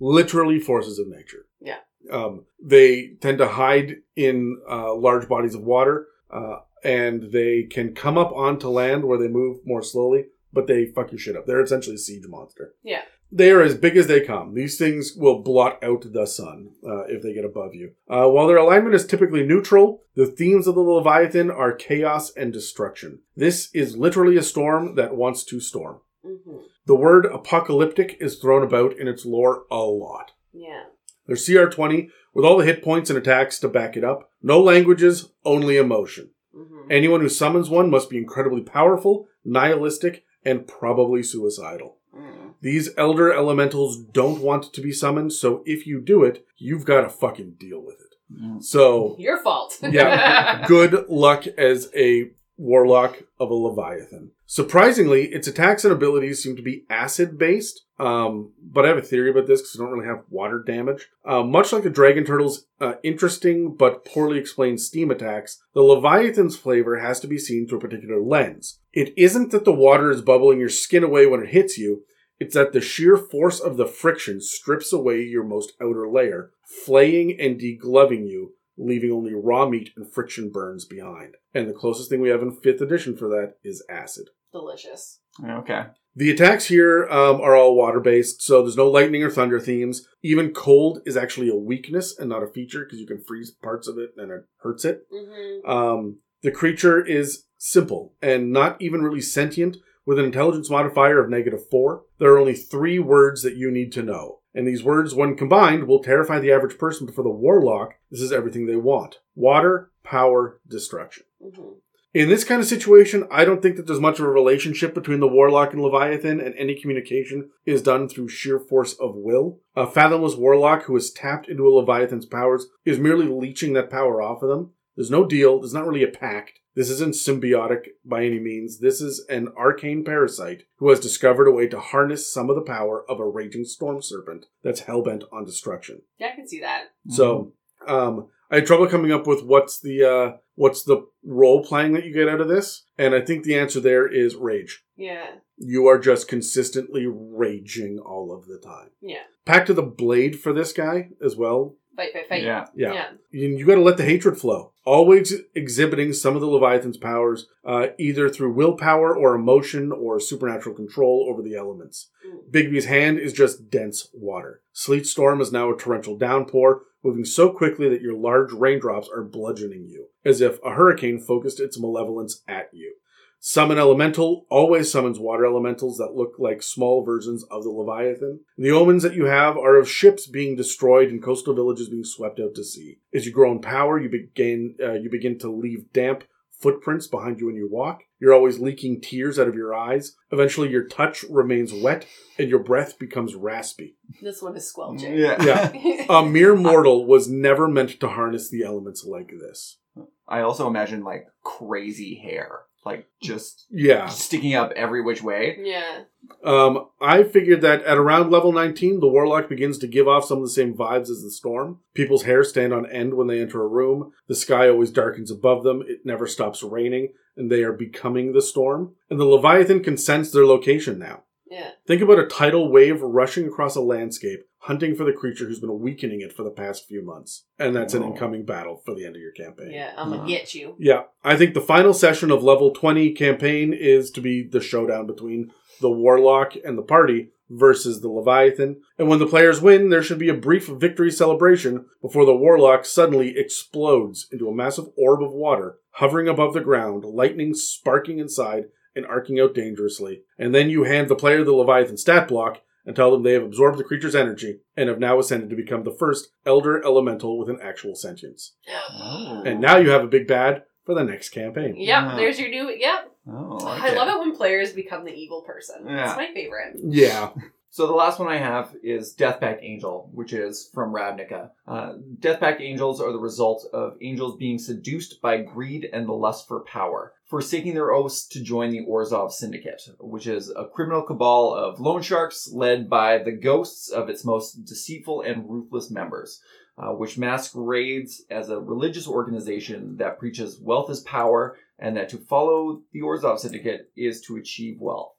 Speaker 1: literally forces of nature.
Speaker 3: Yeah.
Speaker 1: Um, they tend to hide in uh, large bodies of water uh, and they can come up onto land where they move more slowly but they fuck your shit up. They're essentially a siege monster.
Speaker 3: Yeah.
Speaker 1: They are as big as they come. These things will blot out the sun uh, if they get above you. Uh, while their alignment is typically neutral, the themes of the Leviathan are chaos and destruction. This is literally a storm that wants to storm.
Speaker 3: Mm-hmm.
Speaker 1: The word apocalyptic is thrown about in its lore a lot.
Speaker 3: Yeah.
Speaker 1: They're CR 20 with all the hit points and attacks to back it up. No languages, only emotion.
Speaker 3: Mm-hmm.
Speaker 1: Anyone who summons one must be incredibly powerful, nihilistic, and probably suicidal.
Speaker 3: Mm.
Speaker 1: These elder elementals don't want to be summoned, so if you do it, you've got to fucking deal with it.
Speaker 2: Mm.
Speaker 1: So,
Speaker 3: Your fault.
Speaker 1: Yeah. (laughs) good luck as a warlock of a leviathan. Surprisingly, its attacks and abilities seem to be acid based, um, but I have a theory about this because I don't really have water damage. Uh, much like the dragon turtle's uh, interesting but poorly explained steam attacks, the leviathan's flavor has to be seen through a particular lens. It isn't that the water is bubbling your skin away when it hits you. It's that the sheer force of the friction strips away your most outer layer, flaying and degloving you, leaving only raw meat and friction burns behind. And the closest thing we have in 5th edition for that is acid.
Speaker 3: (laughs) Delicious.
Speaker 2: Okay.
Speaker 1: The attacks here um, are all water based, so there's no lightning or thunder themes. Even cold is actually a weakness and not a feature because you can freeze parts of it and it hurts it.
Speaker 3: Mm-hmm.
Speaker 1: Um, the creature is simple and not even really sentient with an intelligence modifier of negative four. There are only three words that you need to know. And these words, when combined, will terrify the average person. But for the warlock, this is everything they want water, power, destruction.
Speaker 3: Mm-hmm.
Speaker 1: In this kind of situation, I don't think that there's much of a relationship between the Warlock and Leviathan, and any communication is done through sheer force of will. A fathomless Warlock who is tapped into a Leviathan's powers is merely leeching that power off of them. There's no deal, there's not really a pact. This isn't symbiotic by any means. This is an arcane parasite who has discovered a way to harness some of the power of a raging storm serpent that's hellbent on destruction.
Speaker 3: Yeah, I can see that.
Speaker 2: Mm,
Speaker 1: So um, I had trouble coming up with what's the uh, what's the role playing that you get out of this, and I think the answer there is rage.
Speaker 3: Yeah.
Speaker 1: You are just consistently raging all of the time.
Speaker 3: Yeah.
Speaker 1: Pack to the blade for this guy as well.
Speaker 3: Fight, fight, fight.
Speaker 2: yeah.
Speaker 1: Yeah.
Speaker 3: Yeah.
Speaker 1: You, you got to let the hatred flow. Always exhibiting some of the Leviathan's powers, uh, either through willpower or emotion or supernatural control over the elements.
Speaker 3: Mm.
Speaker 1: Bigby's hand is just dense water. Sleet Storm is now a torrential downpour, moving so quickly that your large raindrops are bludgeoning you, as if a hurricane focused its malevolence at you. Summon Elemental always summons water elementals that look like small versions of the Leviathan. The omens that you have are of ships being destroyed and coastal villages being swept out to sea. As you grow in power, you begin uh, you begin to leave damp footprints behind you when you walk. You're always leaking tears out of your eyes. Eventually, your touch remains wet and your breath becomes raspy.
Speaker 3: This one is squelching.
Speaker 2: Yeah.
Speaker 3: (laughs)
Speaker 1: Yeah. Um, A mere mortal was never meant to harness the elements like this.
Speaker 2: (laughs) I also imagine like crazy hair, like just
Speaker 1: Yeah.
Speaker 2: sticking up every which way.
Speaker 3: Yeah.
Speaker 1: Um, I figured that at around level 19, the warlock begins to give off some of the same vibes as the storm. People's hair stand on end when they enter a room. The sky always darkens above them. It never stops raining, and they are becoming the storm. And the Leviathan can sense their location now.
Speaker 3: Yeah.
Speaker 1: Think about a tidal wave rushing across a landscape, hunting for the creature who's been weakening it for the past few months. And that's an
Speaker 2: Wow.
Speaker 1: incoming battle for the end of your campaign.
Speaker 3: Yeah. I'm gonna
Speaker 2: Uh-huh.
Speaker 3: get you.
Speaker 1: Yeah, I think the final session of level 20 campaign is to be the showdown between the warlock and the party versus the leviathan. And when the players win, there should be a brief victory celebration before the warlock suddenly explodes into a massive orb of water hovering above the ground, lightning sparking inside and arcing out dangerously. And then you hand the player the leviathan stat block and tell them they have absorbed the creature's energy and have now ascended to become the first elder elemental with an actual sentience.
Speaker 2: Oh.
Speaker 1: And now you have a big bad for the next campaign.
Speaker 3: Yep. There's your new. Yep.
Speaker 2: Oh,
Speaker 3: I love it when players become the evil person.
Speaker 2: Yeah.
Speaker 3: It's my favorite.
Speaker 1: Yeah.
Speaker 2: So the last one I have is Deathback Angel, which is from Ravnica. Uh, Deathback Angels are the result of angels being seduced by greed and the lust for power, forsaking their oaths to join the Orzov Syndicate, which is a criminal cabal of loan sharks led by the ghosts of its most deceitful and ruthless members, uh, which masquerades as a religious organization that preaches wealth is power and that to follow the Orzov Syndicate is to achieve wealth.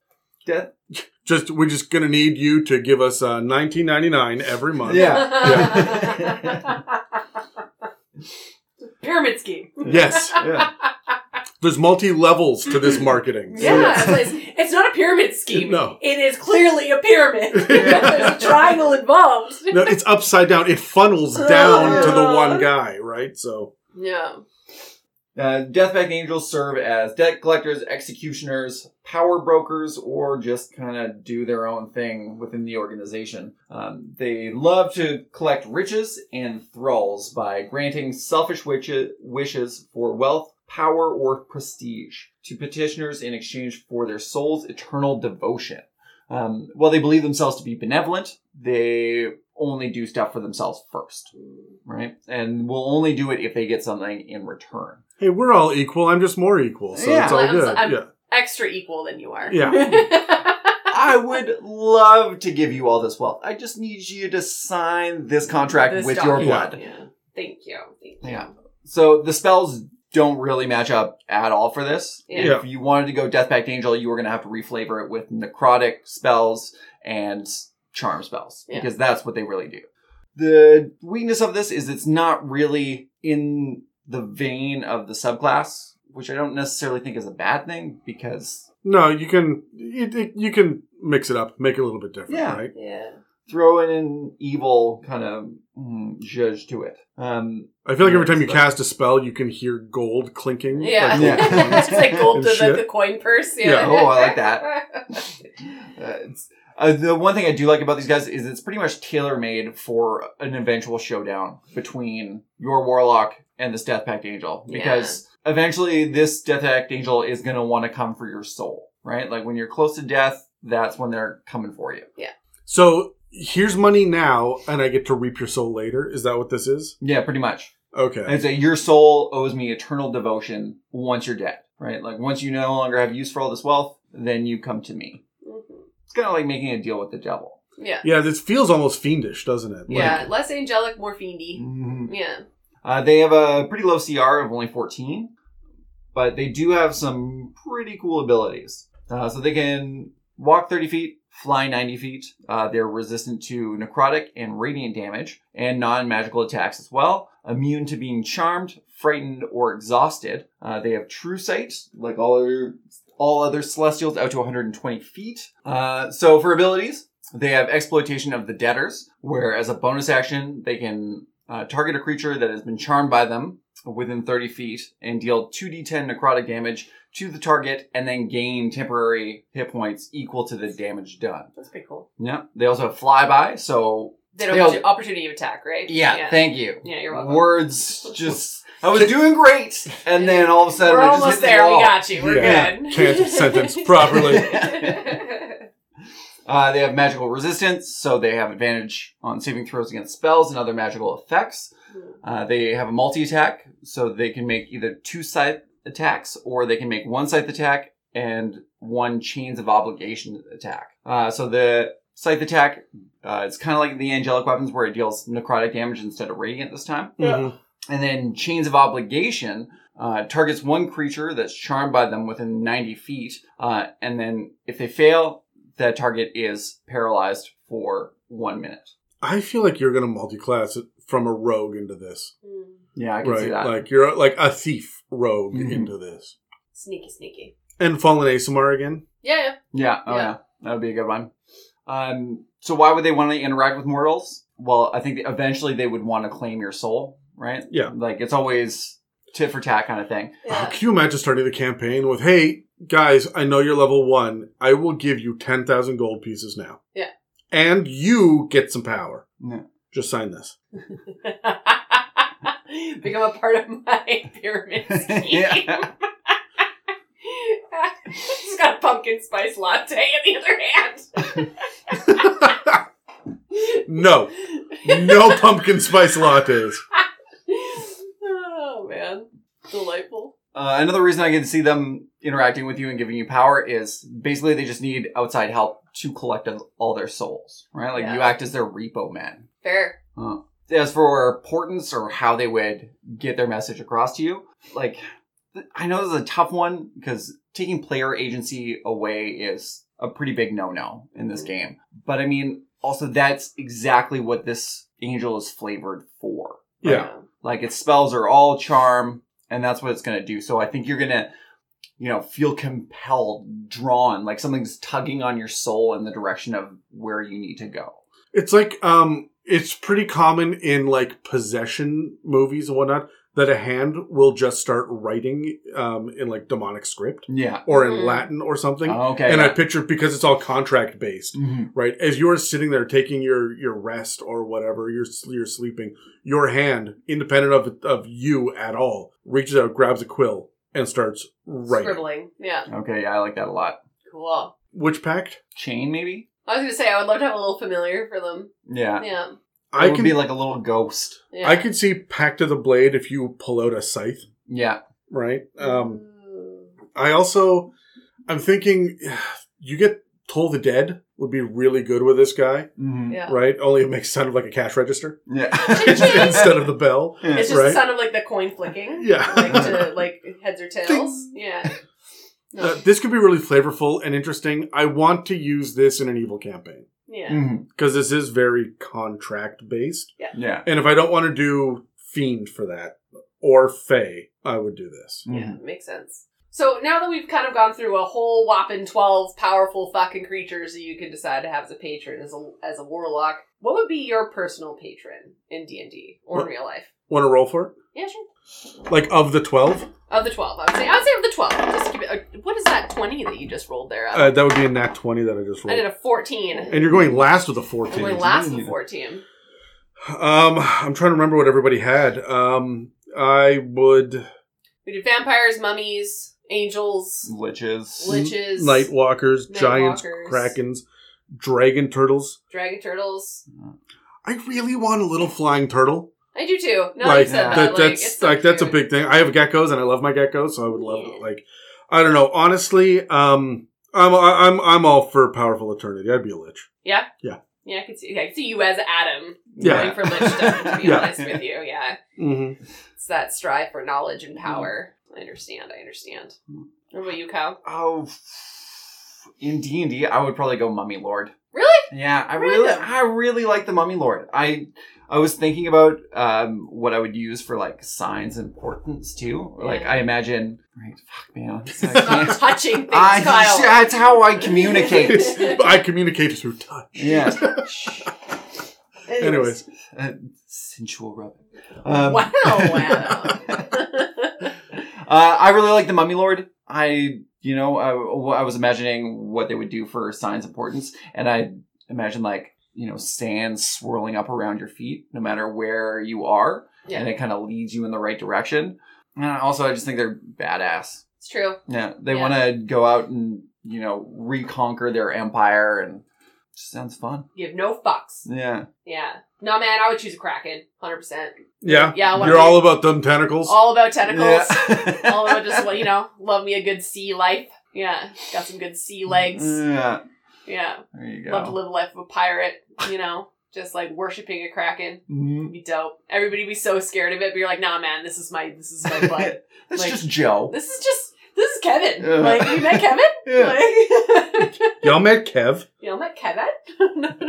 Speaker 2: Death
Speaker 1: Just we're just gonna need you to give us uh, 19.99 every month.
Speaker 2: Yeah.
Speaker 3: (laughs) Pyramid scheme.
Speaker 1: Yes.
Speaker 2: Yeah.
Speaker 1: There's multi levels to this marketing.
Speaker 3: Yeah, it's, like- it's not a pyramid scheme.
Speaker 1: No.
Speaker 3: It is clearly a pyramid.
Speaker 1: Yeah.
Speaker 3: There's a triangle involved.
Speaker 1: No, it's upside down. It funnels down to the one guy, right? So
Speaker 3: Yeah.
Speaker 2: Uh, Deathback Angels serve as debt collectors, executioners, power brokers, or just kind of do their own thing within the organization. Um, they love to collect riches and thralls by granting selfish witches, wishes for wealth, power, or prestige to petitioners in exchange for their soul's eternal devotion. Um, while they believe themselves to be benevolent, they only do stuff for themselves first, right? And will only do it if they get something in return.
Speaker 1: hey, we're all equal. I'm just more equal, so
Speaker 2: Yeah.
Speaker 1: it's all
Speaker 3: Well, I'm-
Speaker 1: good.
Speaker 3: I'm-
Speaker 1: yeah.
Speaker 3: Extra equal than you are. (laughs)
Speaker 1: Yeah.
Speaker 2: I would love to give you all this wealth. I just need you to sign this contract
Speaker 3: This
Speaker 2: with your
Speaker 3: document.
Speaker 2: blood.
Speaker 3: Yeah. Thank you. Thank you.
Speaker 2: Yeah. So the spells don't really match up at all for this.
Speaker 1: Yeah.
Speaker 2: If you wanted to go Deathpact Angel, you were going to have to reflavor it with necrotic spells and charm spells
Speaker 3: Yeah.
Speaker 2: because that's what they really do. The weakness of this is it's not really in the vein of the subclass, which I don't necessarily think is a bad thing because
Speaker 1: No, you can it, it, you can mix it up, make it a little bit different,
Speaker 2: Yeah.
Speaker 1: right?
Speaker 3: Yeah.
Speaker 2: throw in an evil kind of mm, zhuzh to it. Um, (laughs)
Speaker 1: I feel like every
Speaker 2: Yeah,
Speaker 1: time you
Speaker 2: it's like-
Speaker 1: cast a spell, you can hear gold clinking.
Speaker 3: Yeah.
Speaker 2: (laughs)
Speaker 3: (laughs)
Speaker 1: Like,
Speaker 2: Yeah.
Speaker 3: it's like
Speaker 2: (laughs)
Speaker 3: gold to the,
Speaker 1: Shit.
Speaker 3: the coin purse.
Speaker 1: Yeah.
Speaker 3: Yeah.
Speaker 2: Oh, I like uh, it's, uh, the one thing I do like about these guys is it's pretty much tailor made for an eventual showdown between your warlock and this Death Pact Angel because eventually this Death Pact Angel is going to want to come for your soul, right? Like when you're close to death, that's when they're coming for you.
Speaker 1: So here's money now, and I get to reap your soul later. Is that what this is?
Speaker 2: Yeah, pretty much. And
Speaker 1: Okay.
Speaker 2: it's a your soul owes me eternal devotion once you're dead, right? Like once you no longer have use for all this wealth, then you come to me.
Speaker 3: Mhm.
Speaker 2: It's kind of like making a deal with the devil.
Speaker 3: (laughs) Yeah.
Speaker 1: Yeah, this feels almost fiendish, doesn't it? Like,
Speaker 3: Yeah. Less angelic, more fiendy. Yeah.
Speaker 2: Uh, they have a pretty low CR of only 14, but they do have some pretty cool abilities. Uh, so they can walk 30 feet, fly 90 feet. Uh, they're resistant to necrotic and radiant damage and non magical attacks as well. Immune to being charmed, frightened, or exhausted. Uh, they have true sight, like all other, all other celestials, out to 120 feet. Uh, so for abilities, they have exploitation of the debtors, where as a bonus action, they can uh, target a creature that has been charmed by them within 30 feet and deal 2d10 necrotic damage to the target and then gain temporary hit points equal to the damage done.
Speaker 3: That's pretty cool.
Speaker 2: Yeah. They also have flyby, so
Speaker 3: They don't
Speaker 2: They
Speaker 3: have
Speaker 2: all-
Speaker 3: the opportunity to attack, right?
Speaker 2: yeah, thank you.
Speaker 3: Yeah, you're welcome. (laughs)
Speaker 2: Words just. I was doing great, and then all of a sudden
Speaker 3: We're
Speaker 2: I just hit
Speaker 3: almost
Speaker 2: the
Speaker 3: there.
Speaker 2: wall.
Speaker 3: We got you. We're
Speaker 1: Yeah.
Speaker 2: (laughs)
Speaker 3: good.
Speaker 1: Can't
Speaker 3: (laughs)
Speaker 1: sentence properly.
Speaker 2: Uh, they have magical resistance, so they have advantage on saving throws against spells and other magical effects. Uh, they have a multi attack, so they can make either two scythe attacks or they can make one scythe attack and one chains of obligation attack. Uh, so the scythe attack, uh, it's kind of like the angelic weapons where it deals necrotic damage instead of radiant this time.
Speaker 1: mhm.
Speaker 2: And then Chains of Obligation uh, targets one creature that's charmed by them within 90 feet. Uh, and then if they fail, that target is paralyzed for one minute.
Speaker 1: I feel like you're gonna multi-class it from a rogue into this,
Speaker 2: Yeah, I can see
Speaker 1: right?
Speaker 2: that.
Speaker 1: Like you're like a thief rogue
Speaker 2: Mhm.
Speaker 1: into this,
Speaker 3: Sneaky, sneaky.
Speaker 1: and fallen ASMR again.
Speaker 3: Yeah,
Speaker 2: yeah, oh,
Speaker 3: Yeah.
Speaker 2: yeah. That would be a good one. Um, so why would they want to interact with mortals? Well, I think eventually they would want to claim your soul, right?
Speaker 1: Yeah.
Speaker 2: Like it's always tit for tat kind of
Speaker 3: (laughs)
Speaker 2: thing. (laughs)
Speaker 1: Oh,
Speaker 3: yeah.
Speaker 1: can you imagine starting the campaign with, "Hey guys, I know you're level one. I will give you ten thousand gold pieces now.
Speaker 3: Yeah.
Speaker 1: and you get some power.
Speaker 2: Yeah.
Speaker 1: Just sign this.
Speaker 3: (laughs)
Speaker 2: (laughs)
Speaker 3: Become a part of my pyramid scheme.
Speaker 2: yeah.
Speaker 3: She's got a pumpkin spice latte in the other
Speaker 2: (laughs)
Speaker 1: no,
Speaker 3: hand.
Speaker 1: no (laughs) pumpkin spice lattes.
Speaker 3: (laughs) oh man, delightful.
Speaker 2: Uh, another reason I can see them interacting with you and giving you power is basically they just need outside help to collect all their souls, right? Like you
Speaker 3: Yeah.
Speaker 2: act as their repo man.
Speaker 3: Fair.
Speaker 2: as for importance or how they would get their message across to you, like th- I know this is a tough one because taking player agency away is a pretty big no-no in this game. But I mean, also that's exactly what this angel is flavored for.
Speaker 1: Yeah.
Speaker 2: Like its spells are all charm, and that's what it's gonna do. So I think you're gonna, you know, feel compelled, drawn, like something's tugging on your soul in the direction of where you need to go.
Speaker 1: It's like um it's pretty common in like possession movies and whatnot that a hand will just start writing um in like demonic script
Speaker 2: Yeah.
Speaker 1: or in
Speaker 3: Mhm.
Speaker 1: Latin or something.
Speaker 2: Okay.
Speaker 1: and I Mm-hmm.
Speaker 2: Oh, yeah.
Speaker 1: picture because it's all contract based,
Speaker 2: Mhm.
Speaker 1: right? As you're sitting there taking your your rest or whatever, you're s- you're sleeping, your hand, independent of of you at all, reaches out, grabs a quill, and starts writing.
Speaker 3: Scribbling. Yeah.
Speaker 2: Okay, yeah, I like that a lot.
Speaker 3: Cool.
Speaker 1: Which pact?
Speaker 2: Chain, maybe?
Speaker 3: I was gonna say I would love to have a little familiar for them.
Speaker 2: Yeah.
Speaker 3: Yeah.
Speaker 2: I
Speaker 1: I
Speaker 2: would
Speaker 1: can
Speaker 2: be like a little ghost.
Speaker 3: yeah.
Speaker 1: I can see pact of the blade if you pull out a scythe,
Speaker 2: Yeah.
Speaker 1: right?
Speaker 3: Mm-hmm.
Speaker 1: Um,
Speaker 3: Ooh.
Speaker 1: I also, I'm thinking, (sighs) you get Toll the Dead would be really good with this guy,
Speaker 2: Mm-hmm.
Speaker 3: yeah.
Speaker 1: right? Only it makes sound of like a cash
Speaker 3: (laughs)
Speaker 1: register
Speaker 2: Yeah. (laughs)
Speaker 1: (laughs) instead of the bell.
Speaker 2: Yeah.
Speaker 3: It's just the
Speaker 1: Right.
Speaker 3: sound of like the coin
Speaker 1: (laughs)
Speaker 3: flicking.
Speaker 1: Yeah.
Speaker 3: Like to like heads or tails. Yeah.
Speaker 1: (laughs)
Speaker 3: No.
Speaker 1: Uh, this could be really flavorful and interesting. I want to use this in an evil campaign
Speaker 3: yeah.
Speaker 2: Mhm.
Speaker 1: because this is very contract based.
Speaker 2: Yeah.
Speaker 1: And if I don't want to do Fiend for that or Fae, I would do this.
Speaker 3: Yeah.
Speaker 2: Mhm.
Speaker 3: Makes sense. So now that we've kind of gone through a whole whopping twelve powerful fucking creatures that you could decide to have as a patron as a as a warlock, what would be your personal patron in D and D or in
Speaker 1: What-
Speaker 3: real life?
Speaker 1: Want to roll for
Speaker 3: Yeah, sure.
Speaker 1: it? Like of the 12?
Speaker 3: Of the twelve, I would say. I would say of the twelve. Just keep it. uh, What is that twenty that you just rolled there?
Speaker 1: Uh, that would be a nat 20 that I just
Speaker 3: I
Speaker 1: rolled.
Speaker 3: did a fourteen.
Speaker 1: and you're going last with a
Speaker 3: And
Speaker 1: 14.
Speaker 3: we're last
Speaker 2: Indeed.
Speaker 3: with fourteen.
Speaker 1: Um, I'm trying to remember what everybody had. Um, I would
Speaker 3: We did vampires, mummies, angels,
Speaker 1: Mm-hmm.
Speaker 2: Liches.
Speaker 3: Lich- Liches,
Speaker 1: Nightwalkers, giants,
Speaker 3: Nightwalkers.
Speaker 1: krakens, dragon turtles.
Speaker 3: dragon turtles.
Speaker 1: I really want a little flying turtle.
Speaker 3: I do too. No,
Speaker 1: like
Speaker 3: you said
Speaker 2: yeah.
Speaker 3: that.
Speaker 1: that,
Speaker 3: like,
Speaker 1: that's
Speaker 3: it's
Speaker 1: like,
Speaker 3: so
Speaker 1: that's a
Speaker 3: cute.
Speaker 1: big thing. I have geckos and I love my geckos, so I would love
Speaker 3: Yeah.
Speaker 1: like I don't know. Honestly, um, I'm I- I'm I'm all for powerful eternity. I'd be a lich.
Speaker 3: Yeah, I could see. I could see you as Adam
Speaker 1: Yeah.
Speaker 2: Mm-hmm.
Speaker 3: going for lich stone.
Speaker 2: (laughs)
Speaker 3: To be
Speaker 1: Yeah.
Speaker 3: honest with you, yeah, (laughs)
Speaker 1: Mm-hmm.
Speaker 3: it's that strive for knowledge and power. I understand. I understand. What about
Speaker 2: (laughs)
Speaker 3: you, Kyle?
Speaker 2: Oh. f- In D and I would probably go Mummy Lord.
Speaker 3: Really?
Speaker 2: Yeah, I
Speaker 3: Random.
Speaker 2: really, I really like the Mummy Lord. I, I was thinking about um what I would use for like signs and portents too. Like
Speaker 3: Yeah.
Speaker 2: I imagine, right? Fuck
Speaker 3: (laughs)
Speaker 2: man, I
Speaker 3: Stop
Speaker 2: can't.
Speaker 3: touching things,
Speaker 2: I,
Speaker 3: Kyle.
Speaker 2: (laughs) that's how I communicate.
Speaker 1: (laughs)
Speaker 3: (laughs)
Speaker 1: I communicate through touch.
Speaker 2: yeah.
Speaker 1: Anyways,
Speaker 2: Uh, sensual rubbing. Um,
Speaker 3: wow, wow.
Speaker 2: uh, I really like the Mummy Lord. I, you know, I, I was imagining what they would do for signs importance, and I imagine like you know sand swirling up around your feet, no matter where you are, and
Speaker 3: yeah,
Speaker 2: it kind of leads you in the right direction. And also, I just think they're badass.
Speaker 3: it's true.
Speaker 2: Yeah, they
Speaker 3: Yeah.
Speaker 2: want to go out and you know reconquer their empire, and it just sounds fun.
Speaker 3: Give no fucks.
Speaker 2: Yeah,
Speaker 3: Yeah. No, man, I would choose a kraken, hundred percent.
Speaker 1: yeah,
Speaker 3: Yeah, I wanna
Speaker 1: you're
Speaker 3: be-
Speaker 1: all about them tentacles.
Speaker 3: All about tentacles.
Speaker 2: Yeah.
Speaker 3: (laughs) All
Speaker 2: (laughs)
Speaker 3: about just you know, love me a good sea life. Yeah, got some good sea legs.
Speaker 2: Yeah,
Speaker 3: Yeah,
Speaker 2: there you go.
Speaker 3: love to live the life of a pirate. You know, just like worshiping a kraken.
Speaker 2: Mhm.
Speaker 3: It'd be dope. Everybody would be so scared of it, but you're like, nah, man, this is my this is my butt.
Speaker 2: (laughs)
Speaker 1: (laughs)
Speaker 2: That's
Speaker 3: Like-
Speaker 2: just Joe.
Speaker 3: this is just this is Kevin.
Speaker 2: Yeah.
Speaker 3: Like you
Speaker 1: (laughs)
Speaker 3: met Kevin. Like (laughs)
Speaker 1: Y'all met Kev,
Speaker 3: you know, met Kevin.
Speaker 1: Mm-hmm.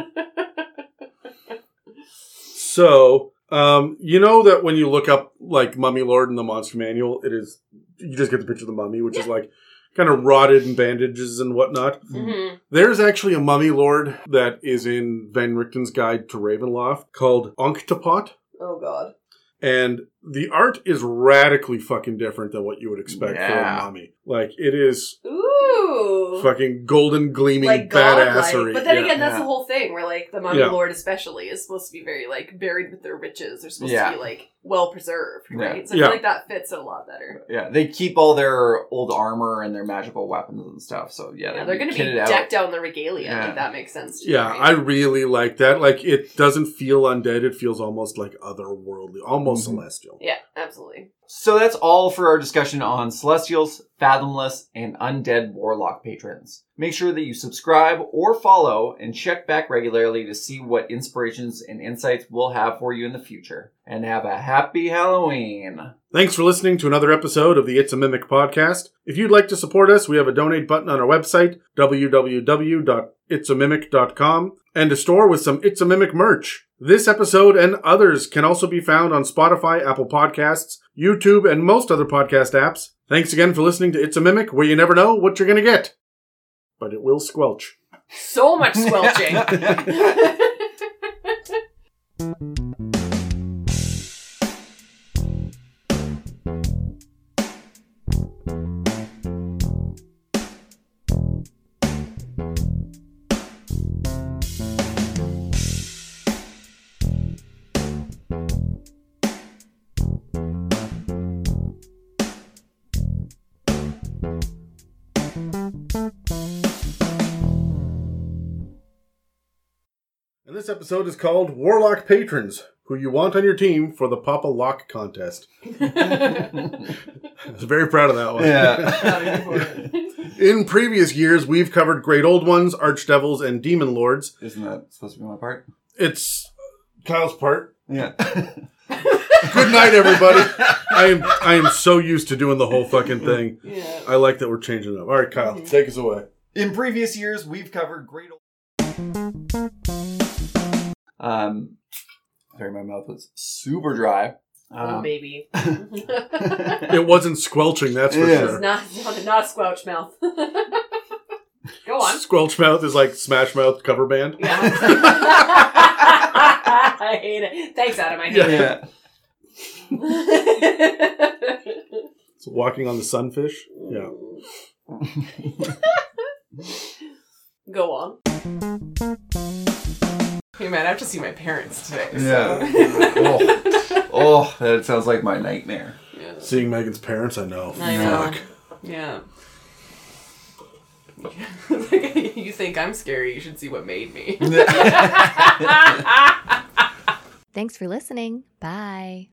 Speaker 1: so um, you know that when you look up like Mummy Lord in the Monster Manual, it is you just get the picture of the mummy, which is like kind of rotted and bandages and whatnot.
Speaker 3: hmm
Speaker 1: There's actually a mummy lord that is in Van Richten's Guide to Ravenloft called Onktopot,
Speaker 3: Oh God.
Speaker 1: and The art is radically fucking different than what you would expect
Speaker 2: Yeah.
Speaker 1: for Umami. Like it is
Speaker 3: Ooh.
Speaker 1: fucking golden gleaming
Speaker 3: like
Speaker 1: badassery.
Speaker 3: godlike. But then
Speaker 1: Yeah.
Speaker 3: again, that's
Speaker 2: Yeah.
Speaker 3: the whole thing where like the Mummy
Speaker 1: Yeah.
Speaker 3: Lord especially is supposed to be very like buried with their riches. They're supposed
Speaker 2: Yeah.
Speaker 3: to be like well preserved, right? So I
Speaker 1: Yeah.
Speaker 3: feel like that fits it a lot better.
Speaker 2: Yeah, they keep all their old armor and their magical weapons and stuff. So yeah,
Speaker 3: Yeah, they're going to be
Speaker 2: kitted out.
Speaker 3: decked out in the regalia. I
Speaker 2: Yeah.
Speaker 3: think that makes sense. Too,
Speaker 1: Yeah,
Speaker 3: right?
Speaker 1: I really like that. Like it doesn't feel undead; it feels almost like otherworldly, almost
Speaker 2: Mhm.
Speaker 1: celestial.
Speaker 3: yeah, absolutely.
Speaker 2: So that's all for our discussion on Celestials, Fathomless, and Undead Warlock patrons. Make sure that you subscribe or follow and check back regularly to see what inspirations and insights we'll have for you in the future. And have a happy Halloween. (laughs)
Speaker 1: Thanks for listening to another episode of the It's a Mimic podcast. If you'd like to support us, we have a donate button on our website, www.itsamimic.com, and a store with some It's a Mimic merch. This episode and others can also be found on Spotify, Apple Podcasts, YouTube, and most other podcast apps. Thanks again for listening to It's a Mimic, where you never know what you're going to get, but it will squelch.
Speaker 3: So
Speaker 1: (laughs)
Speaker 3: much squelching.
Speaker 1: And this episode is called Warlock Patrons, who you want on your team for the Papa Lock contest.
Speaker 3: (laughs)
Speaker 1: I was very proud of that one.
Speaker 3: Not even for it.
Speaker 1: In previous years, we've covered Great Old Ones, Archdevils, and Demon Lords.
Speaker 2: Isn't that supposed to be my part?
Speaker 1: It's Kyle's part.
Speaker 2: (laughs) Yeah.
Speaker 1: Good night, everybody. I am I am so used to doing the whole fucking thing.
Speaker 3: (laughs) yeah.
Speaker 1: I like that we're changing it up. All right, Kyle,
Speaker 3: Mhm.
Speaker 1: take us away.
Speaker 2: (laughs) In previous years, we've covered great. Old- um, sorry, my mouth was super dry.
Speaker 3: Oh,
Speaker 1: Uh,
Speaker 2: Um,
Speaker 3: baby.
Speaker 1: It wasn't squelching, that's for
Speaker 2: Yeah.
Speaker 1: sure.
Speaker 3: not, not, not a squelch mouth. (laughs)
Speaker 1: (laughs)
Speaker 3: Go on.
Speaker 1: Squelch Mouth is like Smash Mouth cover band.
Speaker 3: Yeah. I hate it. Thanks, Adam. I hate
Speaker 1: Yeah.
Speaker 2: yeah.
Speaker 3: it. (laughs)
Speaker 1: It's walking on the sunfish. Yeah.
Speaker 3: Go on. Hey man, I have to see my parents today. so-
Speaker 2: Yeah. oh, oh, that sounds like my nightmare.
Speaker 3: (laughs)
Speaker 2: (laughs)
Speaker 3: yeah.
Speaker 1: Seeing Megan's parents, I know.
Speaker 3: I know. Yeah. (laughs) you think I'm scary, you should see what made me.
Speaker 4: Thanks for listening. Bye.